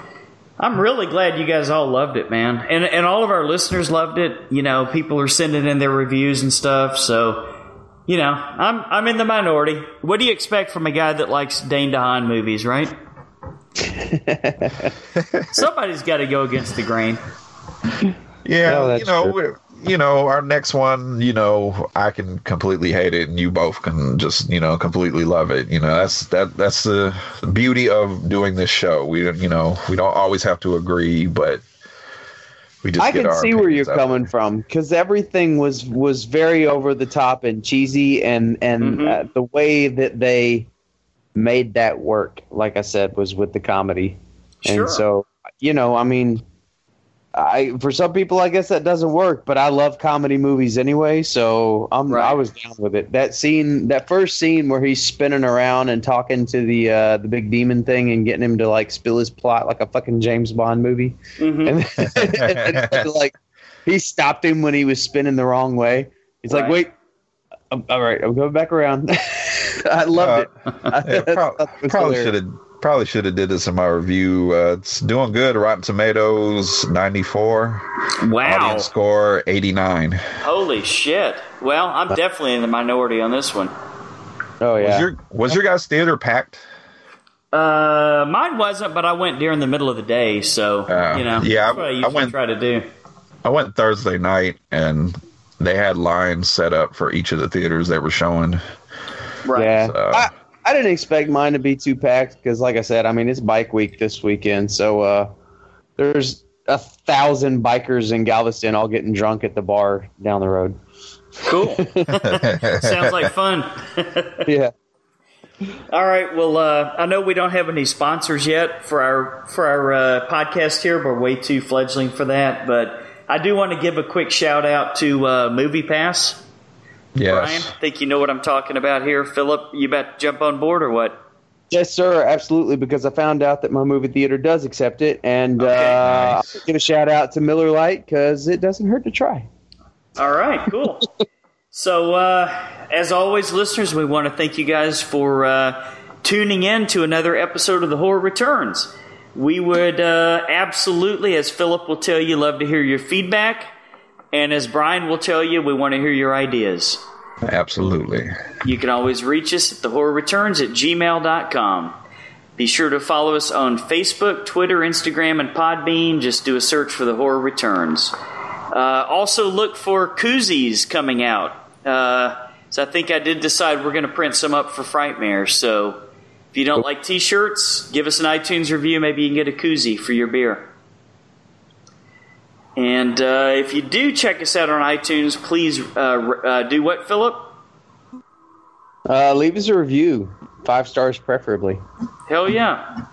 Speaker 2: I'm really glad you guys all loved it, man, and and all of our listeners loved it. You know, people are sending in their reviews and stuff, so. You know, I'm I'm in the minority. What do you expect from a guy that likes Dane DeHaan movies, right? Somebody's got to go against the grain.
Speaker 4: Yeah,
Speaker 2: No, that's
Speaker 4: you know,
Speaker 2: true.
Speaker 4: we're- you know, our next one, you know, I can completely hate it, and you both can just, you know, completely love it. You know, that's that that's the beauty of doing this show. We don't, you know, we don't always have to agree, but we just.
Speaker 3: I
Speaker 4: get
Speaker 3: can
Speaker 4: our
Speaker 3: see where you're
Speaker 4: opinions out
Speaker 3: coming from because everything was was very over the top and cheesy, and and uh, the way that they made that work, like I said, was with the comedy.
Speaker 2: Sure.
Speaker 3: And so, you know, I mean, I for some people, I guess that doesn't work, but I love comedy movies anyway, so I'm I was down with it. That scene, that first scene where he's spinning around and talking to the uh, the big demon thing and getting him to like spill his plot like a fucking James Bond movie, and, then, and, like he stopped him when he was spinning the wrong way. He's like,
Speaker 4: Right.
Speaker 3: wait. I'm, all right, I'm going back around. I loved
Speaker 4: Uh, Yeah,
Speaker 3: it.
Speaker 4: prob- probably should have probably should have did this in my review. Uh, it's doing good. Rotten Tomatoes ninety four.
Speaker 2: Wow.
Speaker 4: Audience score eighty nine.
Speaker 2: Holy shit! Well, I'm definitely in the minority on this one.
Speaker 3: Oh
Speaker 4: Was your was your guys theater packed?
Speaker 2: Uh, mine wasn't, but I went during the middle of the day, so you know.
Speaker 4: Oh. yeah, I-
Speaker 2: that's what I,
Speaker 4: I
Speaker 2: usually
Speaker 4: went-
Speaker 2: try to do.
Speaker 4: I went Thursday night and they had lines set up for each of the theaters they were showing.
Speaker 2: Right.
Speaker 3: Yeah.
Speaker 4: So-
Speaker 3: I, I didn't expect mine to be too packed because, like I said, I mean it's bike week this weekend, so uh, there's a thousand bikers in Galveston all getting drunk at the bar down the road.
Speaker 2: Cool. Sounds like fun.
Speaker 3: yeah.
Speaker 2: All right. Well, uh, I know we don't have any sponsors yet for our for our uh, podcast here. We're way too fledgling for that, but I do want to give a quick shout out to uh, Movie Pass. Brian,
Speaker 4: Yes.
Speaker 2: think you know what I'm talking about here, Philip? You about to jump on board or what?
Speaker 3: Yes, sir, absolutely. Because I found out that my movie theater does accept it, and uh, I'll give a shout out to Miller Lite because it doesn't hurt to try.
Speaker 2: All right, cool. so, uh, as always, listeners, we want to thank you guys for uh, tuning in to another episode of The Horror Returns. We would uh, absolutely, as Philip will tell you, love to hear your feedback. And as Brian will tell you, we want to hear your ideas.
Speaker 4: Absolutely.
Speaker 2: You can always reach us at thehorrorreturns at gmail.com. Be sure to follow us on Facebook, Twitter, Instagram, and Podbean. Just do a search for The Horror Returns. Uh, also, look for koozies coming out. Uh, so I think I did decide we're going to print some up for Frightmare. So if you don't like t shirts, give us an iTunes review. Maybe you can get a koozie for your beer. And uh, if you do check us out on iTunes, please uh, r- uh, do what, Philip?
Speaker 3: Uh, leave us a review, five stars preferably.
Speaker 2: Hell yeah!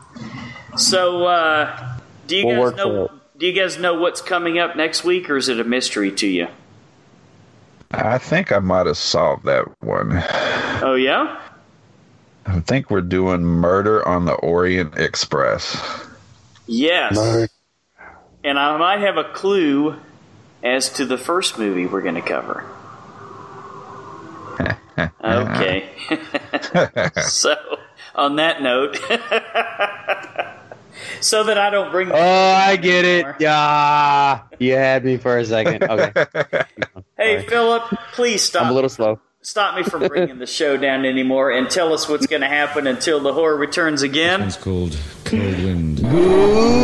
Speaker 2: So, uh, do you
Speaker 3: We'll
Speaker 2: guys
Speaker 3: work
Speaker 2: know?
Speaker 3: for
Speaker 2: Do you guys know what's coming up next week, or is it a mystery to you?
Speaker 4: I think I might have solved that one.
Speaker 2: Oh yeah,
Speaker 4: I think we're doing Murder on the Orient Express.
Speaker 2: yes. And I might have a clue as to the first movie we're going to cover. Okay. so, on that note, so that I don't bring.
Speaker 3: Oh, I get it. Yeah, you had me for a second. Okay.
Speaker 2: Hey, Philip, please stop.
Speaker 3: I'm a little slow.
Speaker 2: stop me from bringing the show down anymore and tell us what's going to happen until the horror returns again.
Speaker 14: It's called Cold Wind.